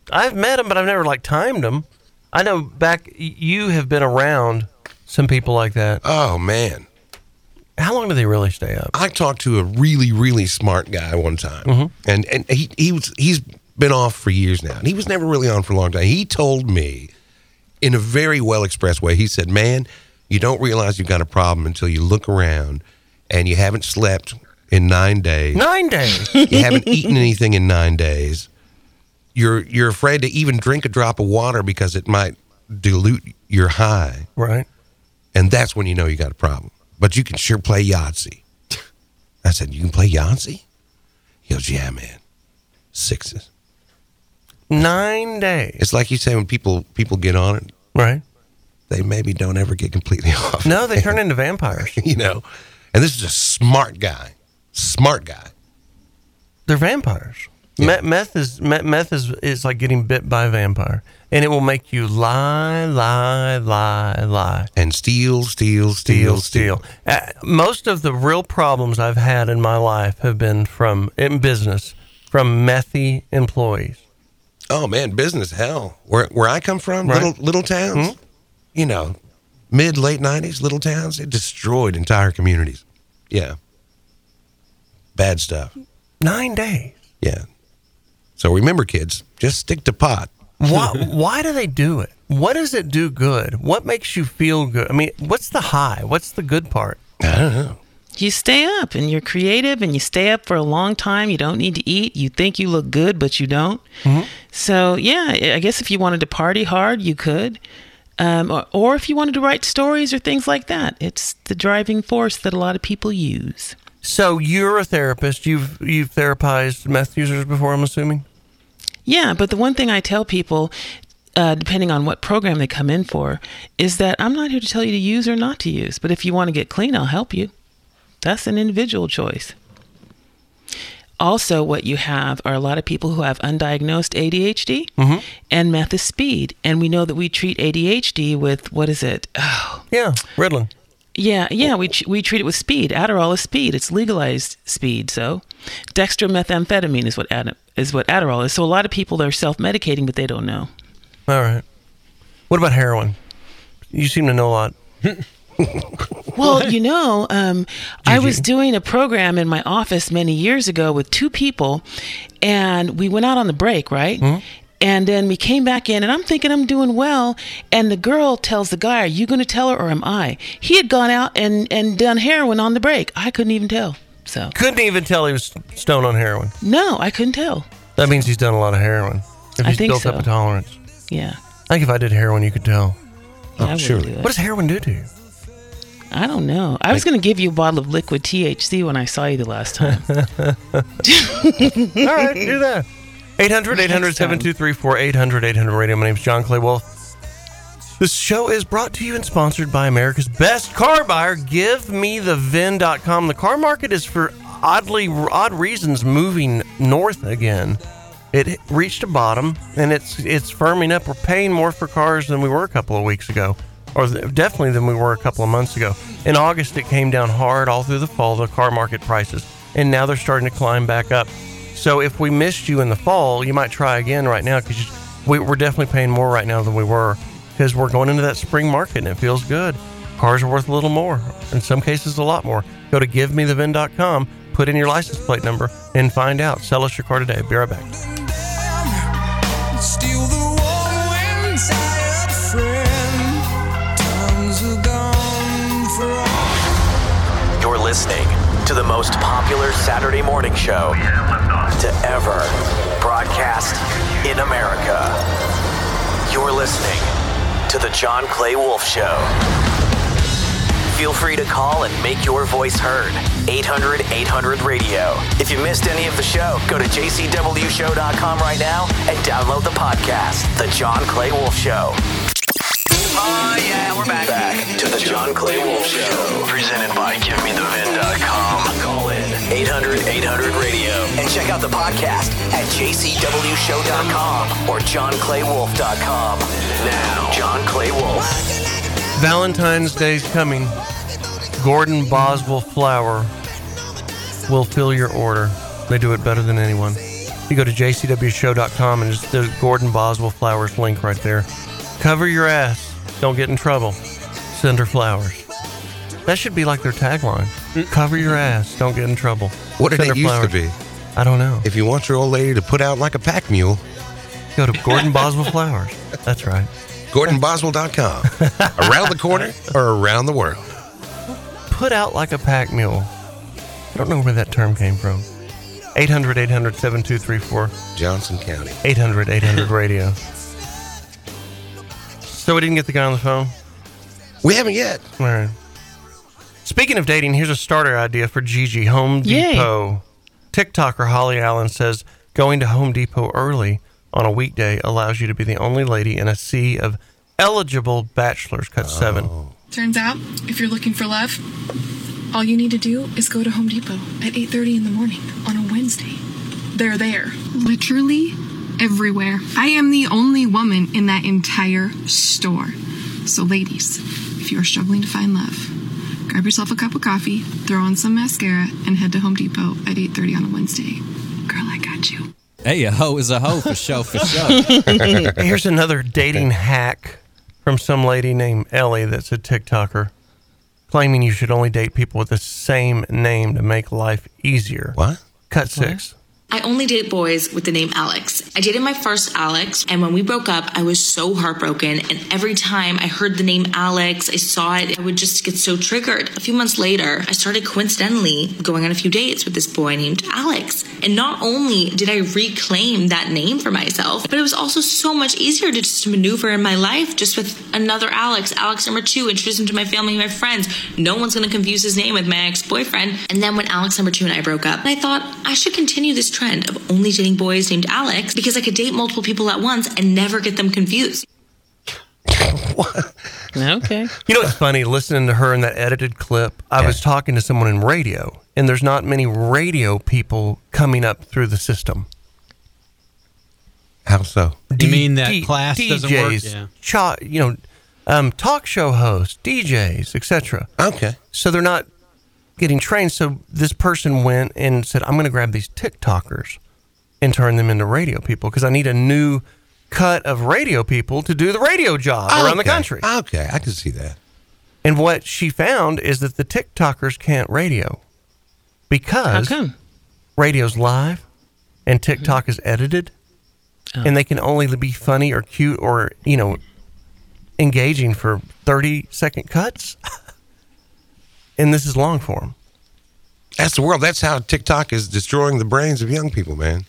S2: I've met them, but I've never like timed them. I know back y- you have been around some people like that.
S3: Oh man,
S2: how long do they really stay up?
S3: I talked to a really, really smart guy one time,
S2: Mhm.
S3: and and he he was he's been off for years now, and he was never really on for a long time. He told me in a very well expressed way. He said, "Man, you don't realize you've got a problem until you look around and you haven't slept in nine days.
S2: Nine days.
S3: you haven't eaten anything in nine days. You're you're afraid to even drink a drop of water because it might dilute your high.
S2: Right.
S3: And that's when you know you got a problem. But you can sure play Yahtzee. I said, You can play Yahtzee? He goes, Yeah, man. Sixes.
S2: Nine days.
S3: It's like you say when people people get on it.
S2: Right.
S3: They maybe don't ever get completely off.
S2: No, they turn into vampires.
S3: you know. And this is a smart guy. Smart guy.
S2: They're vampires. Meth, meth is meth, meth is is like getting bit by a vampire, and it will make you lie, lie, lie, lie,
S3: and steal, steal,
S2: steal, steal. Uh, most of the real problems I've had in my life have been from in business from methy employees.
S3: Oh man, business hell. Where where I come from,
S2: Right. Hmm? Mm-hmm.
S3: little little towns, you know, mid late nineties, little towns, it destroyed entire communities. Yeah, bad stuff.
S2: Nine days.
S3: Yeah. So remember, kids, just stick to pot.
S2: Why why do they do it? What does it do good? What makes you feel good? I mean, what's the high? What's the good part?
S3: I don't know.
S4: You stay up and you're creative and you stay up for a long time. You don't need to eat. You think you look good, but you don't.
S2: Mm-hmm.
S4: So, yeah, I I guess if you wanted to party hard, you could. Um, or, or if you wanted to write stories or things like that, it's the driving force that a lot of people use.
S2: So you're a therapist. You've you've therapized meth users before, I'm assuming.
S4: Yeah, but the one thing I tell people, uh, depending on what program they come in for, is that I'm not here to tell you to use or not to use. But if you want to get clean, I'll help you. That's an individual choice. Also, what you have are a lot of people who have undiagnosed ADHD,
S2: Mm-hmm.
S18: Mhm.
S4: and meth is speed. And we know that we treat ADHD with what is it? Oh.
S2: Yeah, Ritalin.
S4: Yeah, yeah, we tr- we treat it with speed. Adderall is speed. It's legalized speed. So, dextromethamphetamine is what Ad- is what Adderall is. So a lot of people are self-medicating, but they don't know.
S2: All right. What about heroin? You seem to know a lot.
S4: Well, you know, um, I was doing a program in my office many years ago with two people, and we went out on the break, right? And then we came back in, and I'm thinking I'm doing well. And the girl tells the guy, "Are you going to tell her, or am I?" He had gone out and and done heroin on the break. I couldn't even tell. So
S2: Couldn't even tell he was stoned on heroin.
S4: no, I couldn't tell.
S2: That means he's done a lot of heroin. If
S4: I
S2: he's
S4: think
S2: built
S4: so.
S2: up a tolerance.
S4: Yeah.
S2: I think if I did heroin, you could tell.
S4: Yeah,
S2: Oh,
S4: I wouldn't do it.
S2: What does heroin do to you?
S4: I don't know. I was going to give you a bottle of liquid THC when I saw you the last time.
S2: All right, do that. 800 800 7234 800 800 radio. My name's John Clay Wolf. This show is brought to you and sponsored by America's best car buyer, GiveMeTheVin.com. The car market is for oddly odd reasons moving north again. It reached a bottom and it's it's firming up. We're paying more for cars than we were a couple of weeks ago, or th- definitely than we were a couple of months ago. In August, it came down hard all through the fall. The car market prices, and now they're starting to climb back up. So if we missed you in the fall, you might try again right now because we, we're definitely paying more right now than we were because we're going into that spring market and it feels good. Cars are worth a little more, in some cases, a lot more. Go to givemethevin.com, put in your license plate number, and find out. Sell us your car today. Be right back.
S18: Steal the warm and tired friend. Times are gone for all.
S1: You're listening to the most popular Saturday morning show to ever broadcast in America. You're listening to The John Clay Wolf Show. Feel free to call and make your voice heard. 800 800 radio. If you missed any of the show, go to jcwshow.com right now and download the podcast, The John Clay Wolf Show. Oh, yeah, we're back. Back to The John Clay Wolf Show. Presented by GiveMeTheVin.com. Call in 800 800 radio and check out the podcast at jcwshow.com or johnclaywolf.com. Now, John Clay Wolf.
S2: Valentine's Day's coming. Gordon Boswell Flower will fill your order. They do it better than anyone. You go to jcwshow.com and it's the Gordon Boswell Flowers link right there. Cover your ass. Don't get in trouble. Send her flowers. That should be like their tagline. Cover your ass. Don't get in trouble.
S3: Mm. What did
S2: Send her
S3: it used
S2: flowers.
S3: to be?
S2: I don't know.
S3: If you want your old lady to put out like a pack mule,
S2: go to Gordon Boswell Flowers. That's right.
S3: GordonBoswell.com. around the corner or around the world.
S2: Put out like a pack mule. I don't know where that term came from. 800 800 7234.
S3: Johnson County.
S2: 800 800 radio. So we didn't get the guy on the phone?
S3: We haven't yet.
S2: All right. Speaking of dating, here's a starter idea for Gigi Home
S4: Yay.
S2: Depot. TikToker Holly Allen says going to Home Depot early on a weekday allows you to be the only lady in a sea of eligible bachelors. Cut
S3: Oh.
S2: seven.
S7: Turns out, if you're looking for love, all you need to do is go to Home Depot at 8:30 in the morning on a Wednesday. They're there, literally everywhere. I am the only woman in that entire store. So ladies, if you are struggling to find love, grab yourself a cup of coffee, throw on some mascara, and head to Home Depot at 8:30 on a Wednesday. Girl, I got you.
S15: Hey, a hoe is a hoe for sure, for sure.
S2: here's another dating hack from some lady named Ellie that's a TikToker claiming you should only date people with the same name to make life easier.
S3: What?
S2: Cut six.
S10: I only date boys with the name Alex. I dated my first Alex, and when we broke up, I was so heartbroken. And every time I heard the name Alex, I saw it, I would just get so triggered. A few months later, I started coincidentally going on a few dates with this boy named Alex. And not only did I reclaim that name for myself, but it was also so much easier to just maneuver in my life just with another Alex, Alex number two, introduce him to my family and my friends. No one's gonna confuse his name with my ex boyfriend. And then when Alex number two and I broke up, I thought I should continue this trend of only dating boys named Alex because I could date multiple people at once and never get them confused.
S4: Okay.
S2: You know, it's funny listening to her in that edited clip. I was talking to someone in radio, and there's not many radio people coming up through the system.
S3: How so?
S5: You mean that class doesn't work?
S2: DJs,
S5: Yeah.
S2: cha- you know, um, talk show hosts, DJs, etc.
S3: Okay.
S2: So they're not getting trained. So this person went and said, "I'm going to grab these TikTokers and turn them into radio people because I need a new cut of radio people to do the radio job around the
S3: Okay.
S2: country."
S3: Okay, I can see that.
S2: And what she found is that the TikTokers can't radio because radio's live and TikTok is edited and they can only be funny or cute or, you know, engaging for 30 second cuts. and this is long form.
S3: That's the world. That's how TikTok is destroying the brains of young people, man.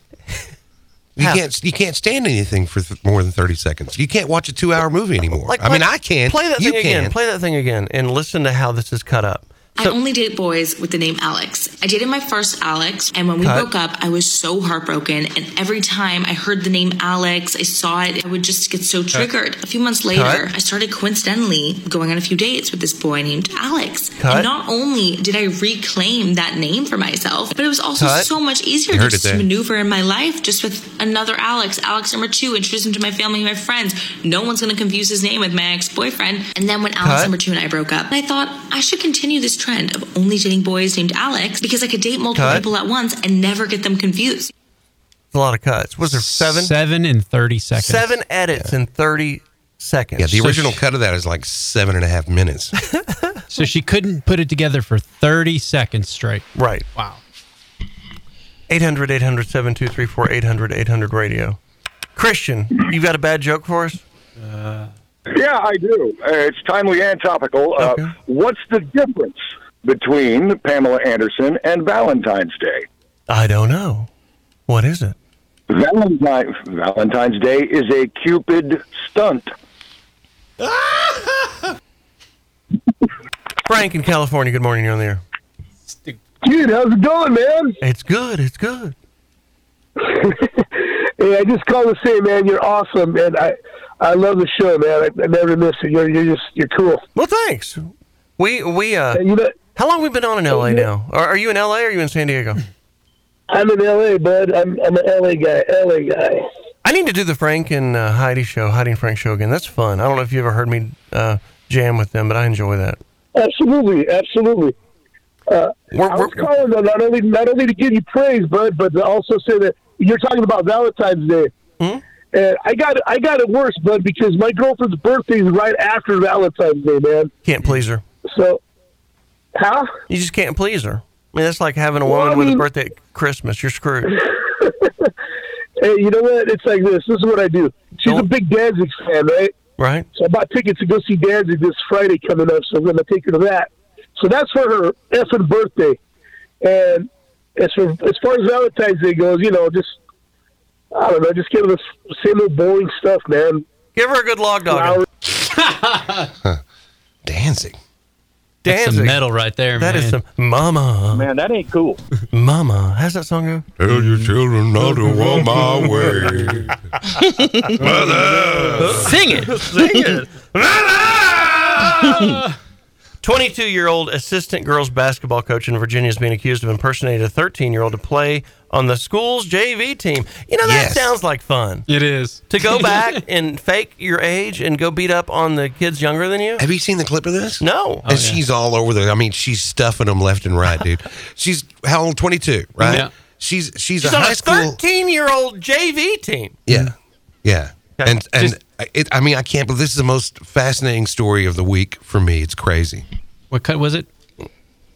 S3: You
S2: How?
S3: can't you can't stand anything for th- more than thirty seconds. You can't watch a two hour movie anymore. I mean,
S2: play-
S3: I can.
S2: Play that
S3: you
S2: thing
S3: can.
S2: again. Play that thing again and listen to how this is cut up.
S10: I only date boys with the name Alex. I dated my first Alex, and when we
S2: Cut.
S10: broke up, I was so heartbroken. And every time I heard the name Alex, I saw it, I would just get so triggered. A few months later,
S20: Cut.
S10: I started coincidentally going on a few dates with this boy named Alex.
S20: Cut.
S10: And not only did I reclaim that name for myself, but it was also
S20: Cut.
S10: so much easier
S20: You
S10: to
S20: heard it
S10: just
S20: there.
S10: maneuver in my life just with another Alex, Alex number two, introduce him to my family and my friends. No one's going to confuse his name with my ex boyfriend. And then when Alex
S20: Cut.
S10: number two and I broke up, I thought I should continue this trend of only dating boys named Alex because I could date multiple
S2: Cut.
S10: people at once and never get them confused.
S2: It's a lot of cuts. Was there seven?
S5: Seven and 30 seconds.
S2: Seven edits in 30 seconds.
S3: Yeah, the original cut of that is like seven and a half minutes.
S5: So she couldn't put it together for 30 seconds straight.
S2: Right.
S5: Wow.
S2: 800 800 7234 800 800 radio. Christian, you've got a bad joke for us?
S21: Yeah, I do. Uh, it's timely and topical. Uh, What's the difference between Pamela Anderson and Valentine's Day?
S2: I don't know. What is it?
S21: Valentine, Valentine's Day is a Cupid stunt.
S2: Frank in California. Good morning. You're on the air.
S24: Dude, how's it going, man?
S2: It's good. It's good.
S24: Hey, I just called to say, man, you're awesome, and I, I love the show, man. I, I never miss it. You're, you're just, you're cool.
S2: Well, thanks. We we uh.
S24: you know,
S2: how long we been on in LA now? Are, are you in LA or are you in San Diego?
S24: I'm in L.A., bud. I'm, I'm an L.A. guy. L.A. guy.
S2: I need to do the Frank and uh, Heidi show, Heidi and Frank show again. That's fun. I don't know if you ever heard me uh, jam with them, but I enjoy that.
S24: Absolutely, absolutely. Uh, I was calling though, not only not only to give you praise, bud, but to also say that you're talking about Valentine's Day.
S2: Hmm?
S24: And I got I got it worse, bud, because my girlfriend's birthday is right after Valentine's Day, man.
S2: Can't please her.
S24: So, huh?
S2: You just can't please her. I mean, that's like having a woman with a birthday at Christmas. You're screwed.
S24: Hey, you know what? It's like this. This is what I do. She's a big Danzig fan, right?
S2: Right.
S24: So I bought tickets to go see Danzig this Friday coming up, so I'm going to take her to that. So that's for her effing birthday. And as, for, as far as Valentine's Day goes, you know, just, I don't know, just give her the s- same old boring stuff, man.
S2: Give her a good log dog.
S3: Dancing.
S5: That's some
S2: Danzig.
S5: metal right there,
S2: That
S5: man.
S2: is some mama.
S5: Man,
S2: that ain't cool. Mama, how's that song go?
S3: Tell your children not to walk my way.
S2: Sing it. Sing it. 22 year old assistant girls basketball coach in Virginia is being accused of impersonating a 13 year old to play on the school's JV team. You know, that sounds like fun.
S5: It is.
S2: To go back and fake your age and go beat up on the kids younger than you?
S3: Have you seen the clip of this?
S5: Oh,
S2: No.
S3: and she's all over the. I mean, she's stuffing them left and right, dude. she's how old? Twenty two, right?
S2: Yeah.
S3: She's she's,
S2: She's
S3: a
S2: on
S3: high
S2: a
S3: school.
S2: 13 year old JV team.
S3: Yeah, yeah. And and it, I mean, I can't. believe this is the most fascinating story of the week for me. It's crazy.
S5: What cut was it?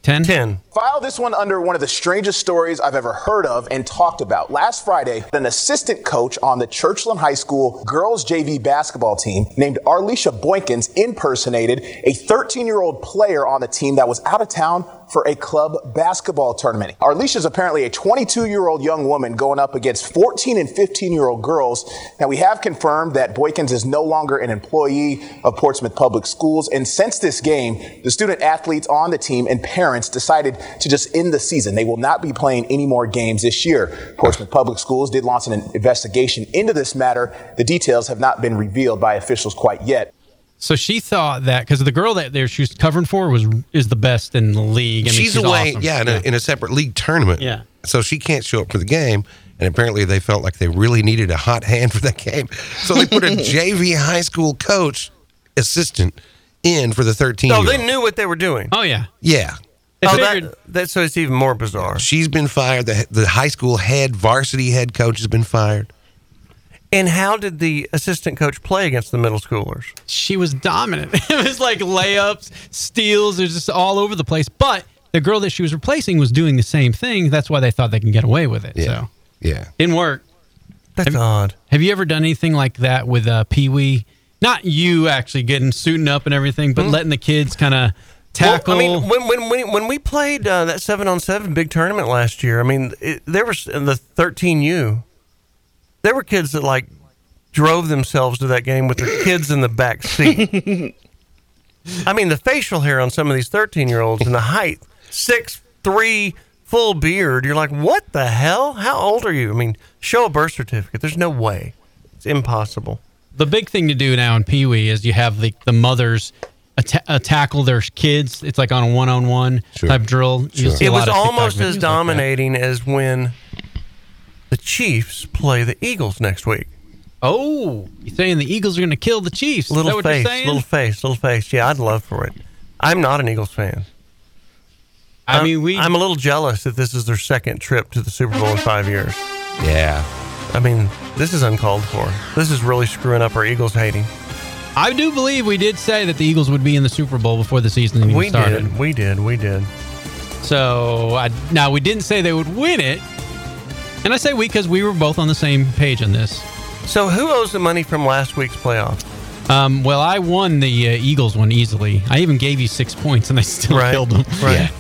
S5: 10?
S2: 10.
S13: File this one under one of the strangest stories I've ever heard of and talked about. Last Friday, an assistant coach on the Churchland High School girls JV basketball team named Arlisha Boykins impersonated a 13 year old player on the team that was out of town for a club basketball tournament. Arlisha is apparently a 22 year old young woman going up against 14 and 15 year old girls. Now, we have confirmed that Boykins is no longer an employee of Portsmouth Public Schools. And since this game, the student athletes on the team and parents decided to just end the season. They will not be playing any more games this year. Portsmouth Public Schools did launch an investigation into this matter. The details have not been revealed by officials quite yet.
S5: So she thought that because the girl that there she was covering for was is the best in the league. I mean,
S3: she's, away,
S5: awesome.
S3: yeah, in a, in a separate league tournament.
S5: Yeah.
S3: So she can't show up for the game, and apparently they felt like they really needed a hot hand for that game, so they put a JV high school coach assistant in for the thirteen.
S2: So Oh, they knew what they were doing.
S5: Oh, yeah.
S3: Yeah.
S2: Oh, that, that, so it's even more bizarre.
S3: She's been fired. The, the high school head, varsity head coach has been fired.
S2: And how did the assistant coach play against the middle schoolers?
S5: she was dominant. it was like layups, steals, it was just all over the place. But the girl that she was replacing was doing the same thing. That's why they thought they can get away with it. So
S3: Yeah.
S5: didn't work.
S2: That's odd.
S5: Have you ever done anything like that with uh, Pee Wee? Not you actually getting suiting up and everything,
S3: Mm.
S5: but letting the kids kind of tackle.
S2: Well, I mean, when when when, when we played uh, that seven on seven big tournament last year, I mean, it, there was in the thirteen U. There were kids that like drove themselves to that game with their kids in the back seat. I mean, the facial hair on some of these thirteen year olds and the height six three full beard. You're like, what the hell? How old are you? I mean, show a birth certificate. There's no way. It's impossible.
S5: the big thing to do now in Pee Wee is you have the, the mothers atta- uh, tackle their kids. It's like on a one on one type drill. You'll see a
S2: It was
S5: lot of TikTok
S2: almost
S5: videos
S2: as
S5: like that.
S2: dominating as when the Chiefs play the Eagles next week.
S5: Oh, you're saying the Eagles are going to kill the Chiefs? Is that
S2: Little
S5: what you're
S2: face,
S5: saying?
S2: little face, little face. Yeah, I'd love for it. I'm not an Eagles fan. I mean, we. I'm a little jealous that this is their second trip to the Super Bowl in five years.
S3: Yeah.
S2: I mean, this is uncalled for. This is really screwing up our Eagles hating.
S5: I do believe we did say that the Eagles would be in the Super Bowl before the season even
S2: We
S5: started.
S2: did. We did. We did.
S5: So I, now we didn't say they would win it, and I say we because we were both on the same page on this.
S2: So who owes the money from last week's playoff?
S5: Um, well, I won the uh, Eagles one easily. I even gave you six points, and I still killed them.
S2: Right.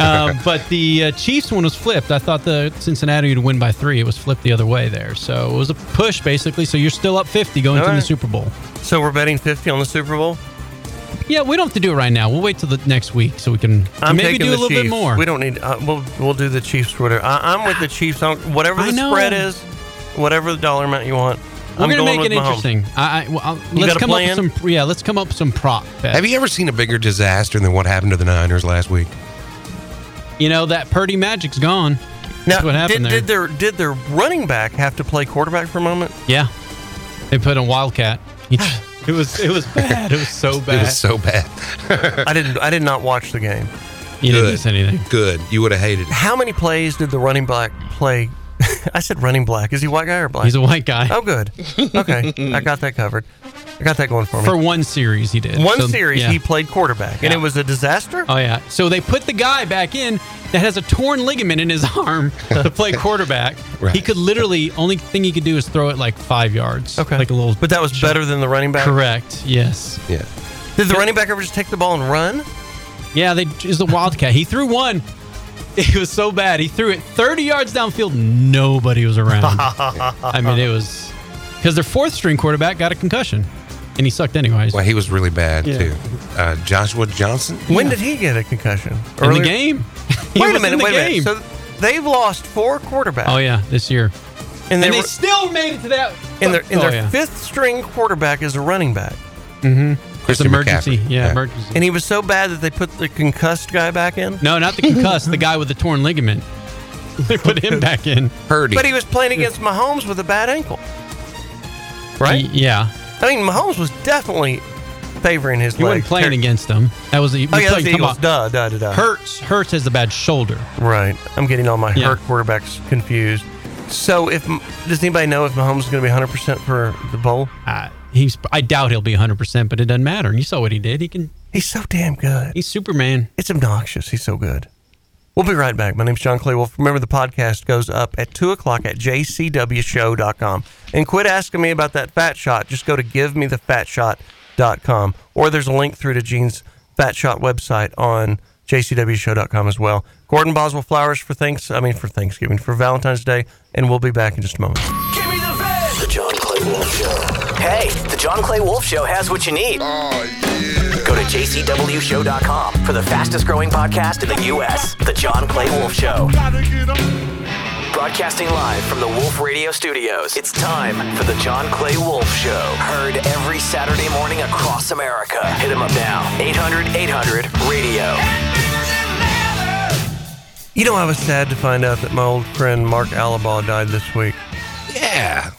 S5: um, but the uh, Chiefs one was flipped. I thought the Cincinnati would win by three. It was flipped the other way there, so it was a push basically. So you're still up fifty going
S2: All
S5: into the
S2: right.
S5: Super Bowl.
S2: So we're betting 50 on the Super Bowl.
S5: Yeah, we don't have to do it right now. We'll wait till the next week so we can
S2: I'm
S5: maybe
S2: taking
S5: do a
S2: the
S5: little
S2: Chiefs.
S5: bit more.
S2: We don't need. Uh, we'll we'll do the Chiefs. Whatever. I, I'm with the Chiefs. i don't- whatever
S5: I
S2: the
S5: know.
S2: spread is, whatever the dollar amount you want.
S5: We're
S2: I'm
S5: gonna
S2: going
S5: make
S2: with
S5: it
S2: Mahomes.
S5: interesting. I, I, well, I'll-
S2: You
S5: let's
S2: got a
S5: come
S2: plan?
S5: up with some. Yeah, let's come up with some prop bets.
S3: Have you ever seen a bigger disaster than what happened to the Niners last week?
S5: You know that Purdy magic's gone. That's what happened
S2: did,
S5: there.
S2: did their did their running back have to play quarterback for a moment?
S5: yeah, they put in Wildcat. He- it was it was bad. It was so bad.
S3: bad.
S2: I didn't. I did not watch the game.
S5: You didn't miss anything.
S3: Good. You would have hated it.
S2: How many plays did the running back play I said running black. Is he a white guy or black?
S5: He's a white guy.
S2: Oh, good. Okay, I got that covered. I got that going for me.
S5: For one series, he did.
S2: One
S5: So,
S2: series,
S5: yeah.
S2: he played quarterback, and it was a disaster.
S5: Oh yeah. So they put the guy back in that has a torn ligament in his arm to play quarterback.
S2: Right.
S5: He could literally only thing he could do is throw it like five yards. Okay. Like a little.
S2: But that was better than the running back.
S5: Correct. Yes.
S3: Yeah.
S2: Did the running back ever just take the ball and run?
S5: Yeah. They is the wildcat. He threw one. It was so bad. He threw it 30 yards downfield. Nobody was around. I mean, it was because their fourth string quarterback got a concussion, and he sucked anyways.
S3: Well, he was really bad
S5: Yeah.
S3: too. Uh, Joshua Johnson.
S2: When did he get a concussion?
S5: In
S2: Earlier-
S5: the game. He
S2: Wait a
S5: was in
S2: minute.
S5: the
S2: Wait
S5: game.
S2: a minute. So they've lost four quarterbacks.
S5: Oh yeah, this year.
S2: and,
S5: Oh, and
S2: they
S5: they
S2: were-
S5: still made it to that.
S2: and their, and
S5: Oh,
S2: their
S5: yeah.
S2: fifth string quarterback is a running back.
S5: Mm-hmm. It's
S3: Christian
S5: emergency.
S3: McCaffrey.
S5: Yeah,
S3: Yeah.
S5: emergency.
S2: And he was so bad that they put the concussed guy back in.
S5: No, not the concussed. the guy with the torn ligament. They put him back in.
S3: Purdy.
S2: But he was playing against Mahomes with a bad ankle.
S5: right? yeah.
S2: I mean, Mahomes was definitely favoring his
S5: He
S2: leg.
S5: wasn't playing against him. That was the.
S2: Oh, yeah, that's
S5: playing-
S2: the
S5: come
S2: Eagles.
S5: on.
S2: Duh, duh, duh, duh.
S5: Hurts. Hurts has the bad shoulder.
S2: Right. I'm getting all my
S5: Yeah.
S2: hurt quarterbacks confused. So, if does anybody know if Mahomes is going to be 100 percent for the bowl?
S5: Uh, he's. I doubt he'll be 100, percent but it doesn't matter. You saw what he did. He can.
S2: He's so damn good.
S5: He's Superman.
S2: It's obnoxious. He's so good. We'll be right back. My name's John Clay Wolf. Remember, the podcast goes up at 2 o'clock at jcwshow.com. And quit asking me about that fat shot. Just go to givemethefatshot.com. Or there's a link through to Gene's Fat Shot website on jcwshow.com as well. Gordon Boswell Flowers for thanks. I mean, for Thanksgiving, for Valentine's Day. And we'll be back in just a moment.
S1: The John Clay Wolf Show. Hey, the John Clay Wolf Show has what you need. Go to jcwshow.com for the fastest growing podcast in the U.S. The John Clay Wolf Show. Broadcasting live from the Wolf Radio Studios, it's time for the John Clay Wolf Show. Heard every Saturday morning across America. Hit him up now. 800 800 radio.
S2: You know, I was sad to find out that my old friend Mark Alibaugh died this week.
S3: Yeah.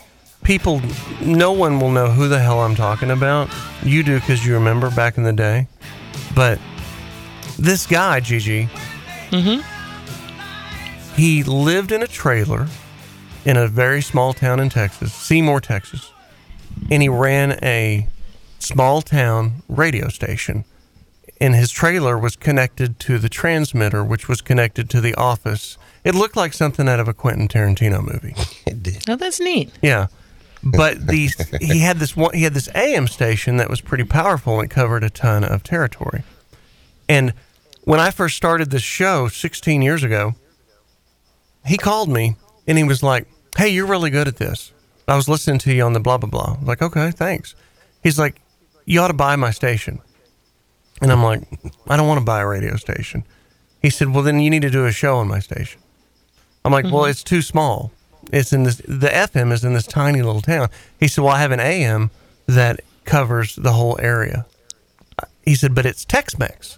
S2: People, no one will know who the hell I'm talking about. You do because you remember back in the day. But this guy, Gigi, mm-hmm. he lived in a trailer in a very small town in Texas, Seymour, Texas. And he ran a small town radio station. And his trailer was connected to the transmitter, which was connected to the office. It looked like something out of a Quentin Tarantino movie.
S4: Oh, that's neat.
S2: Yeah. But the he had this one he had this AM station that was pretty powerful and it covered a ton of territory. And when I first started this show 16 years ago, he called me and he was like, "Hey, you're really good at this. I was listening to you on the blah blah blah." I'm like, "Okay, thanks." He's like, "You ought to buy my station." And I'm like, "I don't want to buy a radio station." He said, "Well, then you need to do a show on my station." I'm like,
S4: Mm-hmm.
S2: well,
S16: Mhm.
S2: it's too small. It's in this. The FM is in this tiny little town. He said, well, I have an AM that covers the whole area. He said, but it's Tex-Mex,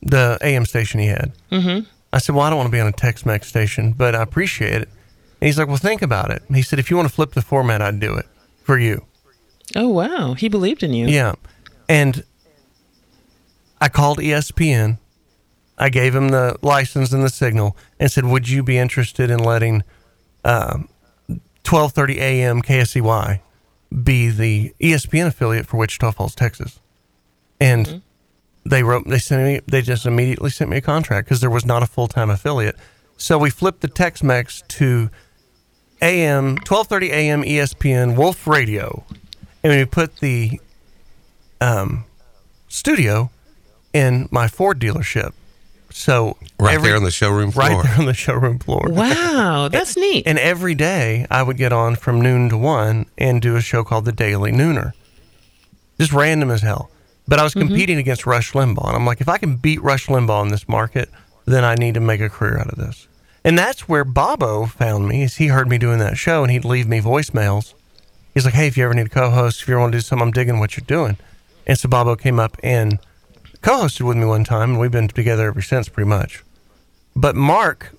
S2: the AM station he had.
S4: Mm-hmm.
S2: I said, well, I don't want to be on a Tex-Mex station, but I appreciate it. And he's like, well, think about it. He said, if you want to flip the format, I'd do it for you.
S4: Oh wow, he believed in you.
S2: Yeah. And I called E ESPN. I gave him the license and the signal and said, Would you be interested in letting um, 1230 AM KSEY E be the E ESPN affiliate for Wichita Falls, Texas? And they wrote, they sent me, they just immediately sent me a contract because there was not a full time affiliate. So we flipped the Tex Mex to AM, 1230 AM ESPN Wolf Radio. And we put the um, studio in my Ford dealership. So
S3: Right there on the showroom floor.
S2: Right there on the showroom floor.
S4: Wow, that's neat.
S2: And every day I would get on from noon to one and do a show called The Daily Nooner. Just random as hell. But I was competing against Rush Limbaugh. And I'm like, if I can beat Rush Limbaugh in this market, then I need to make a career out of this. And that's where Bobo found me. Is he heard me doing that show and he'd leave me voicemails. He's like, hey, if you ever need a co host, if you ever want to do something, I'm digging what you're doing. And so Bobo came up and co hosted with me one time. And we've been together ever since, pretty much. But Mark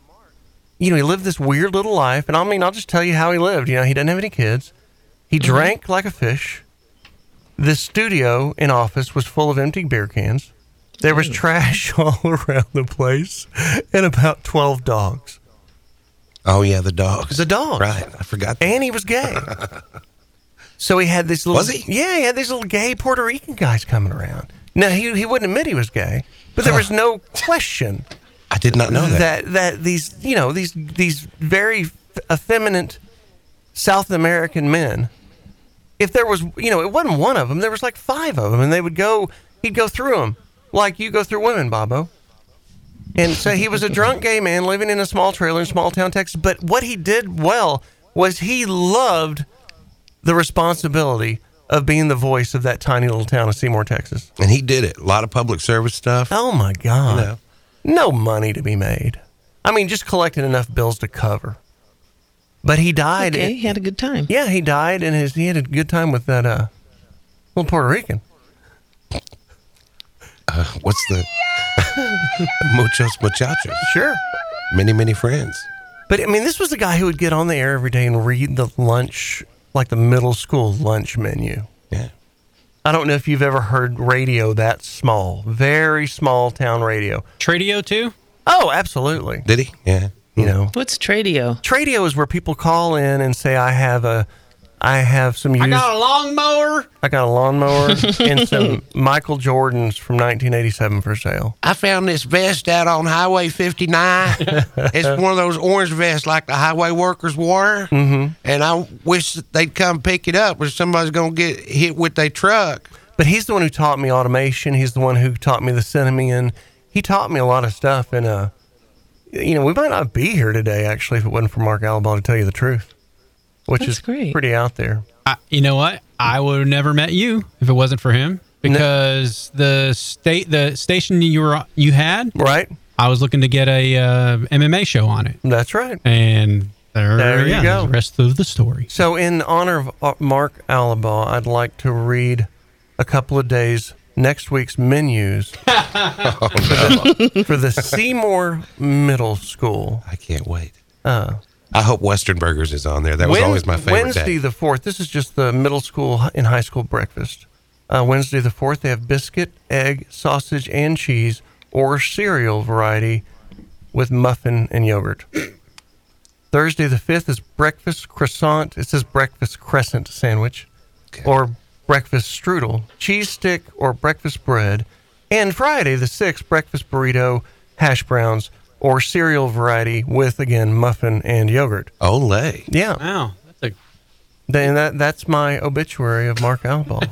S2: you know, he lived this weird little life. And I mean, I'll just tell you how he lived. You know, he didn't have any kids. He drank like a fish. The studio and office was full of empty beer cans. There was trash all around the place and about 12 dogs.
S3: Oh yeah, the dogs.
S2: The dogs.
S3: Right. I forgot.
S2: And he was gay. so he had this little.
S3: Was he?
S2: Yeah, he had these little gay Puerto Rican guys coming around. Now he he wouldn't admit he was gay, but there was no question
S3: I did not know that.
S2: that that these you know these these very effeminate South American men. If there was you know it wasn't one of them, there was like five of them, and they would go. He'd go through them like you go through women, Bobo. And so he was a drunk gay man living in a small trailer in small town Texas. But what he did well was he loved the responsibility of being the voice of that tiny little town of Seymour, Texas.
S3: And he did it. A lot of public service stuff.
S2: Oh my God. No money to be made. I mean, just collecting enough bills to cover. But he died.
S4: Okay, he had a good time.
S2: Yeah, he died, and his, he had a good time with that uh, little Puerto Rican.
S3: Uh, what's the muchos muchachos?
S2: Sure.
S3: Many many friends.
S2: But I mean, this was the guy who would get on the air every day and read the lunch, like the middle school lunch menu.
S3: Yeah.
S2: I don't know if you've ever heard radio that small, very small town radio.
S5: Tradio too?
S2: Oh, absolutely.
S3: Did he? Yeah.
S2: You know,
S4: What's Tradio?
S2: Tradio is where people call in and say, "I have a, I have some used,
S5: I got a lawnmower.
S2: I got a lawnmower and some Michael Jordans from 1987 for sale."
S11: I found this vest out on Highway 59. it's one of those orange vests like the highway workers wore. Mm-hmm. And I wish that they'd come pick it up or somebody's going to get hit with their truck.
S2: But he's the one who taught me automation. He's the one who taught me the cinnamon. He taught me a lot of stuff. And, uh, you know, we might not be here today, actually, if it wasn't for Mark Alabama to tell you the truth, which
S4: That's
S2: is
S4: great.
S2: pretty out there.
S5: I, you know what? I would have never met you if it wasn't for him because the state, the station you were you had,
S2: Right?
S5: I was looking to get a uh, MMA show on it,
S2: That's right.
S5: and there,
S2: There you
S5: yeah,
S2: go.
S5: The rest of the story.
S2: So, in honor of uh, Mark Alaba, I'd like to read a couple of days next week's menus for, the, for the Seymour Middle School.
S3: I can't wait.
S2: Uh,
S3: I hope Western Burgers is on there. That was
S2: Wen-
S3: always my favorite.
S2: Wednesday the fourth. This is just the middle school and high school breakfast. Uh, Wednesday the fourth, they have biscuit, egg, sausage, and cheese, or cereal variety with muffin and yogurt. Thursday the fifth is breakfast croissant. It says breakfast crescent sandwich, or breakfast strudel, cheese stick, or breakfast bread. And Friday the sixth, breakfast burrito, hash browns, or cereal variety with again muffin and yogurt.
S3: Olay.
S2: Yeah.
S5: Wow, that's a
S2: Then that that's my obituary of Mark Albaugh.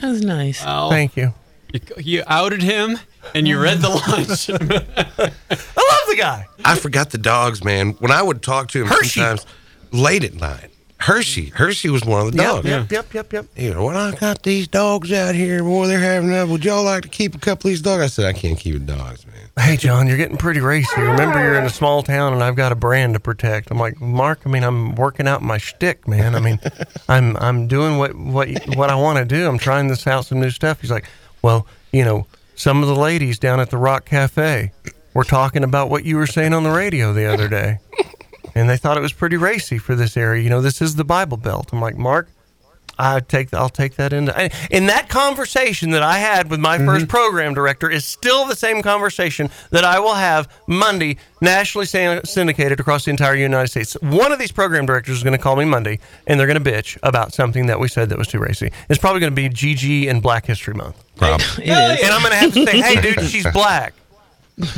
S4: That was nice.
S5: wow.
S2: Thank you.
S5: you. You outed him, and you read the lunch.
S2: I love the guy.
S3: I forgot the dogs, man. When I would talk to him
S2: Hershey.
S3: sometimes late at night, Hershey, Hershey was one of the
S2: Yep,
S3: dogs.
S2: yep, yep, yep, yep.
S3: You know, when I got these dogs out here, boy, they're having up. Would y'all like to keep a couple of these dogs? I said, I can't keep dogs, man.
S2: Hey John, you're getting pretty racy. Remember you're in a small town and I've got a brand to protect. I'm like, Mark, I mean I'm working out my shtick, man. I mean I'm I'm doing what what what I want to do. I'm trying this out some new stuff. He's like, Well, you know, some of the ladies down at the Rock Cafe were talking about what you were saying on the radio the other day. And they thought it was pretty racy for this area. You know, this is the Bible Belt. I'm like, Mark, I take I'll take that into I- and that conversation that I had with my first program director is still the same conversation that I will have Monday nationally syn- syndicated across the entire United States. One of these program directors is going to call me Monday and they're going to bitch about something that we said that was too racy. It's probably going to be GG and Black History Month,
S3: Probably.
S4: It
S2: and I'm going to have to say, "Hey, dude, she's black."
S4: is.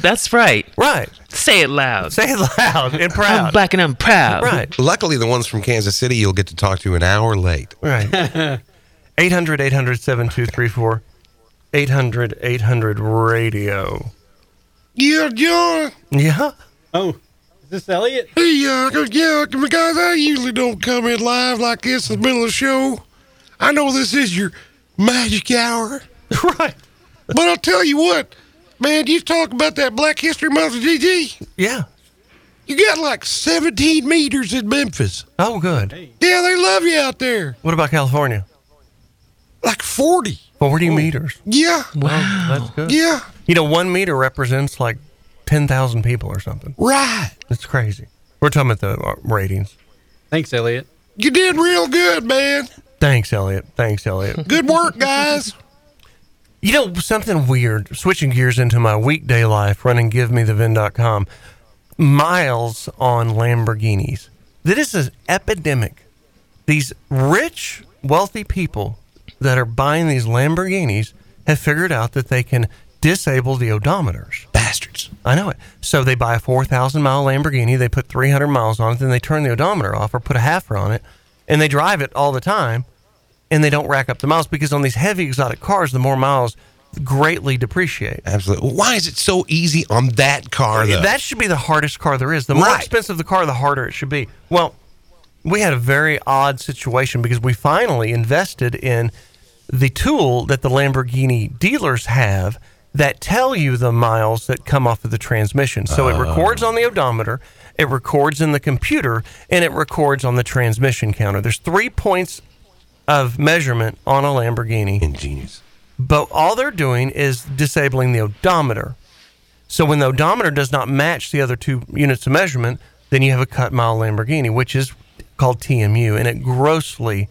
S4: That's right.
S2: Right?
S4: Say it loud.
S2: Say it loud and
S4: I'm
S2: proud.
S4: black and I'm proud.
S2: Right.
S3: Luckily, the ones from Kansas City you'll get to talk to an hour late.
S2: Right. 800 800 7234. 800 800 radio.
S11: Yeah, yeah.
S2: Yeah.
S5: oh, is this Elliot?
S11: Hey, yeah, 'cause- yeah, because I usually don't come in live like this in the middle of the show. I know this is your magic hour.
S2: Right.
S11: But I'll tell you what, man, you talk about that Black History Month, GG.
S2: Yeah.
S11: You got like 17 meters in Memphis.
S2: Oh, good.
S11: Yeah, they love you out there.
S2: What about California?
S11: Like 40.
S2: 40 meters.
S11: Yeah,
S4: Wow.
S2: That's good.
S11: yeah,
S2: You know, one meter represents like 10,000 people or something.
S11: right.
S2: It's crazy. We're talking about the uh, ratings.
S5: Thanks, Elliot.
S11: You did real good, man.
S2: Thanks, Elliot. Thanks, Elliot.
S11: Good work, guys.
S2: You know, something weird, switching gears into my weekday life, running GiveMeTheVin.com. miles on Lamborghinis. This is an epidemic. These rich, wealthy people that are buying these Lamborghinis have figured out that they can disable the odometers.
S11: Bastards.
S2: I know it. So they buy a 4,000 mile Lamborghini, they put 300 miles on it, then they turn the odometer off or put a halfer on it, and they drive it all the time, and they don't rack up the miles because on these heavy exotic cars, the more miles greatly depreciate.
S11: Absolutely. Why is it so easy on that car, though?
S2: That should be the hardest car there is. The more
S11: Right.
S2: expensive the car, the harder it should be. Well, we had a very odd situation because we finally invested in the tool that the Lamborghini dealers have that tell you the miles that come off of the transmission. So it
S16: Oh.
S2: records on the odometer, it records in the computer, and it records on the transmission counter. There's three points of measurement on a Lamborghini.
S11: Ingenious.
S2: But all they're doing is disabling the odometer. So when the odometer does not match the other two units of measurement, then you have a cut mile Lamborghini, which is called TMU, and it grossly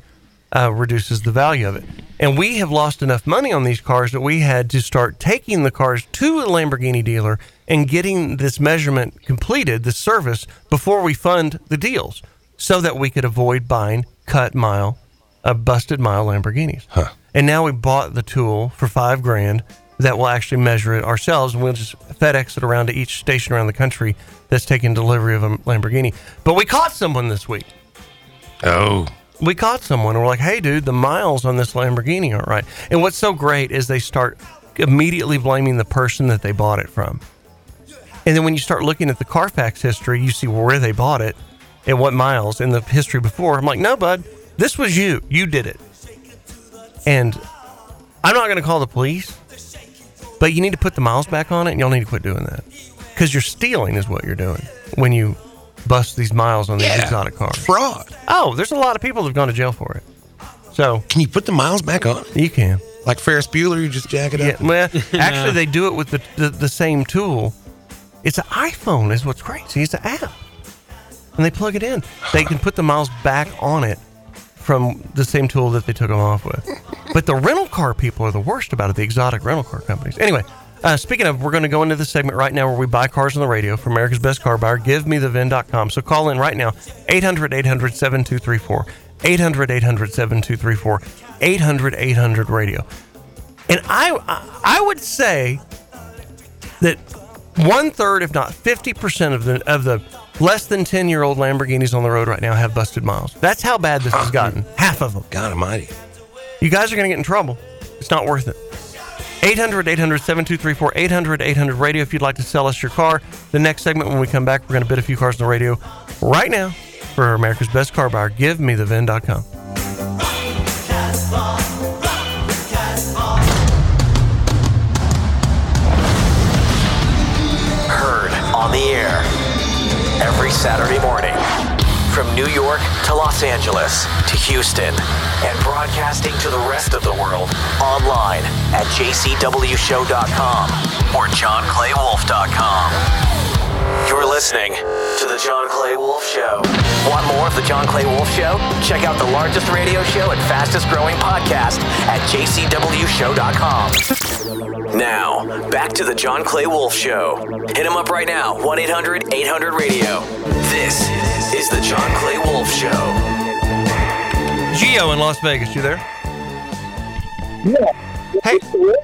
S2: uh, reduces the value of it. And we have lost enough money on these cars that we had to start taking the cars to the Lamborghini dealer and getting this measurement completed, the service, before we fund the deals, so that we could avoid buying cut mile, uh, busted mile Lamborghinis. And now we bought the tool for five grand that will actually measure it ourselves, and we'll just FedEx it around to each station around the country that's taking delivery of a Lamborghini. But we caught someone this week.
S11: Oh.
S2: We caught someone. and We're like, hey, dude, the miles on this Lamborghini aren't right. And what's so great is they start immediately blaming the person that they bought it from. And then when you start looking at the Carfax history, you see where they bought it and what miles and the history before. I'm like, no, bud, this was you. You did it. And I'm not going to call the police, but you need to put the miles back on it and y'all need to quit doing that. Because you're stealing, is what you're doing when you bust these miles on these exotic cars.
S11: Fraud.
S2: Oh, there's a lot of people that have gone to jail for it. So
S11: can you put the miles back on?
S2: You can.
S11: Like Ferris Bueller, you just jack it
S2: Yeah,
S11: up.
S2: well, actually, they do it with the, the, the same tool. It's an iPhone, is what's crazy. It's an app. And they plug it in. They can put the miles back on it from the same tool that they took them off with. But the rental car people are the worst about it, the exotic rental car companies. Anyway, uh, speaking of, we're going to go into the segment right now where we buy cars on the radio for America's Best Car Buyer. Give me the VIN.com. So call in right now, 800 800 7234. 800 800 7234. 800 800 radio. And I, I I would say that one third, if not fifty percent of the of the less than ten year old Lamborghinis on the road right now have busted miles. That's how bad this has gotten. Half of them.
S11: God Almighty.
S2: You guys are going to get in trouble. It's not worth it. 800 800 7234 800 800 radio if you'd like to sell us your car. The next segment, when we come back, we're going to bid a few cars on the radio right now for America's Best Car Buyer. Give me the VIN.com.
S1: Heard on the air every Saturday morning from New York to Los Angeles to Houston and broadcasting to the rest of the world online at jcwshow.com or johnclaywolf.com. You're listening to The John Clay Wolf Show. Want more of The John Clay Wolf Show? Check out the largest radio show and fastest growing podcast at jcwshow.com. Now, back to The John Clay Wolf Show. Hit him up right now 1 800 800 radio. This is The John Clay Wolf Show.
S2: Geo in Las Vegas, you there? Yeah. Hey,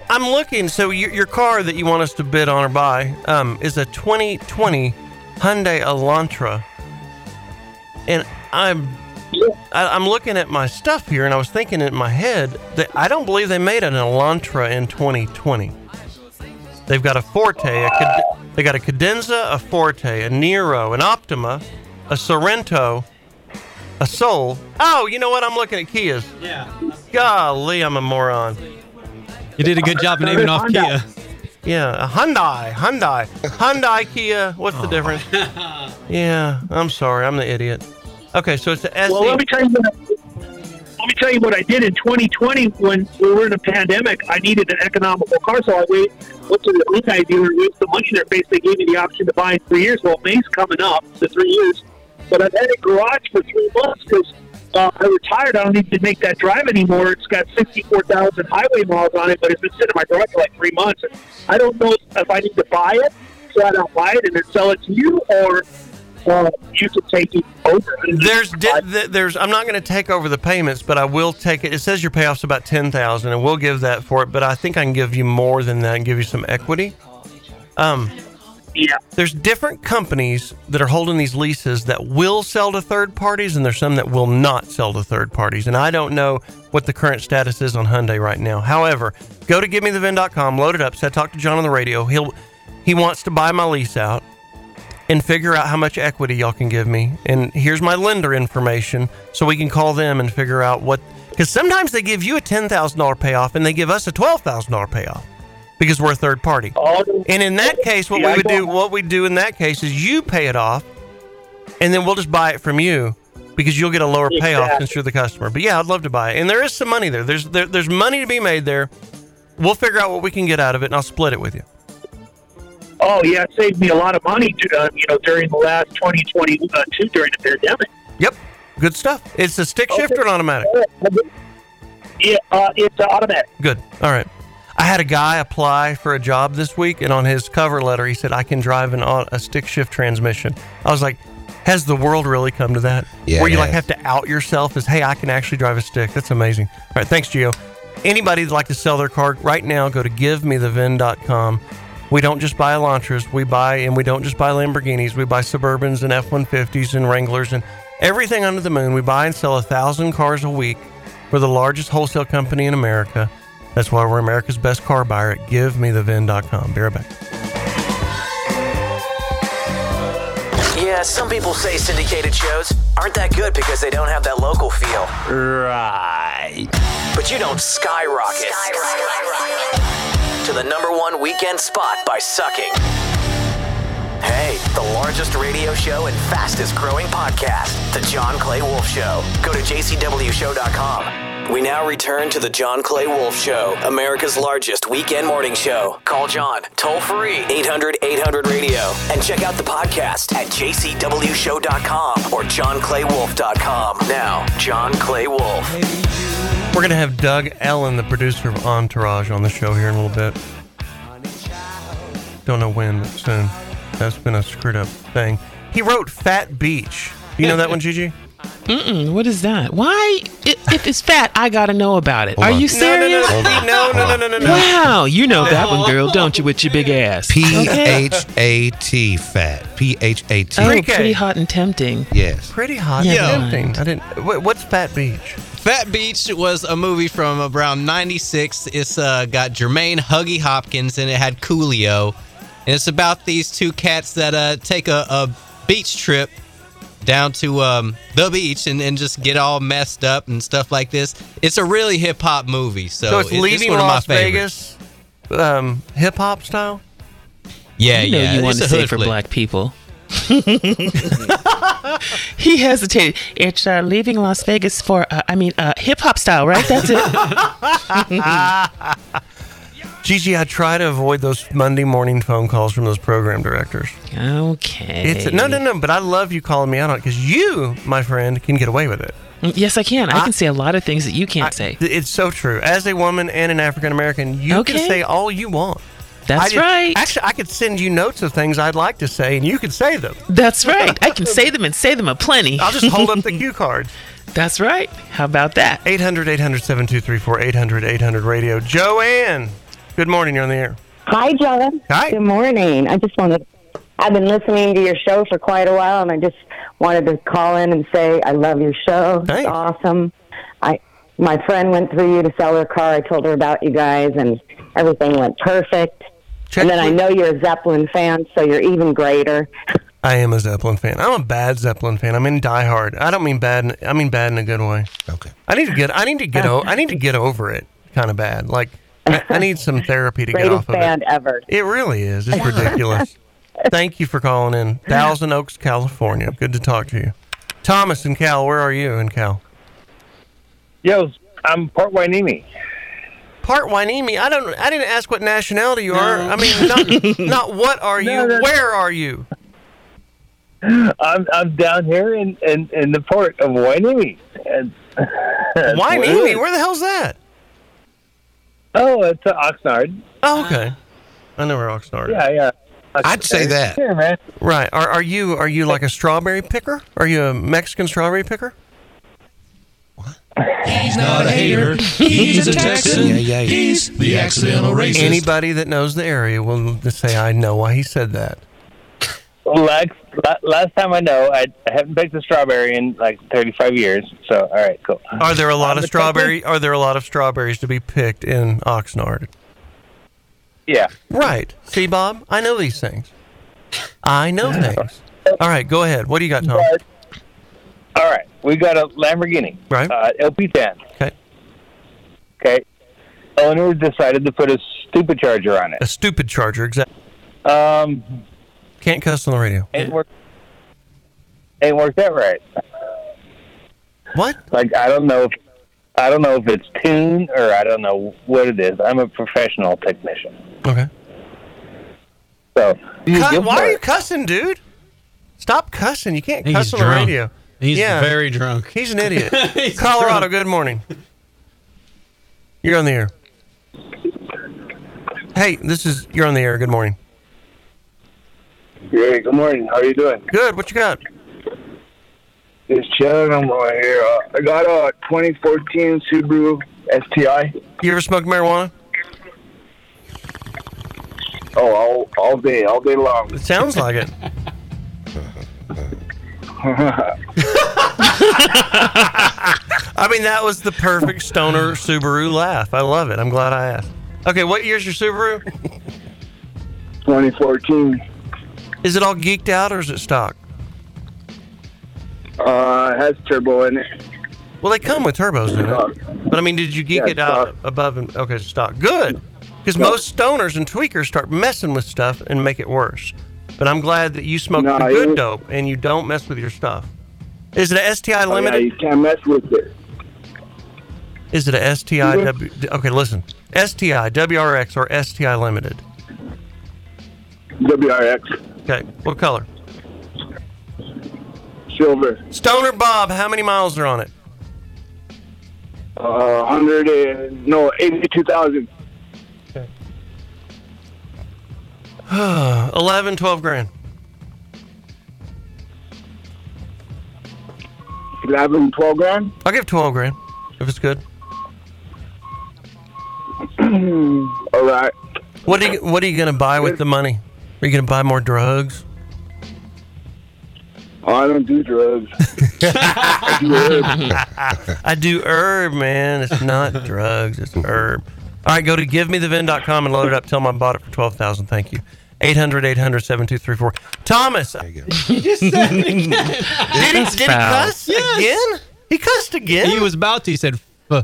S2: I'm looking. So your, your car that you want us to bid on or buy um, is a 2020 Hyundai Elantra, and I'm I, I'm looking at my stuff here, and I was thinking in my head that I don't believe they made an Elantra in 2020. They've got a Forte, a Cad- they got a Cadenza, a Forte, a Nero, an Optima, a Sorrento, a Soul. Oh, you know what? I'm looking at Kias. Yeah. Golly, I'm a moron.
S5: You did a good job naming off Kia.
S2: Yeah, a Hyundai, Hyundai, Hyundai, Kia. What's
S5: Oh.
S2: the difference? yeah, I'm sorry, I'm the idiot. Okay, so it's the SE.
S24: Well, let me tell you what I, let me tell you what I did in 2020 when we were in a pandemic. I needed an economical car, so I wait, went to the Hyundai dealer, waved some money in their face. They gave me the option to buy in three years. Well, May's coming up, the three years, but I've had it garage for three months because uh, I retired. I don't need to make that drive anymore. It's got 64,000 highway miles on it, but it's been sitting in my garage for like three months. I don't know if I need to buy it. So that out wide and then sell it to you, or uh, you could take it over.
S2: There's di- th- there's I'm not going to take over the payments, but I will take it. It says your payoff's about ten thousand, and we'll give that for it. But I think I can give you more than that and give you some equity. Um,
S24: yeah.
S2: There's different companies that are holding these leases that will sell to third parties, and there's some that will not sell to third parties. And I don't know what the current status is on Hyundai right now. However, go to givemethevin.com, load it up. Say I talked to John on the radio. He'll he wants to buy my lease out and figure out how much equity y'all can give me. And here's my lender information so we can call them and figure out what. Because sometimes they give you a $10,000 payoff and they give us a $12,000 payoff because we're a third party. And in that case, what we would do, what we do in that case is you pay it off and then we'll just buy it from you because you'll get a lower payoff since you're the customer. But yeah, I'd love to buy it. And there is some money there. There's, there, there's money to be made there. We'll figure out what we can get out of it and I'll split it with you.
S24: Oh yeah, it saved me a lot of money. Uh, you know, during the last 2022 during the pandemic.
S2: Yep, good stuff. It's a stick shift or an automatic?
S24: Yeah, uh, it's uh, automatic.
S2: Good. All right. I had a guy apply for a job this week, and on his cover letter, he said, "I can drive an au- a stick shift transmission." I was like, "Has the world really come to that?
S11: Yeah,
S2: Where
S11: it
S2: you like
S11: has.
S2: have to out yourself as, hey, I can actually drive a stick. That's amazing." All right, thanks, Gio. Anybody that'd like to sell their car right now, go to givemethevin.com. We don't just buy Elantras, we buy, and we don't just buy Lamborghinis. We buy Suburbans and F 150s and Wranglers and everything under the moon. We buy and sell a thousand cars a week. We're the largest wholesale company in America. That's why we're America's best car buyer at givemethevin.com. Be right back.
S1: Yeah, some people say syndicated shows aren't that good because they don't have that local feel. Right. But you don't skyrocket, to the number one weekend spot by sucking. Hey, the largest radio show and fastest growing podcast, The John Clay Wolf Show. Go to jcwshow.com. We now return to The John Clay Wolf Show, America's largest weekend morning show. Call John toll free 800 800 radio and check out the podcast at jcwshow.com or johnclaywolf.com. Now, John Clay Wolf.
S2: We're going to have Doug Ellen, the producer of Entourage, on the show here in a little bit. Don't know when, but soon. That's been a screwed up thing. He wrote Fat Beach. You know that one, Gigi?
S4: Mm-mm, what is that? Why? i- If it's fat, I gotta know about it.
S2: Hold
S4: Are
S2: on.
S4: you
S2: No, no, no,
S4: serious?
S2: no, Hold on. no, no, no, no, no, no.
S4: Wow, Oh, you know that one, girl, don't you? With your big ass.
S3: P
S4: Okay.
S3: H A T fat. P H A T.
S4: Oh, pretty hot and tempting.
S3: Yes.
S2: Pretty hot.
S4: Yeah.
S2: tempting. I didn't. Wait, what's Fat Beach?
S16: Fat Beach was a movie from around '96. It's uh, got Jermaine Huggy Hopkins and it had Coolio, and it's about these two cats that uh, take a, a beach trip down to um, the beach and, and just get all messed up and stuff like this. It's a really hip hop movie, so,
S2: So, it's leaving
S16: one of my
S2: Las
S16: favorites.
S2: Vegas, um, hip hop style.
S16: Yeah,
S4: You know
S16: yeah.
S4: you
S16: it's
S4: wanted
S16: a
S4: to say
S16: hood
S4: for
S16: flick.
S4: black people. he hesitated. It's uh, leaving Las Vegas for, uh, I mean, uh, hip hop style, right? That's it.
S2: Gigi, I try to avoid those Monday morning phone calls from those program directors.
S4: Okay.
S2: It's no, no, no. But I love you calling me out on it because you, my friend, can get away with it.
S4: Mm, yes, I can. I, can say a lot of things that you can't say.
S2: Th- It's so true. As a woman and an African American, you
S4: Okay.
S2: can say all you want.
S4: That's
S2: I just-
S4: right.
S2: Actually, I could send you notes of things I'd like to say, and you could say them.
S4: That's right. I can say them and say them aplenty.
S2: I'll just hold up the cue cards.
S4: That's right. How about that?
S2: 800 800 7234 800 800 radio. Joanne, good morning. You're on the air.
S17: Hi, John. Hi. Good morning. I just wanted. I've been listening to your show for quite a while, and I just wanted to call in and say I love your show. It's awesome. I my friend went through you to sell her car. I told her about you guys, and everything went perfect. and then I know you're a Zeppelin fan, so you're even greater.
S2: I am a Zeppelin fan. I'm a bad Zeppelin fan. I mean Die Hard. I don't mean bad. in- I mean bad in a good way.
S3: Okay.
S2: I need to get. I need to get. o- I need to get over it. Kind of bad. Like I, I need some therapy to get
S17: Greatest
S2: off of
S17: band
S2: it.
S9: uh,
S17: ever.
S2: It really is. It's ridiculous. Thank you for calling in, Thousand Oaks, California. Good to talk to you, Thomas and Cal. Where are you in Cal?
S21: Yo, I'm part Wainimi.
S2: Part Wainimi. I don't. I didn't ask what nationality you are. I mean, not, not what are you.
S21: No, no, no.
S2: Where are you?
S21: I'm I'm down here in in, in the port of Wainimi. And- that's what it
S2: Wainimi?
S21: is.
S2: Where the hell's that?
S21: Oh, it's uh, Oxnard.
S2: Oh, okay. I know where Oxnard is.
S21: Yeah, yeah.
S3: I'd say that.
S24: Yeah, man.
S2: Right. Are, are you are you like a strawberry picker? Are you a Mexican strawberry picker?
S18: He's not a hater. He's a Texan.
S2: Yeah, yeah, yeah.
S18: He's the accidental racist.
S2: Anybody that knows the area will just say, "I know why he said that."
S8: Lex, la- last time I know, I, I haven't picked a strawberry in like 35 years. So, all right, cool.
S2: Are there a lot
S8: Um,
S2: of
S8: the
S2: strawberry? Are there a lot of strawberries to be picked in Oxnard?
S8: Yeah.
S2: Right. See, Bob, I know these things. I know things. All right, go ahead. What do you got, Tom?
S8: All right, we got a Lamborghini,
S2: right?
S8: Uh, LP10.
S2: Okay.
S8: Okay. Owner decided to put a stupid charger on it.
S2: A stupid charger, exactly.
S8: Um,
S2: Can't cuss on the radio.
S8: ain't work. Ain't worked that right.
S2: What?
S8: Like I don't know. If, I don't know if it's tuned or I don't know what it is. I'm a professional technician.
S2: Okay.
S8: So you
S2: Cut-
S8: give
S2: why
S8: her-
S2: are you cussing, dude? Stop cussing. You can't
S8: He's
S2: cuss on the
S8: drunk.
S2: radio.
S8: He's very drunk.
S2: He's an idiot.
S8: He's
S2: Colorado,
S8: drunk.
S2: good morning. You're on the air. Hey, this is you're on the air. Good morning.
S12: Hey, good morning. How are you doing?
S2: Good. What you got?
S12: Just chilling. I'm right here. Uh, I got a 2014 Subaru STI.
S2: You ever smoked marijuana?
S12: Oh, all, all day, all day long.
S2: It sounds like it. I mean, that was the perfect stoner Subaru laugh. I love it. I'm glad I asked. Okay, what year's your Subaru?
S12: 2014.
S2: Is it all geeked out or is it stock?
S12: Uh, it has turbo in it.
S2: Well, they come with turbos, do they? But I mean, did you geek
S12: Yeah,
S2: it out above and okay, stock? Good, because most stoners and tweakers start messing with stuff and make it worse. But I'm glad that you smoke the
S12: it
S2: good
S12: was-
S2: dope and you don't mess with your stuff. Is it a STI
S12: Oh,
S2: limited?
S12: Yeah, you can't mess with it.
S2: Is it a STI W? Okay, listen. STI WRX or STI limited?
S12: WRX.
S2: Okay, what color?
S12: Silver.
S2: Stoner Bob, how many miles are on it?
S12: Uh, 100 and no, 82,000.
S2: 11, 12 grand.
S12: 11, 12 grand.
S2: I'll give 12 grand if it's good.
S12: all right.
S2: What are you What are you gonna buy with the money? Are you gonna buy more drugs?
S12: Oh, I don't do drugs. I do herbs.
S2: I do herb, man. It's not drugs. It's herb. All right, go to givemethevin.com and load it up. Tell them I bought it for 12000 Thank you. 800 800 7234. Thomas! He just said it again. did he,
S5: That's
S2: did he
S5: foul.
S2: cuss again? He cussed again?
S5: He was about to. He said, "Fuh."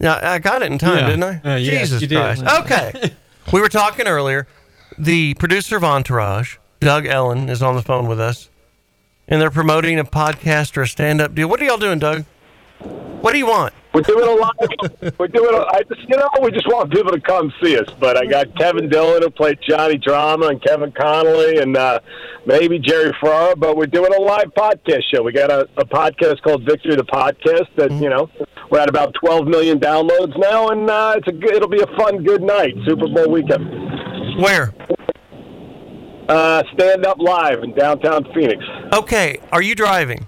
S2: Yeah, I got it in time,
S5: Yeah.
S2: didn't I?
S5: Uh, yes,
S2: Jesus
S5: you did.
S2: Christ. Okay. we were talking earlier. The producer of Entourage, Doug Ellen, is on the phone with us, and they're promoting a podcast or a stand up deal. What are y'all doing, Doug? What do you want?
S20: We're doing a lot. We're doing. A, I just, you know, we just want people to come see us. But I got Kevin Dillon who played Johnny Drama and Kevin Connolly and uh, maybe Jerry Ferrara. But we're doing a live podcast show. We got a, a podcast called Victory the Podcast that you know we're at about 12 million downloads now, and uh, it's a good, it'll be a fun good night Super Bowl weekend.
S2: Where?
S20: Uh, stand up live in downtown Phoenix.
S2: Okay, are you driving?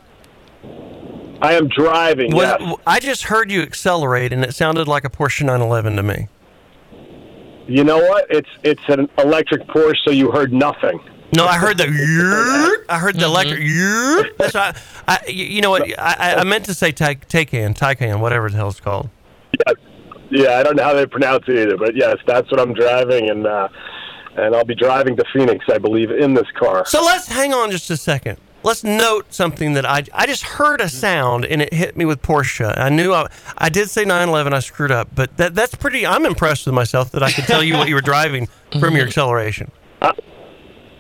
S20: I am driving.
S2: Was-
S20: yes.
S2: I just heard you accelerate, and it sounded like a Porsche 911 to me.
S20: You know what? It's it's an electric Porsche, so you heard nothing.
S2: No, I heard the. yeet. I heard the electric. yeet. That's why. I, I- you you know what? I, I- I meant to say Tay- Taycan, Taycan, whatever the hell it's called.
S20: Yeah, I don't know how they pronounce it either, but yes, that's what I'm driving, and uh, and I'll be driving to Phoenix, I believe, in this car.
S2: So let's hang on just a second. Let's note something that I I just heard a sound and it hit me with Porsche. I knew I I did say 911. I screwed up, but that that's pretty. I'm impressed with myself that I could tell you what you were driving from your acceleration.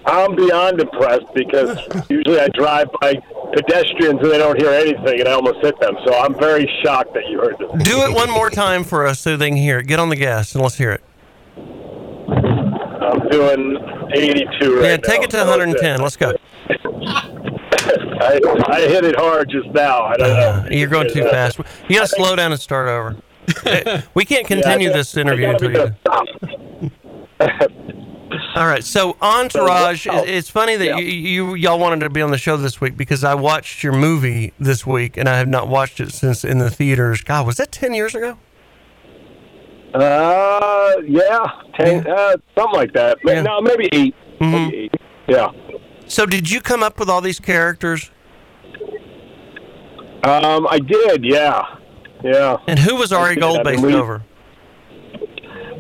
S20: I'm beyond impressed because usually I drive by pedestrians and they don't hear anything, and I almost hit them. So I'm very shocked that you heard this.
S2: Do it one more time for us so they can hear it. Get on the gas and let's hear it.
S20: I'm doing 82 right
S2: Yeah, take
S20: now.
S2: it to 110. Let's go.
S20: I, I hit it hard just now. I don't know.
S2: You're going too fast. You got to slow down and start over. We can't continue
S20: Yeah, I-
S2: this interview
S20: I gotta
S2: until
S20: be
S2: you.
S20: good.
S2: All right. So Entourage. it- It's funny that you, you y'all wanted to be on the show this week because I watched your movie this week and I have not watched it since in the theaters. God, was that ten years ago?
S20: Uh, yeah, ten, Uh, something like that. Ma- No, maybe 8 Maybe eight. Yeah.
S2: Mm-hmm. So did you come up with all these characters?
S20: Um, I did. Yeah. Yeah.
S2: And who was Ari Gold based over?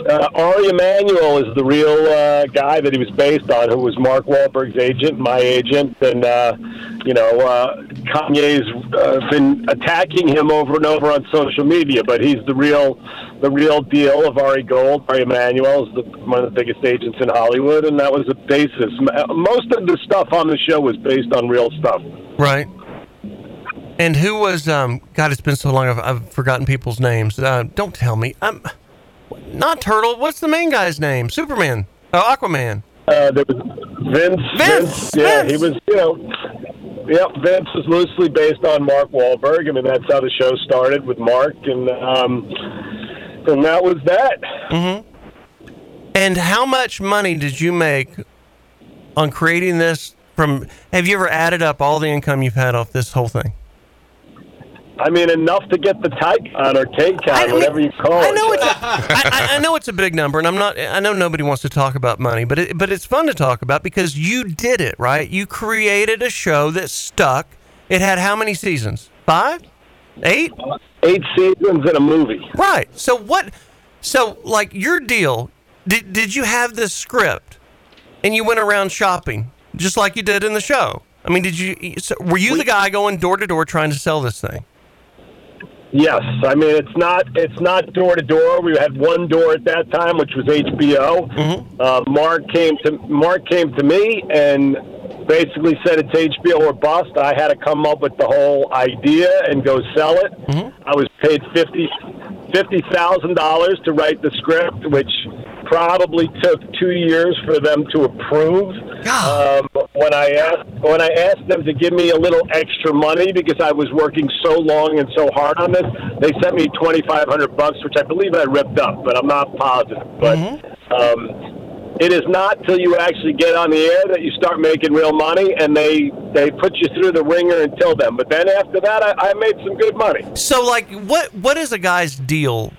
S20: Uh, Ari Emanuel is the real uh, guy that he was based on, who was Mark Wahlberg's agent, my agent, and uh, you know uh, Kanye's uh, been attacking him over and over on social media, but he's the real, the real deal of Ari Gold. Ari Emanuel is the, one of the biggest agents in Hollywood, and that was the basis. M- Most of the stuff on the show was based on real stuff.
S2: Right. And who was? Um, God, it's been so long. I've, I've forgotten people's names. Uh, don't tell me. I'm not Turtle. What's the main guy's name? Superman. Uh, Aquaman.
S20: Uh, there was Vince. Vince. Yeah, he was. You know, yeah. Vince was loosely based on Mark Wahlberg. I mean, that's how the show started with Mark, and um, and that was that.
S2: hmm And how much money did you make on creating this? From have you ever added up all the income you've had off this whole thing?
S20: I mean, enough to get the type on or cake on, whatever you call it.
S2: I know it's a, I, I I know it's a big number, and I'm not. I know nobody wants to talk about money, but it, but it's fun to talk about because you did it right. You created a show that stuck. It had how many seasons? Five, eight,
S20: eight seasons in a movie.
S2: Right. So what? So like your deal? Did did you have this script, and you went around shopping just like you did in the show? I mean, did you? So were you the guy going door to door trying to sell this thing?
S20: Yes, I mean it's not it's not door to door. We had one door at that time, which was HBO. Uh, Mark came to Mark came to me and basically said it's HBO or bust. I had to come up with the whole idea and go sell it. I was paid fifty fifty thousand dollars to write the script, which probably took two years for them to approve. Um, when I asked when I asked them to give me a little extra money because I was working so long and so hard on this, they sent me twenty five hundred bucks, which I believe I ripped up, but I'm not positive. But
S2: Mm-hmm.
S20: um, it is not till you actually get on the air that you start making real money, and they they put you through the ringer until then. But then after that, I, I made some good money.
S2: So like what what is a guy's deal?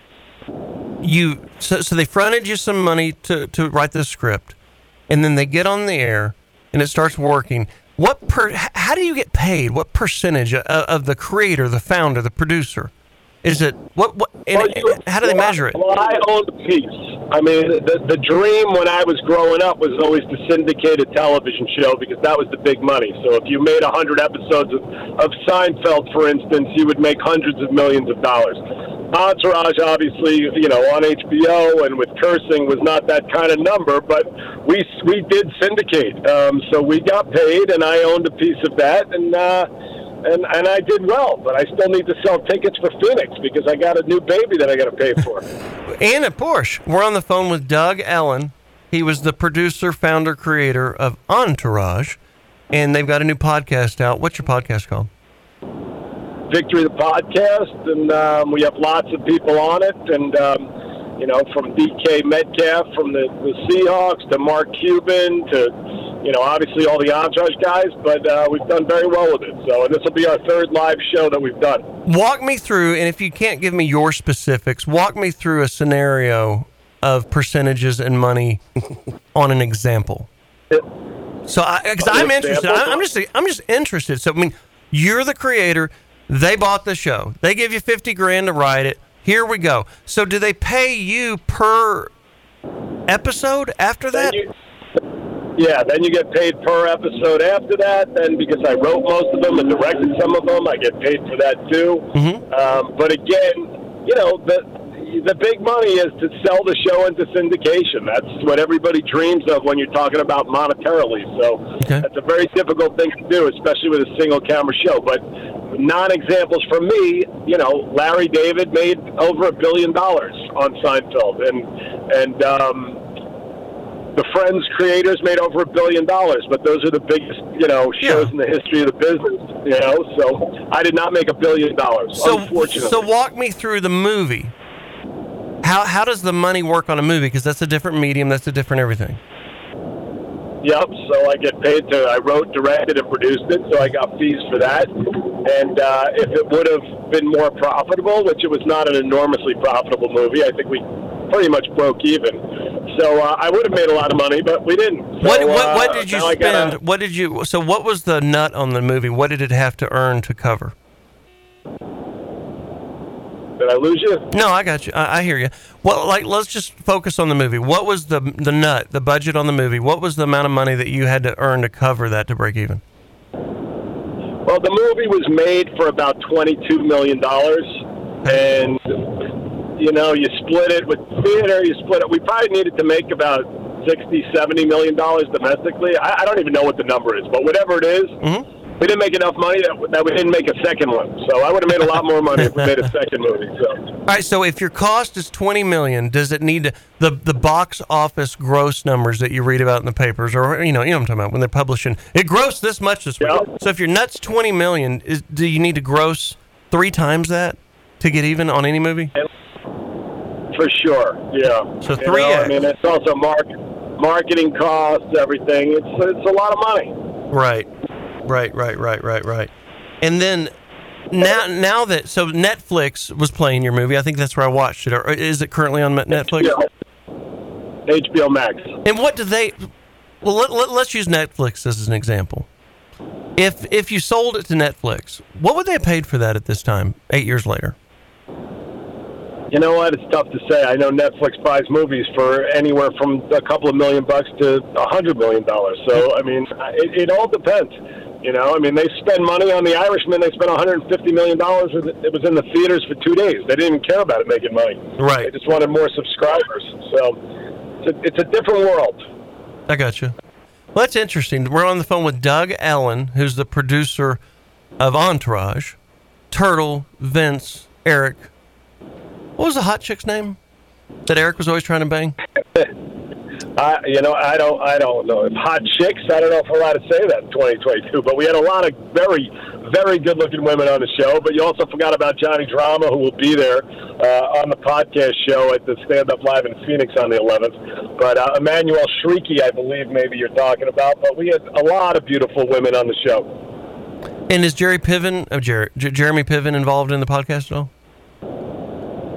S2: You so, so they fronted you some money to to write this script, and then they get on the air and it starts working. What per h- how do you get paid? What percentage of, of the creator, the founder, the producer? Is it what what? And, how do they
S20: Well, I-
S2: measure it?
S20: Well, I own the piece. I mean, the, the dream when I was growing up was always the syndicated television show because that was the big money. So if you made a 100 episodes of, of Seinfeld, for instance, you would make hundreds of millions of dollars. Entourage, obviously, you know, on HBO and with cursing was not that kind of number, but we we did syndicate, um, so we got paid, and I owned a piece of that, and uh, and and I did well, but I still need to sell tickets for Phoenix because I got a new baby that I got to pay for.
S2: Anna Porsche. We're on the phone with Doug Ellen. He was the producer, founder, creator of Entourage, and they've got a new podcast out. What's your podcast called?
S20: Victory the podcast, and um, we have lots of people on it, and um, you know from DK Metcalf, from the, the Seahawks to Mark Cuban to you know obviously all the entourage guys, but uh, we've done very well with it. So and this will be our third live show that we've done.
S2: Walk me through, and if you can't give me your specifics, walk me through a scenario of percentages and money on an example. So, I, because
S1: On an
S2: I'm interested,
S1: example?
S2: I, I'm just, I'm just interested. So, I mean, you're the creator. They bought the show. They give you fifty grand to write it. Here we go. So, do they pay you per episode after that?
S20: Yeah, then you get paid per episode after that. Then because I wrote most of them and directed some of them, I get paid for that too.
S2: Mm-hmm.
S20: Um, but again, you know the the big money is to sell the show into syndication. That's what everybody dreams of when you're talking about monetarily. So that's a very difficult thing to do, especially with a single camera show. But non examples for me, you know, Larry David made over a billion dollars on Seinfeld, and and um, the Friends creators made over a billion dollars, but those are the biggest, you know, shows in the history of the business. You know, so I did not make a billion dollars.
S2: So-
S20: unfortunately,
S2: So walk me through the movie. How how does the money work on a movie? Because that's a different medium. That's a different everything.
S20: Yep. So I get paid to. I wrote, directed, and produced it. So I got fees for that. And uh, if it would have been more profitable, which it was not an enormously profitable movie, I think we pretty much broke even. So uh, I would have made a lot of money, but we didn't. So,
S2: What, what, what
S20: uh,
S2: did you
S20: now I
S2: spend?
S20: gotta-
S2: what did you? So what was the nut on the movie? What did it have to earn to cover?
S20: Did I lose you?
S2: No, I got you. I, I hear you. Well, like let's just focus on the movie. What was the the nut? The budget on the movie? What was the amount of money that you had to earn to cover that to break even?
S20: Well, the movie was made for about $22 million. And, you know, you split it with theater, you split it. We probably needed to make about sixty, seventy million dollars domestically. I, I don't even know what the number is, but whatever it is,
S2: Mm-hmm.
S20: we didn't make enough money that, that we didn't make a second one. So I would have made a lot more money if we made a second movie. So.
S2: All right. So if your cost is twenty million, does it need to, the the box office gross numbers that you read about in the papers, or you know, you know what I'm talking about when they're publishing it grossed this much this week. So if your nuts twenty million, is do you need to gross three times that to get even on any movie?
S20: For sure, yeah.
S2: So
S20: You
S2: three
S20: know, I
S2: X.
S20: mean, it's also mark, marketing costs, everything. It's it's a lot of money.
S2: Right, right, right, right, right, right. And then now, now that so Netflix was playing your movie, I think that's where I watched it. Or uh, is it currently on Netflix?
S20: HBO Max.
S2: And what do they? Well, let, let, let's use Netflix as an example. If if you sold it to Netflix, what would they have paid for that at this time? Eight years later.
S20: You know what? It's tough to say. I know Netflix buys movies for anywhere from a couple of million bucks to a hundred million dollars. So I mean, it, it all depends. You know, I mean, they spend money on The Irishman. They spent 150 million dollars. It was in the theaters for two days. They didn't even care about it making money.
S2: Right.
S20: They just wanted more subscribers. So it's a, it's a different world.
S2: I got you. Well, that's interesting. We're on the phone with Doug Allen, who's the producer of Entourage, Turtle, Vince, Eric. What was the hot chick's name that Eric was always trying to bang?
S20: I, you know, I don't, I don't know. If hot chicks, I don't know if we're allowed to say that in 2022. But we had a lot of very, very good-looking women on the show. But you also forgot about Johnny Drama, who will be there uh, on the podcast show at the Stand Up Live in Phoenix on the 11th. But uh, Emmanuel Shrieky, I believe, maybe you're talking about. But we had a lot of beautiful women on the show.
S2: And is Jerry Piven, oh, Jer- J- Jeremy Piven, involved in the podcast at all?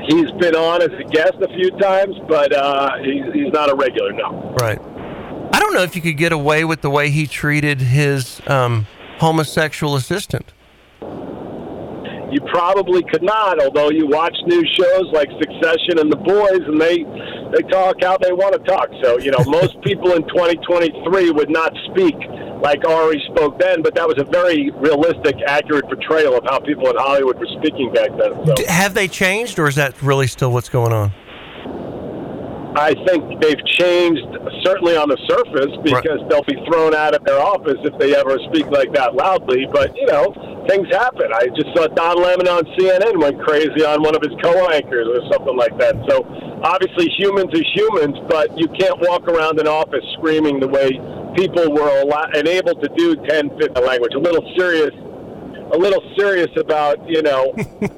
S20: He's been on as a guest a few times, but uh, he's, he's not a regular. No.
S2: Right. I don't know if you could get away with the way he treated his um, homosexual assistant.
S20: you probably could not. Although you watch news shows like Succession and The Boys, and they they talk how they want to talk. So you know, most people in 2023 would not speak like Ari spoke then, but that was a very realistic, accurate portrayal of how people in Hollywood were speaking back then. So
S2: D- Have they changed, or is that really still what's going on?
S20: I think they've changed certainly on the surface because they'll be thrown out of their office if they ever speak like that loudly. But you know, things happen. I just saw Don Lemon on CNN went crazy on one of his co-anchors or something like that. So obviously, humans are humans, but you can't walk around an office screaming the way people were allowed and able to do 10, 15 language. A little serious a little serious about you know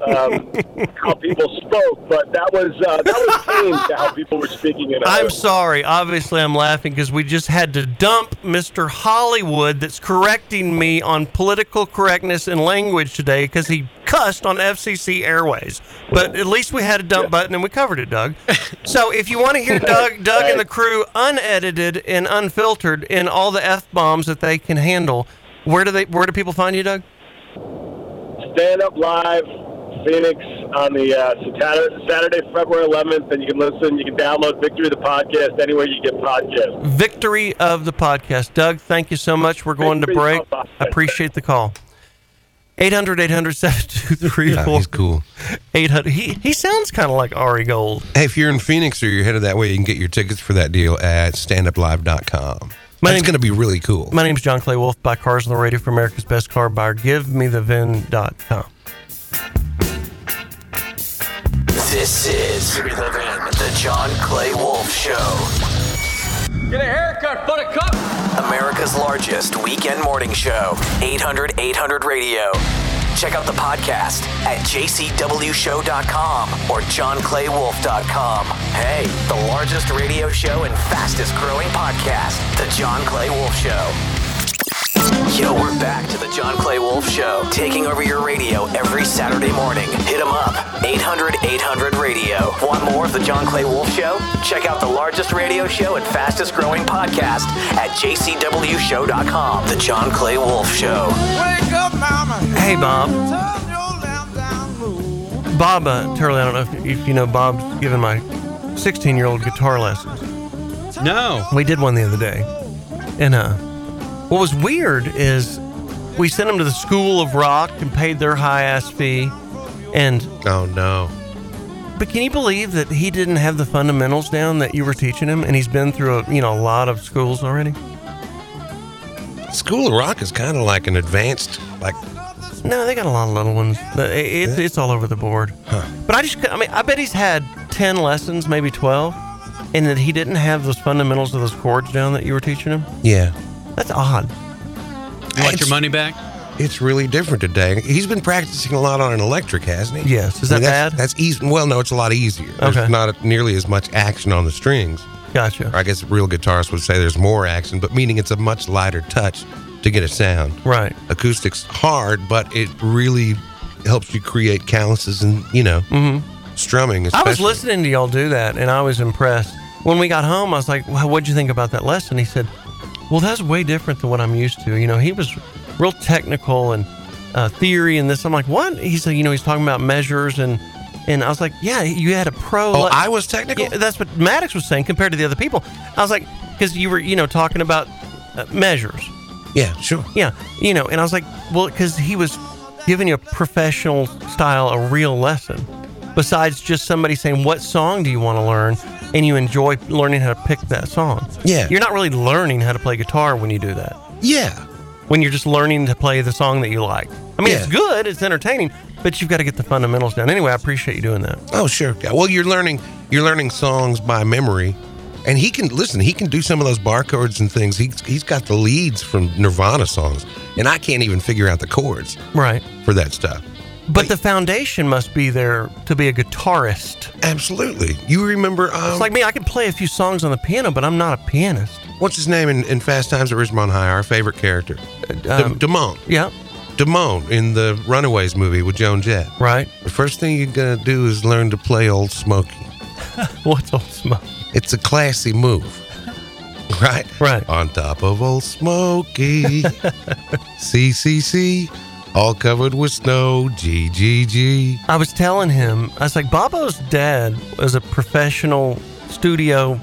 S20: um, how people spoke, but that was uh, that was changed to how people were speaking in
S2: I'm sorry. Obviously, I'm laughing because we just had to dump Mr. Hollywood that's correcting me on political correctness and language today because he cussed on FCC Airways. But at least we had a dump button and we covered it, Doug. So if you want to hear Doug, Doug and the crew unedited and unfiltered in all the f bombs that they can handle, where do they? Where do people find you, Doug?
S20: Stand Up Live Phoenix on the uh, Saturday, Saturday, February 11th, and you can listen. You can download Victory the podcast anywhere you get podcasts.
S2: victory of the podcast. Doug, thank you so much. We're going to
S20: Victory
S2: break.
S20: of the podcast.
S2: I appreciate the call. 800 800 7234.
S3: Yeah, he's cool.
S2: 800. He, he sounds kind of like Ari Gold.
S3: Hey, if you're in Phoenix or you're headed that way, you can get your tickets for that deal at standuplive.com. That's going to be really cool.
S2: My name's John Clay Wolf. Buy cars on the radio for America's Best Car Buyer. Give me the VIN.com.
S1: This is Give Me the Vin, the John Clay Wolf Show.
S18: Get a haircut, buttercup.
S1: America's largest weekend morning show. 800 800 radio. Check out the podcast at jcwshow.com or johnclaywolf.com. Hey, the largest radio show and fastest growing podcast, The John Clay Wolf Show. Yo, we're back to the John Clay Wolf Show, taking over your radio every Saturday morning. Hit 'em up, 800 800 Radio. Want more of the John Clay Wolf Show? Check out the largest radio show and fastest growing podcast at jcwshow.com. The John Clay Wolf Show.
S18: Wake up, mama.
S2: Hey, Bob. Bob uh, Turley, I don't know if, if you know, Bob's given my 16 year old guitar lessons.
S5: No.
S2: We did one the other day. And uh, what was weird is we sent him to the School of Rock and paid their high ass fee. And.
S3: Oh, no.
S2: But can you believe that he didn't have the fundamentals down that you were teaching him? And he's been through, a, you know, a lot of schools already?
S3: School of Rock is kind of like an advanced, like
S2: No, they got a lot of little ones. But it- It's, it's all over the board. But I just, I mean, I bet he's had 10 lessons, maybe 12, and that he didn't have those fundamentals of those chords down that you were teaching him.
S3: yeah.
S2: That's odd.
S5: You want your money back?
S3: It's really different today. He's been practicing a lot on an electric, hasn't he?
S2: Yes. Is
S3: I mean,
S2: that
S3: that's, bad? That's easy. Well, no, it's a lot easier.
S2: Okay.
S3: There's not nearly as much action on the strings.
S2: Gotcha.
S3: I guess real guitarists would say there's more action, but meaning it's a much lighter touch to get a sound.
S2: Right.
S3: Acoustics hard, but it really helps you create calluses and you know
S2: Mhm.
S3: strumming.
S2: I was
S3: especially.
S2: listening to y'all do that, and I was impressed. When we got home, I was like, well, what'd you think about that lesson? He said, well, that's way different than what I'm used to. You know, he was real technical and uh, theory and this. I'm like, what? He said, you know, he's talking about measures and. And I was like, yeah, you had a pro.
S3: Oh,
S2: le-
S3: I was technical?
S2: Yeah, that's what Maddox was saying compared to the other people. I was like, because you were, you know, talking about uh, measures.
S3: Yeah, sure.
S2: Yeah, you know, and I was like, well, because he was giving you a professional style, a real lesson, besides just somebody saying, what song do you want to learn? And you enjoy learning how to pick that song.
S3: Yeah.
S2: You're not really learning how to play guitar when you do that.
S3: Yeah.
S2: When you're just learning to play the song that you like. I mean, it's good, it's entertaining, but you've got to get the fundamentals down. Anyway, I appreciate you doing that.
S3: Oh, sure. Yeah, Well, you're learning you're learning songs by memory, and he can listen. He can do some of those bar chords and things. He he's got the leads from Nirvana songs, and I can't even figure out the chords
S2: Right.
S3: for that stuff.
S2: But the foundation must be there to be a guitarist.
S3: Absolutely. You remember? Um,
S2: it's like me. I can play a few songs on the piano, but I'm not a pianist.
S3: What's his name in, in Fast Times at Ridgemont High? Our favorite character, De-
S2: um,
S3: Damone.
S2: Yeah.
S3: Damone in the Runaways movie with Joan Jett.
S2: Right.
S3: The first thing you're gonna do is learn to play Old Smokey.
S2: What's Old Smokey?
S3: It's a classy move. Right?
S2: Right.
S3: On top of Old Smokey. CCC. All covered with snow. GGG.
S2: I was telling him, I was like, Bobo's dad was a professional studio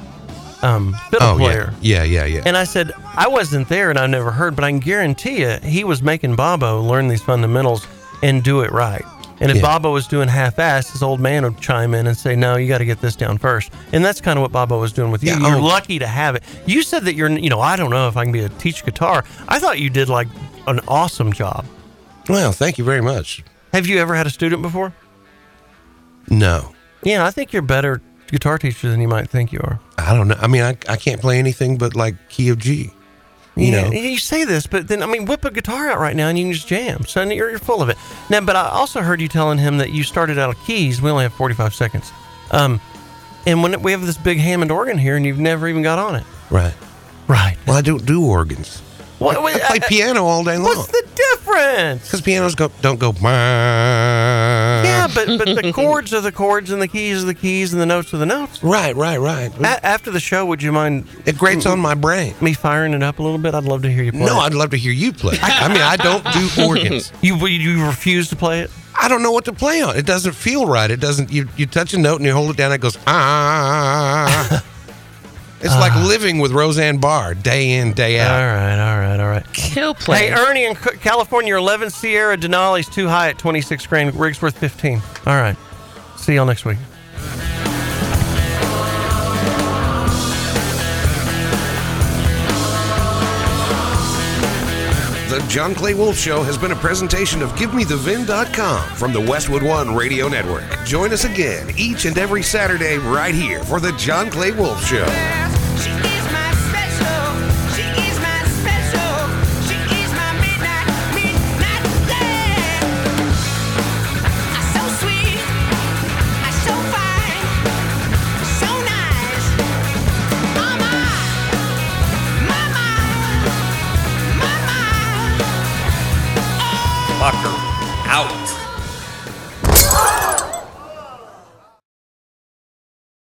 S2: um, fiddle
S3: Oh, yeah.
S2: player.
S3: Yeah, yeah, yeah.
S2: And I said, I wasn't there and I never heard, but I can guarantee you he was making Bobo learn these fundamentals and do it right. And if Bobo was doing half ass, his old man would chime in and say, No, you got to get this down first. And that's kind of what Bobo was doing with you.
S3: Yeah,
S2: you're
S3: oh.
S2: lucky to have it. You said that you're, you know, I don't know if I can be a teach guitar. I thought you did like an awesome job.
S3: Well, thank you very much.
S2: Have you ever had a student before?
S3: No.
S2: Yeah, I think you're a better guitar teacher than you might think you are.
S3: I don't know. I mean, I, I can't play anything but like key of G. You
S2: yeah,
S3: know?
S2: you say this, but then I mean, whip a guitar out right now and you can just jam. Son, you're, you're full of it. Now, but I also heard you telling him that you started out of keys. We only have 45 seconds, um, and when we have this big Hammond organ here, and you've never even got on it.
S3: Right.
S2: Right.
S3: Well, I don't do organs.
S2: What, I
S3: play piano all day long.
S2: What's the difference?
S3: Because pianos go, don't go. Yeah, Uh.
S2: Yeah, but but the chords are the chords, and the keys are the keys, and the notes are the notes.
S3: Right, right, right.
S2: A- after the show, would you mind?
S3: It grates on my brain.
S2: Me firing it up a little bit. I'd love to hear you play.
S3: No,
S2: it.
S3: I'd love to hear you play. I mean, I don't do organs.
S2: You you refuse to play it?
S3: I don't know what to play on. It doesn't feel right. It doesn't. You you touch a note and you hold it down. It goes ah. It's like living with Roseanne Barr day in day out. All
S2: right, Ah. all right, all right.
S4: Kill
S2: Hey, Ernie in C- California, 11 Sierra Denali's too high at 26 grand. Rig's worth 15. All right. See y'all next week.
S11: The John Clay Wolf Show has been a presentation of GiveMeTheVin.com from the Westwood One Radio Network. Join us again each and every Saturday right here for The John Clay Wolf Show.
S18: She is my midnight, midnight
S20: Tucker out.